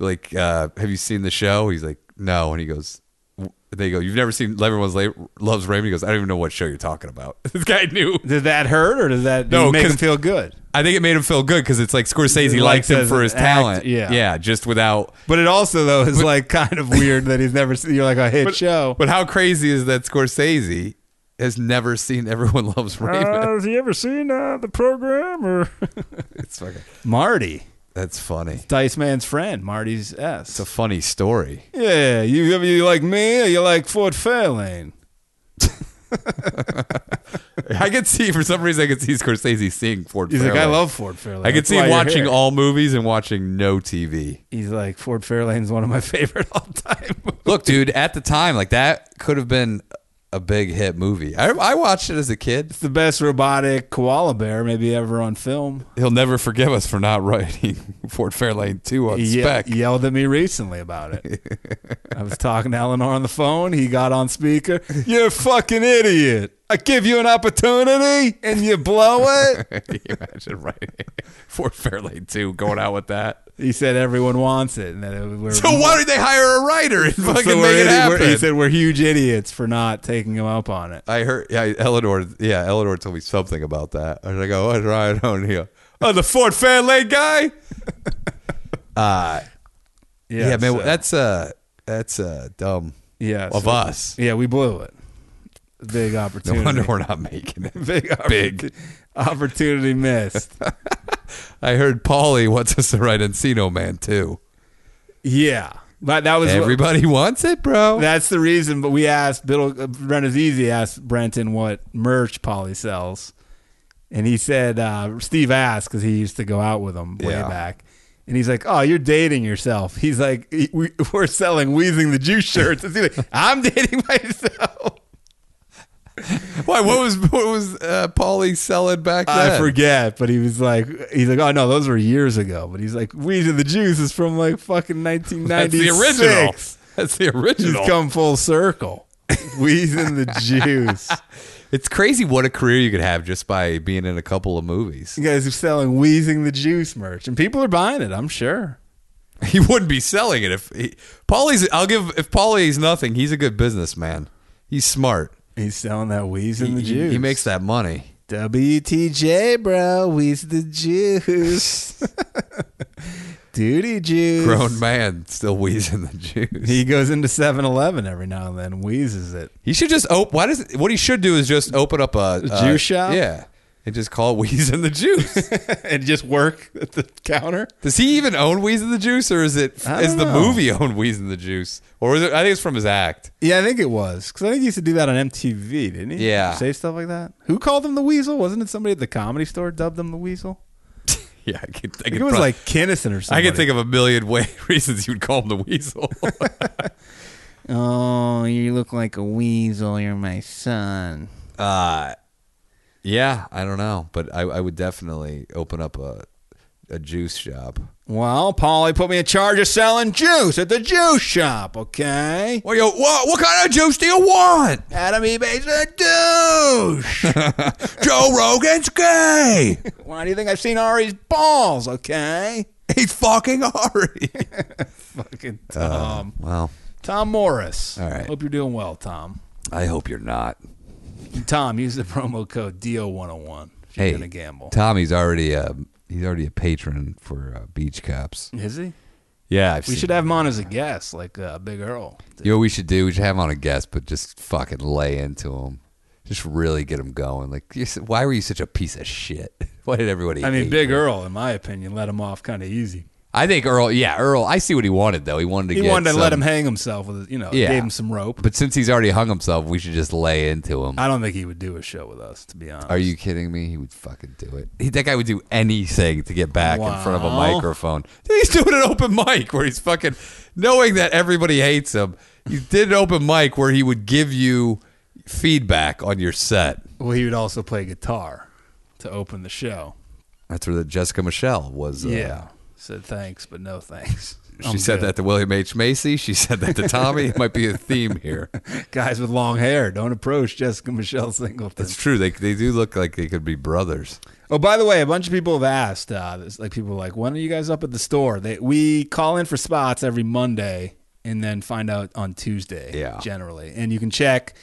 [SPEAKER 4] like, uh, have you seen the show? He's like, no, and he goes. w- They go. You've never seen Everyone's La- Loves Raymond. He goes. I don't even know what show you're talking about. (laughs) this guy knew.
[SPEAKER 3] Does that hurt or does that
[SPEAKER 4] No,
[SPEAKER 3] no, make
[SPEAKER 4] 'cause-
[SPEAKER 3] him feel good?
[SPEAKER 4] I think it made him feel good because it's like Scorsese
[SPEAKER 3] He likes
[SPEAKER 4] likes him
[SPEAKER 3] as
[SPEAKER 4] for
[SPEAKER 3] an
[SPEAKER 4] his
[SPEAKER 3] act-
[SPEAKER 4] talent.
[SPEAKER 3] yeah.
[SPEAKER 4] yeah. Just without
[SPEAKER 3] But it also though is like kind of weird that he's never seen. You're like a hit (laughs) show.
[SPEAKER 4] But how crazy is that Scorsese has never seen Everyone Loves Raymond?
[SPEAKER 3] has he ever seen uh, the program or (laughs)
[SPEAKER 4] It's fucking,
[SPEAKER 3] Marty?
[SPEAKER 4] that's funny.
[SPEAKER 3] Dice Man's friend, Marty's S.
[SPEAKER 4] It's a funny story.
[SPEAKER 3] yeah, you you like me or you like Fort Fairlane?
[SPEAKER 4] I could see, for some reason, I could see Scorsese seeing Ford
[SPEAKER 3] He's like, I
[SPEAKER 4] Fairlane.
[SPEAKER 3] love Fort Fairlane.
[SPEAKER 4] I could
[SPEAKER 3] That's
[SPEAKER 4] see
[SPEAKER 3] why
[SPEAKER 4] him
[SPEAKER 3] you're
[SPEAKER 4] watching
[SPEAKER 3] here."
[SPEAKER 4] all movies and watching no TV.
[SPEAKER 3] He's like, Fort Fairlane's one of my (laughs) favorite all time. (laughs)
[SPEAKER 4] Look, dude, at the time, like that could have been a big hit movie. I, I watched it as a kid.
[SPEAKER 3] It's the best robotic koala bear maybe ever on film.
[SPEAKER 4] He'll never forgive us for not (laughs) writing Ford Fairlane 2 on
[SPEAKER 3] He ye-
[SPEAKER 4] spec.
[SPEAKER 3] yelled at me recently about
[SPEAKER 4] (laughs)
[SPEAKER 3] it. I was talking to Eleanor on the phone. He got on speaker. You're a fucking idiot. I give you an opportunity and you blow
[SPEAKER 4] (laughs)
[SPEAKER 3] it.
[SPEAKER 4] Can you imagine writing Ford Fairlane 2 going out with that?
[SPEAKER 3] he said everyone wants it, and that it, we're
[SPEAKER 4] (laughs) So why did they hire a writer and fucking
[SPEAKER 3] so
[SPEAKER 4] make
[SPEAKER 3] we're idi-
[SPEAKER 4] it
[SPEAKER 3] we're-
[SPEAKER 4] happen?
[SPEAKER 3] he said we're huge idiots for not taking him up on it.
[SPEAKER 4] I heard, yeah, Eleanor, yeah, Eleanor told me something about that. I was like, oh, what's Ryan on here? Oh, the Ford Fairlane guy? Yeah, man,
[SPEAKER 3] so-
[SPEAKER 4] that's, uh, that's, uh, dumb
[SPEAKER 3] yeah
[SPEAKER 4] of
[SPEAKER 3] so-
[SPEAKER 4] us.
[SPEAKER 3] Yeah, we blew it. Big opportunity.
[SPEAKER 4] No wonder we're not making it.
[SPEAKER 3] big, oppor-
[SPEAKER 4] Big.
[SPEAKER 3] opportunity missed.
[SPEAKER 4] I heard Paulie wants us to write Encino Man, too.
[SPEAKER 3] Yeah, but that was what-
[SPEAKER 4] Everybody wants it,
[SPEAKER 3] (laughs)
[SPEAKER 4] bro.
[SPEAKER 3] That's the reason. But we asked Biddle, uh, Brent is easy asked Brenton what merch Polly sells, and he said uh, Steve asked because he used to go out with him way
[SPEAKER 4] Yeah.
[SPEAKER 3] back, and he's like, "Oh, you're dating yourself." (laughs) He's like, we, "We're selling Wheezing the Juice shirts." And he's
[SPEAKER 4] (laughs)
[SPEAKER 3] like, "I'm dating myself."
[SPEAKER 4] Why, what was, what was, uh, Paulie selling back then?
[SPEAKER 3] I forget, but he was like, he's like, oh no, those were years ago. But he's like, Wheezing the Juice is from like fucking
[SPEAKER 4] That's
[SPEAKER 3] 1996.
[SPEAKER 4] the original. That's the
[SPEAKER 3] He's
[SPEAKER 4] original.
[SPEAKER 3] come full
[SPEAKER 4] (laughs)
[SPEAKER 3] circle. Wheezing the Juice.
[SPEAKER 4] It's crazy what a career you could have just by being in a couple of movies. (laughs)
[SPEAKER 3] You guys are selling Wheezing the Juice merch, and people are buying it. I'm sure.
[SPEAKER 4] He wouldn't be selling it if he, Paulie's. I'll give if Paulie's nothing. He's a good businessman. He's smart.
[SPEAKER 3] He's selling that Wheezing the
[SPEAKER 4] He,
[SPEAKER 3] Juice.
[SPEAKER 4] he makes that money.
[SPEAKER 3] WTJ, bro. Wheeze the
[SPEAKER 4] (laughs)
[SPEAKER 3] Juice. Duty Juice.
[SPEAKER 4] Grown man still wheezing the juice. He,
[SPEAKER 3] He goes into 7-Eleven every now and then, and wheezes it.
[SPEAKER 4] should just open. Why does what he should do is just open up a,
[SPEAKER 3] A
[SPEAKER 4] uh,
[SPEAKER 3] juice shop?
[SPEAKER 4] Yeah, and just call it wheezing
[SPEAKER 3] (laughs)
[SPEAKER 4] the juice. (laughs)
[SPEAKER 3] and just work at the counter.
[SPEAKER 4] Does he even own wheezing the juice, or is it
[SPEAKER 3] I
[SPEAKER 4] is
[SPEAKER 3] don't
[SPEAKER 4] the
[SPEAKER 3] know.
[SPEAKER 4] movie own wheezing the juice, or is it? I think it's from his act. (laughs)
[SPEAKER 3] Yeah, I think it was because I think he used to do that on MTV, didn't he?
[SPEAKER 4] Yeah.
[SPEAKER 3] say stuff like that. Who called him the Weasel? Wasn't it somebody at the comedy store dubbed him the Weasel?
[SPEAKER 4] Yeah, I could.
[SPEAKER 3] I
[SPEAKER 4] I, could
[SPEAKER 3] think it was
[SPEAKER 4] prob-
[SPEAKER 3] like Kinnison or
[SPEAKER 4] I
[SPEAKER 3] something.
[SPEAKER 4] can think of a million way (laughs) reasons you'd call him the (laughs) weasel.
[SPEAKER 5] Oh, you look like a weasel. You're my son.
[SPEAKER 4] Uh, yeah, I don't know, but I, I would definitely open up a a juice shop.
[SPEAKER 3] Well, Polly put me in charge of selling juice at the juice shop, okay?
[SPEAKER 4] Well, yo, what, what kind of juice do you want?
[SPEAKER 3] Adam eBay's a douche.
[SPEAKER 4] (laughs) Joe Rogan's gay.
[SPEAKER 3] Why do you think I've seen Ari's balls, okay?
[SPEAKER 4] He's fucking Ari.
[SPEAKER 3] Fucking Tom.
[SPEAKER 4] well,
[SPEAKER 3] Tom Morris.
[SPEAKER 4] Uh. All right.
[SPEAKER 3] Hope you're doing well, Tom.
[SPEAKER 4] I hope you're not.
[SPEAKER 3] Tom, use the promo code DO101 if you're
[SPEAKER 4] Hey,
[SPEAKER 3] going to gamble.
[SPEAKER 4] uh, Tommy's already a he's already a patron for uh, Beach Cops.
[SPEAKER 3] Is he?
[SPEAKER 4] Yeah, I've
[SPEAKER 3] We
[SPEAKER 4] seen
[SPEAKER 3] should have him on as a guest, like uh, Big Earl.
[SPEAKER 4] You know what we should do? We should have him on a guest, but just fucking lay into him. Just really get him going. Like, you're, s- why were you such a piece of shit? (laughs) Why did everybody?
[SPEAKER 3] I mean,
[SPEAKER 4] hate
[SPEAKER 3] Big
[SPEAKER 4] you?
[SPEAKER 3] Earl, in my opinion, let him off kind of easy.
[SPEAKER 4] I think Earl. Yeah, Earl. I see what he wanted though. He wanted to.
[SPEAKER 3] He
[SPEAKER 4] get
[SPEAKER 3] wanted to let
[SPEAKER 4] some-
[SPEAKER 3] him hang himself with, his, you know,
[SPEAKER 4] Yeah.
[SPEAKER 3] gave him some rope.
[SPEAKER 4] (laughs) But since he's already hung himself, we should just lay into him.
[SPEAKER 3] I don't think he would do a show with us, to be honest.
[SPEAKER 4] Are you kidding me? He would fucking do it. He, that guy would do anything to get back in front of a
[SPEAKER 3] Wow.
[SPEAKER 4] microphone. He's doing an open mic where he's fucking knowing that everybody hates him. He did an open mic where he would give you feedback on your set.
[SPEAKER 3] Well, he would also play guitar to open the show.
[SPEAKER 4] That's where the Jessica Michelle was. Uh,
[SPEAKER 3] yeah. Said thanks, but no thanks.
[SPEAKER 4] She said that to William H. Macy. She said that to Tommy. it might be a theme (laughs) here.
[SPEAKER 3] that. Guys with long hair, don't approach Jessica Michelle Singleton.
[SPEAKER 4] It's true. They, they do look like they could be brothers.
[SPEAKER 3] Oh, by the way, a bunch of people have asked. Uh, this- like people are like, when are you guys up at the store? They, we call in for spots every Monday and then find out on Tuesday.
[SPEAKER 4] Yeah.
[SPEAKER 3] generally, and you can check.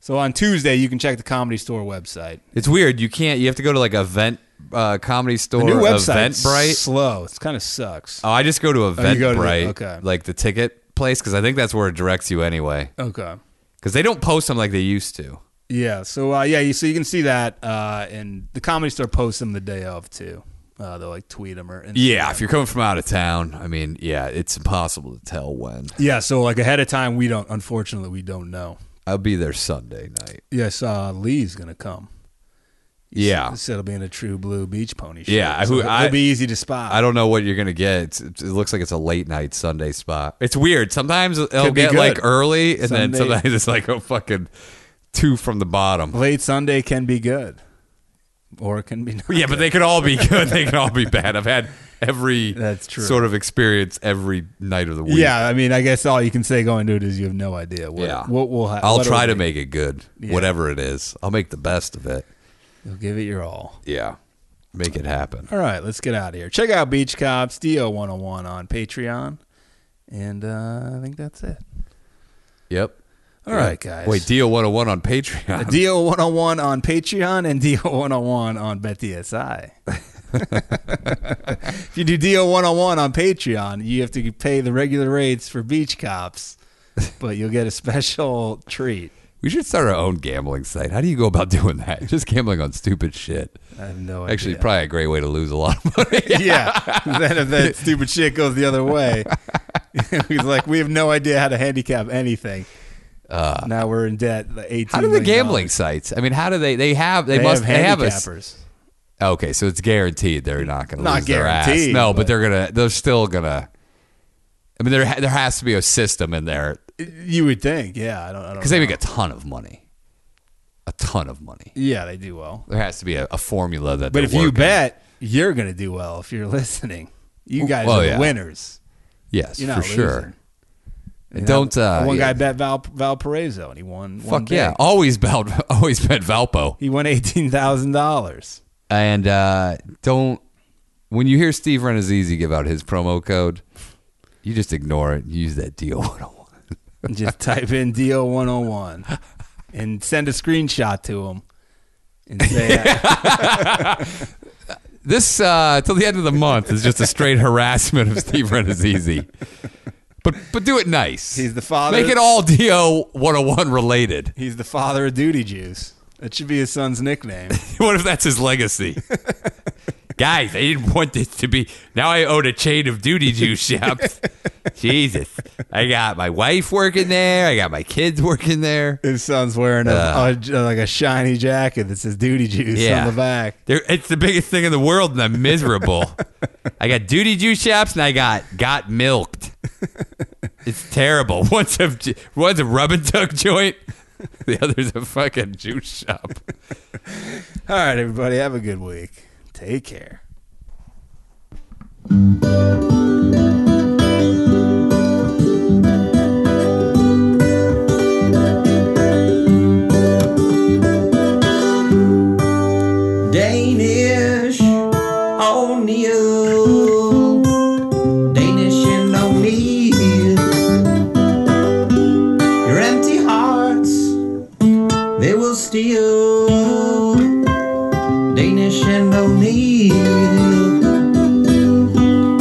[SPEAKER 3] So on Tuesday, you can check the comedy store website.
[SPEAKER 4] It's weird. You can't. You have to go to like event uh, comedy store.
[SPEAKER 3] The new website,
[SPEAKER 4] Eventbrite.
[SPEAKER 3] slow. It kind of sucks.
[SPEAKER 4] Oh, I just go to
[SPEAKER 3] you go to the-
[SPEAKER 4] Eventbrite,
[SPEAKER 3] okay.
[SPEAKER 4] like the ticket place, because I think that's where it directs you anyway.
[SPEAKER 3] okay.
[SPEAKER 4] Because they don't post them like they used to.
[SPEAKER 3] Yeah. So uh, yeah, you, so you can see that, uh, and the comedy store posts them the day of too. Uh, they'll like tweet them or Instagram.
[SPEAKER 4] Yeah, if you're coming from out of town, I mean, yeah, it's impossible to tell when.
[SPEAKER 3] yeah. So like ahead of time, we don't. Unfortunately, we don't know.
[SPEAKER 4] I'll be there Sunday night.
[SPEAKER 3] Yes, uh, Lee's gonna come.
[SPEAKER 4] Yeah,
[SPEAKER 3] Instead of being a true blue beach pony. Show.
[SPEAKER 4] Yeah,
[SPEAKER 3] so
[SPEAKER 4] who-
[SPEAKER 3] it'll
[SPEAKER 4] I-
[SPEAKER 3] be easy to spot.
[SPEAKER 4] I don't know what you're gonna get. It's, it looks like it's a late night Sunday spot. It's weird. Sometimes it'll
[SPEAKER 3] Could be
[SPEAKER 4] get like
[SPEAKER 3] good.
[SPEAKER 4] early, and then
[SPEAKER 3] Sunday-
[SPEAKER 4] sometimes it's like a fucking two from the bottom.
[SPEAKER 3] Late Sunday can be good, or it can be. Not (laughs)
[SPEAKER 4] Yeah, but they can all be (laughs) good. They can all be bad. I've had every
[SPEAKER 3] That's true.
[SPEAKER 4] sort of experience every night of the week.
[SPEAKER 3] Yeah, I mean, I guess all you can say going to it is you have no idea what
[SPEAKER 4] yeah.
[SPEAKER 3] what will happen.
[SPEAKER 4] I'll try to make it good, whatever it is. I'll make the best of it.
[SPEAKER 3] You'll give it your all.
[SPEAKER 4] Yeah, make it happen.
[SPEAKER 3] All right, let's get out of here. Check out Beach Cops Do 101 on Patreon, and uh, I think that's it.
[SPEAKER 4] Yep.
[SPEAKER 3] All right, guys. Uh,
[SPEAKER 4] Wait, Deal 101 on Patreon.
[SPEAKER 3] Do 101 on Patreon and Do 101 on BetDSI. if you do Do 101 on Patreon, you have to pay the regular rates for Beach Cops, but you'll get a special treat.
[SPEAKER 4] (laughs) we should start our own gambling site. How do you go about (laughs) doing that? Just gambling on stupid shit.
[SPEAKER 3] I have no idea.
[SPEAKER 4] Actually, probably a great way to lose a lot of money.
[SPEAKER 3] (laughs) yeah. then if that stupid shit goes the other way, (laughs) he's like, we have no idea how to handicap anything. now we're in debt. The eighteen.
[SPEAKER 4] Uh, How do the
[SPEAKER 3] million
[SPEAKER 4] gambling
[SPEAKER 3] dollars.
[SPEAKER 4] sites? I mean, how do they? They have. They,
[SPEAKER 3] They
[SPEAKER 4] must.
[SPEAKER 3] have
[SPEAKER 4] they have a. s-
[SPEAKER 3] handicappers.
[SPEAKER 4] Okay, so it's guaranteed they're not going to
[SPEAKER 3] Not
[SPEAKER 4] lose their ass.
[SPEAKER 3] guaranteed,
[SPEAKER 4] No, but,
[SPEAKER 3] but-
[SPEAKER 4] they're gonna. They're still gonna. I mean, there ha- there has to be a system in there
[SPEAKER 3] you would think. Yeah, I don't. I don't
[SPEAKER 4] because they
[SPEAKER 3] know.
[SPEAKER 4] make a ton of money, a ton of money.
[SPEAKER 3] Yeah, they do well.
[SPEAKER 4] There has to be a, a formula that.
[SPEAKER 3] But
[SPEAKER 4] they're
[SPEAKER 3] if you
[SPEAKER 4] working.
[SPEAKER 3] bet, you're going to do well if you're (laughs) listening. You guys
[SPEAKER 4] well, oh,
[SPEAKER 3] are the
[SPEAKER 4] yeah.
[SPEAKER 3] winners.
[SPEAKER 4] yes,
[SPEAKER 3] You're not
[SPEAKER 4] for sure.
[SPEAKER 3] losing.
[SPEAKER 4] And don't uh,
[SPEAKER 3] one
[SPEAKER 4] yeah,
[SPEAKER 3] guy bet Val, Valparaiso and he won. one
[SPEAKER 4] Fuck yeah!
[SPEAKER 3] big.
[SPEAKER 4] Always bet. (laughs) Always bet Valpo.
[SPEAKER 3] He won eighteen thousand dollars.
[SPEAKER 4] And uh, don't when you hear Steve Renazizi give out his promo code, you just ignore it. and Use that deal one hundred and one.
[SPEAKER 3] Just type in DO one hundred and one and send a screenshot to him and say, uh,
[SPEAKER 4] This uh, till the end of the month is just a
[SPEAKER 3] (laughs)
[SPEAKER 4] straight harassment of Steve Renazizi. But but do it nice.
[SPEAKER 3] He's the father-
[SPEAKER 4] Make it all Do 101 related. (laughs)
[SPEAKER 3] "He's the father of duty juice." That should be his son's nickname.
[SPEAKER 4] What if that's his
[SPEAKER 3] (laughs)
[SPEAKER 4] legacy? Guys, I didn't want this to be. Now I own a chain of duty
[SPEAKER 3] (laughs)
[SPEAKER 4] juice shops. Jesus. I got my wife working there. I got my kids working there.
[SPEAKER 3] His son's wearing a, a- like a shiny jacket that says "duty juice"
[SPEAKER 4] Yeah.
[SPEAKER 3] on the back.
[SPEAKER 4] They're, it's the biggest thing in the world, and
[SPEAKER 3] (laughs)
[SPEAKER 4] I'm miserable. I got duty juice shops, and I got got milked. It's terrible. (laughs) One's a ju- one's a rub and tug joint, the other's a fucking juice shop.
[SPEAKER 3] All right, everybody, have a good week. Take care.
[SPEAKER 6] Danish O'Neill. Danish and O'Neill. Your empty hearts, they will steal. Danish and O'Neill.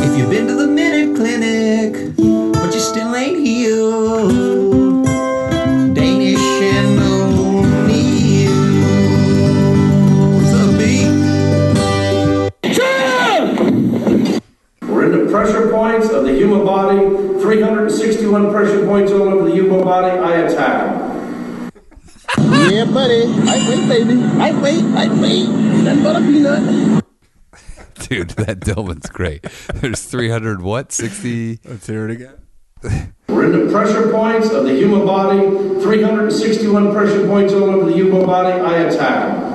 [SPEAKER 6] If you've been to the minute clinic,
[SPEAKER 7] body, 361 pressure points all over the U-boat body. I attack him.
[SPEAKER 8] Yeah, buddy. I wait, baby. I wait. I wait. Nothing but a peanut.
[SPEAKER 4] Dude, that Dillman's great. There's 300 what? 60?
[SPEAKER 3] Let's hear it again.
[SPEAKER 7] We're into pressure points of the human body, 361 pressure points all over the U-boat body. I attack him.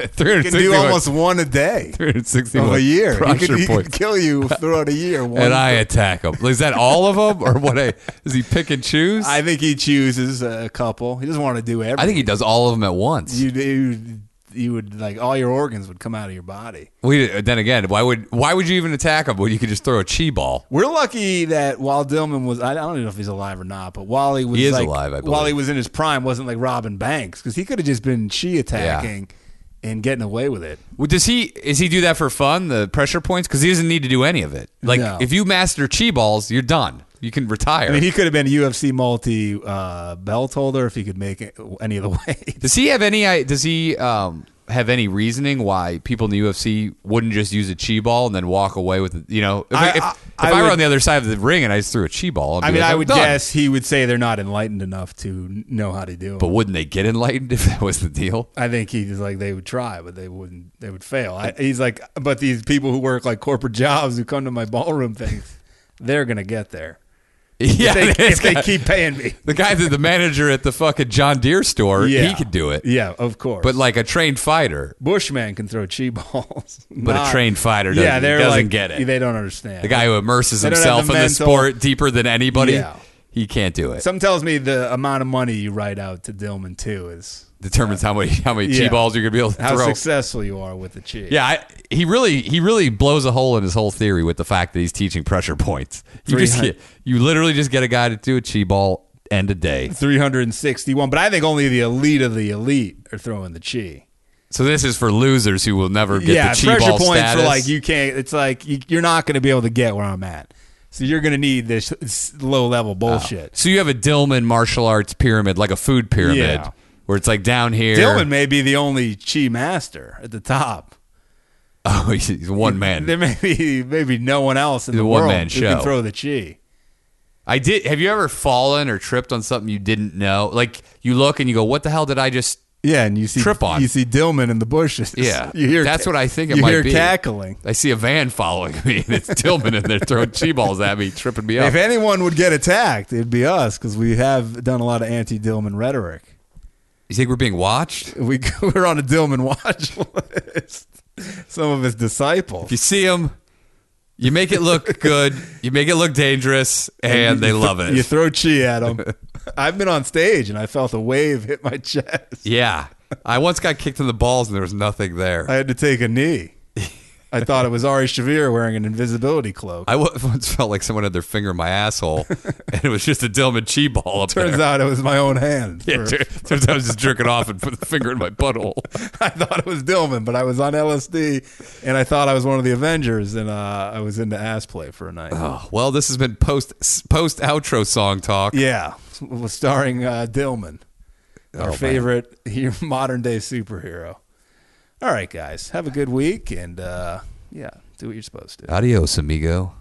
[SPEAKER 3] You can do almost one a day
[SPEAKER 4] 361
[SPEAKER 3] of a year. (laughs) He
[SPEAKER 4] pressure
[SPEAKER 3] could, he could
[SPEAKER 4] points.
[SPEAKER 3] kill you throughout a year. One
[SPEAKER 4] and I attack him. Is that all of them, or what? I, does he pick and choose?
[SPEAKER 3] I
[SPEAKER 4] I,
[SPEAKER 3] think he chooses a couple. He doesn't want to do everything.
[SPEAKER 4] think he does all of them at once.
[SPEAKER 3] you, you you would like all your organs would come out of your body.
[SPEAKER 4] we, then again, why would why would you even attack him when you could just throw a chi ball?
[SPEAKER 3] We're lucky that while Dillman was I don't even know if he's alive or not, but while he was
[SPEAKER 4] He is
[SPEAKER 3] like,
[SPEAKER 4] alive, I believe.
[SPEAKER 3] while he was in his prime wasn't like Robin Banks because he could have just been she attacking and getting away with it.
[SPEAKER 4] Well, Does he is he do that for fun? The pressure points because he doesn't need to do any of it. Like
[SPEAKER 3] No.
[SPEAKER 4] if you master chi balls, you're done. You can retire.
[SPEAKER 3] I mean, he could have been UFC multi uh, belt holder if he could make it any of the (laughs) way.
[SPEAKER 4] does he have any? I- Does he um, have any reasoning why people in the UFC wouldn't just use a chi ball and then walk away with it? You know, if
[SPEAKER 3] I-
[SPEAKER 4] if,
[SPEAKER 3] I-
[SPEAKER 4] if
[SPEAKER 3] I
[SPEAKER 4] I, were
[SPEAKER 3] would-
[SPEAKER 4] on the other side of the ring and I just threw a chi ball,
[SPEAKER 3] I
[SPEAKER 4] I'd be
[SPEAKER 3] mean,
[SPEAKER 4] like,
[SPEAKER 3] I
[SPEAKER 4] "I'm
[SPEAKER 3] would
[SPEAKER 4] done."
[SPEAKER 3] guess he would say they're not enlightened enough to know how to do it.
[SPEAKER 4] But wouldn't they get enlightened (laughs) if that was the deal?
[SPEAKER 3] I think he's like they would try, but they wouldn't. They would fail. I, he's like, but these people who work like corporate jobs who come to my ballroom things, they're gonna get there
[SPEAKER 4] Yeah,
[SPEAKER 3] (laughs) if
[SPEAKER 4] (laughs)
[SPEAKER 3] they,
[SPEAKER 4] it's
[SPEAKER 3] if they
[SPEAKER 4] got-
[SPEAKER 3] keep paying me.
[SPEAKER 4] the guy that the manager at the fucking John Deere store, he could do it.
[SPEAKER 3] Yeah, of course.
[SPEAKER 4] But like a trained fighter,
[SPEAKER 3] Bushman can throw chi (laughs) balls,
[SPEAKER 4] but a trained fighter doesn't,
[SPEAKER 3] yeah, they're
[SPEAKER 4] doesn't
[SPEAKER 3] like,
[SPEAKER 4] get it.
[SPEAKER 3] They don't understand.
[SPEAKER 4] the guy who immerses
[SPEAKER 3] They don't have
[SPEAKER 4] himself
[SPEAKER 3] the
[SPEAKER 4] in the
[SPEAKER 3] mental-
[SPEAKER 4] sport deeper than anybody,
[SPEAKER 3] Yeah.
[SPEAKER 4] he can't do it.
[SPEAKER 3] Some tells me the amount of money you write out to Dillman too is
[SPEAKER 4] Determines how many how many
[SPEAKER 3] Yeah.
[SPEAKER 4] chi balls you're gonna be able to
[SPEAKER 3] how
[SPEAKER 4] throw.
[SPEAKER 3] successful you are with the chi.
[SPEAKER 4] Yeah, I, he really he really blows a hole in his whole theory with the fact that he's teaching pressure points. You just
[SPEAKER 3] 300.
[SPEAKER 4] get, you literally just get a guy to do a chi ball end a day.
[SPEAKER 3] 361. But I think only the elite of the elite are throwing the chi.
[SPEAKER 4] So this is for losers who will never get
[SPEAKER 3] yeah,
[SPEAKER 4] the chi
[SPEAKER 3] pressure
[SPEAKER 4] ball
[SPEAKER 3] points
[SPEAKER 4] status.
[SPEAKER 3] are like you can't. It's like you, you're not going to be able to get where I'm at. So you're going to need this low level bullshit.
[SPEAKER 4] So you have a Dillman martial arts pyramid, like a food pyramid,
[SPEAKER 3] Yeah.
[SPEAKER 4] where it's like down here.
[SPEAKER 3] Dillman may be the only chi master at the top.
[SPEAKER 4] (laughs) oh, he's, he's one
[SPEAKER 3] There
[SPEAKER 4] man.
[SPEAKER 3] may be maybe no one else in
[SPEAKER 4] The
[SPEAKER 3] the, world
[SPEAKER 4] one-man
[SPEAKER 3] who can
[SPEAKER 4] show.
[SPEAKER 3] throw the chi.
[SPEAKER 4] I did. Have you ever fallen or tripped on something you didn't know? Like you look and you go, "What the hell did I just?"
[SPEAKER 3] Yeah, and you see
[SPEAKER 4] Trip on.
[SPEAKER 3] You see Dillman in the bushes.
[SPEAKER 4] Yeah,
[SPEAKER 3] (laughs) you hear
[SPEAKER 4] that's what I think it
[SPEAKER 3] you
[SPEAKER 4] might
[SPEAKER 3] hear
[SPEAKER 4] be.
[SPEAKER 3] cackling.
[SPEAKER 4] I see a van following me, and it's Dillman, and
[SPEAKER 3] (laughs)
[SPEAKER 4] they're throwing chi balls at me, tripping me up.
[SPEAKER 3] If anyone would get attacked, it'd be us because we have done a lot of anti Dillman rhetoric.
[SPEAKER 4] you think we're being watched? If
[SPEAKER 3] We, (laughs) we're on a Dillman watch (laughs) list. Some of his disciples.
[SPEAKER 4] you see them, you make it look good, you make it look dangerous, and they love
[SPEAKER 3] You
[SPEAKER 4] it.
[SPEAKER 3] throw chi at
[SPEAKER 4] (laughs)
[SPEAKER 3] them. I've been on stage and I felt a wave hit my (laughs) chest.
[SPEAKER 4] Yeah, I once got kicked in the balls, and there was nothing there.
[SPEAKER 3] I had to take a knee. I thought it was Ari Shavir wearing an invisibility
[SPEAKER 4] (laughs)
[SPEAKER 3] cloak.
[SPEAKER 4] I w- once felt like someone had their finger in my asshole,
[SPEAKER 3] (laughs)
[SPEAKER 4] and it was just a Dillman chi ball up
[SPEAKER 3] Turns
[SPEAKER 4] there.
[SPEAKER 3] out it was my own hand.
[SPEAKER 4] Yeah,
[SPEAKER 3] for-
[SPEAKER 4] tur- (laughs) turns out I was just jerking off and put the finger in my butthole.
[SPEAKER 3] (laughs) I thought it was Dillman, but I was on LSD and I thought I was one of the Avengers and uh, I was into ass play for a night.
[SPEAKER 4] Oh, well, this has been post post outro song talk.
[SPEAKER 3] Yeah, (laughs) it was starring uh, Dillman, our favorite (laughs) he- modern day superhero. All right, guys, have a good week and uh, yeah, do what you're supposed to.
[SPEAKER 4] Adios, amigo.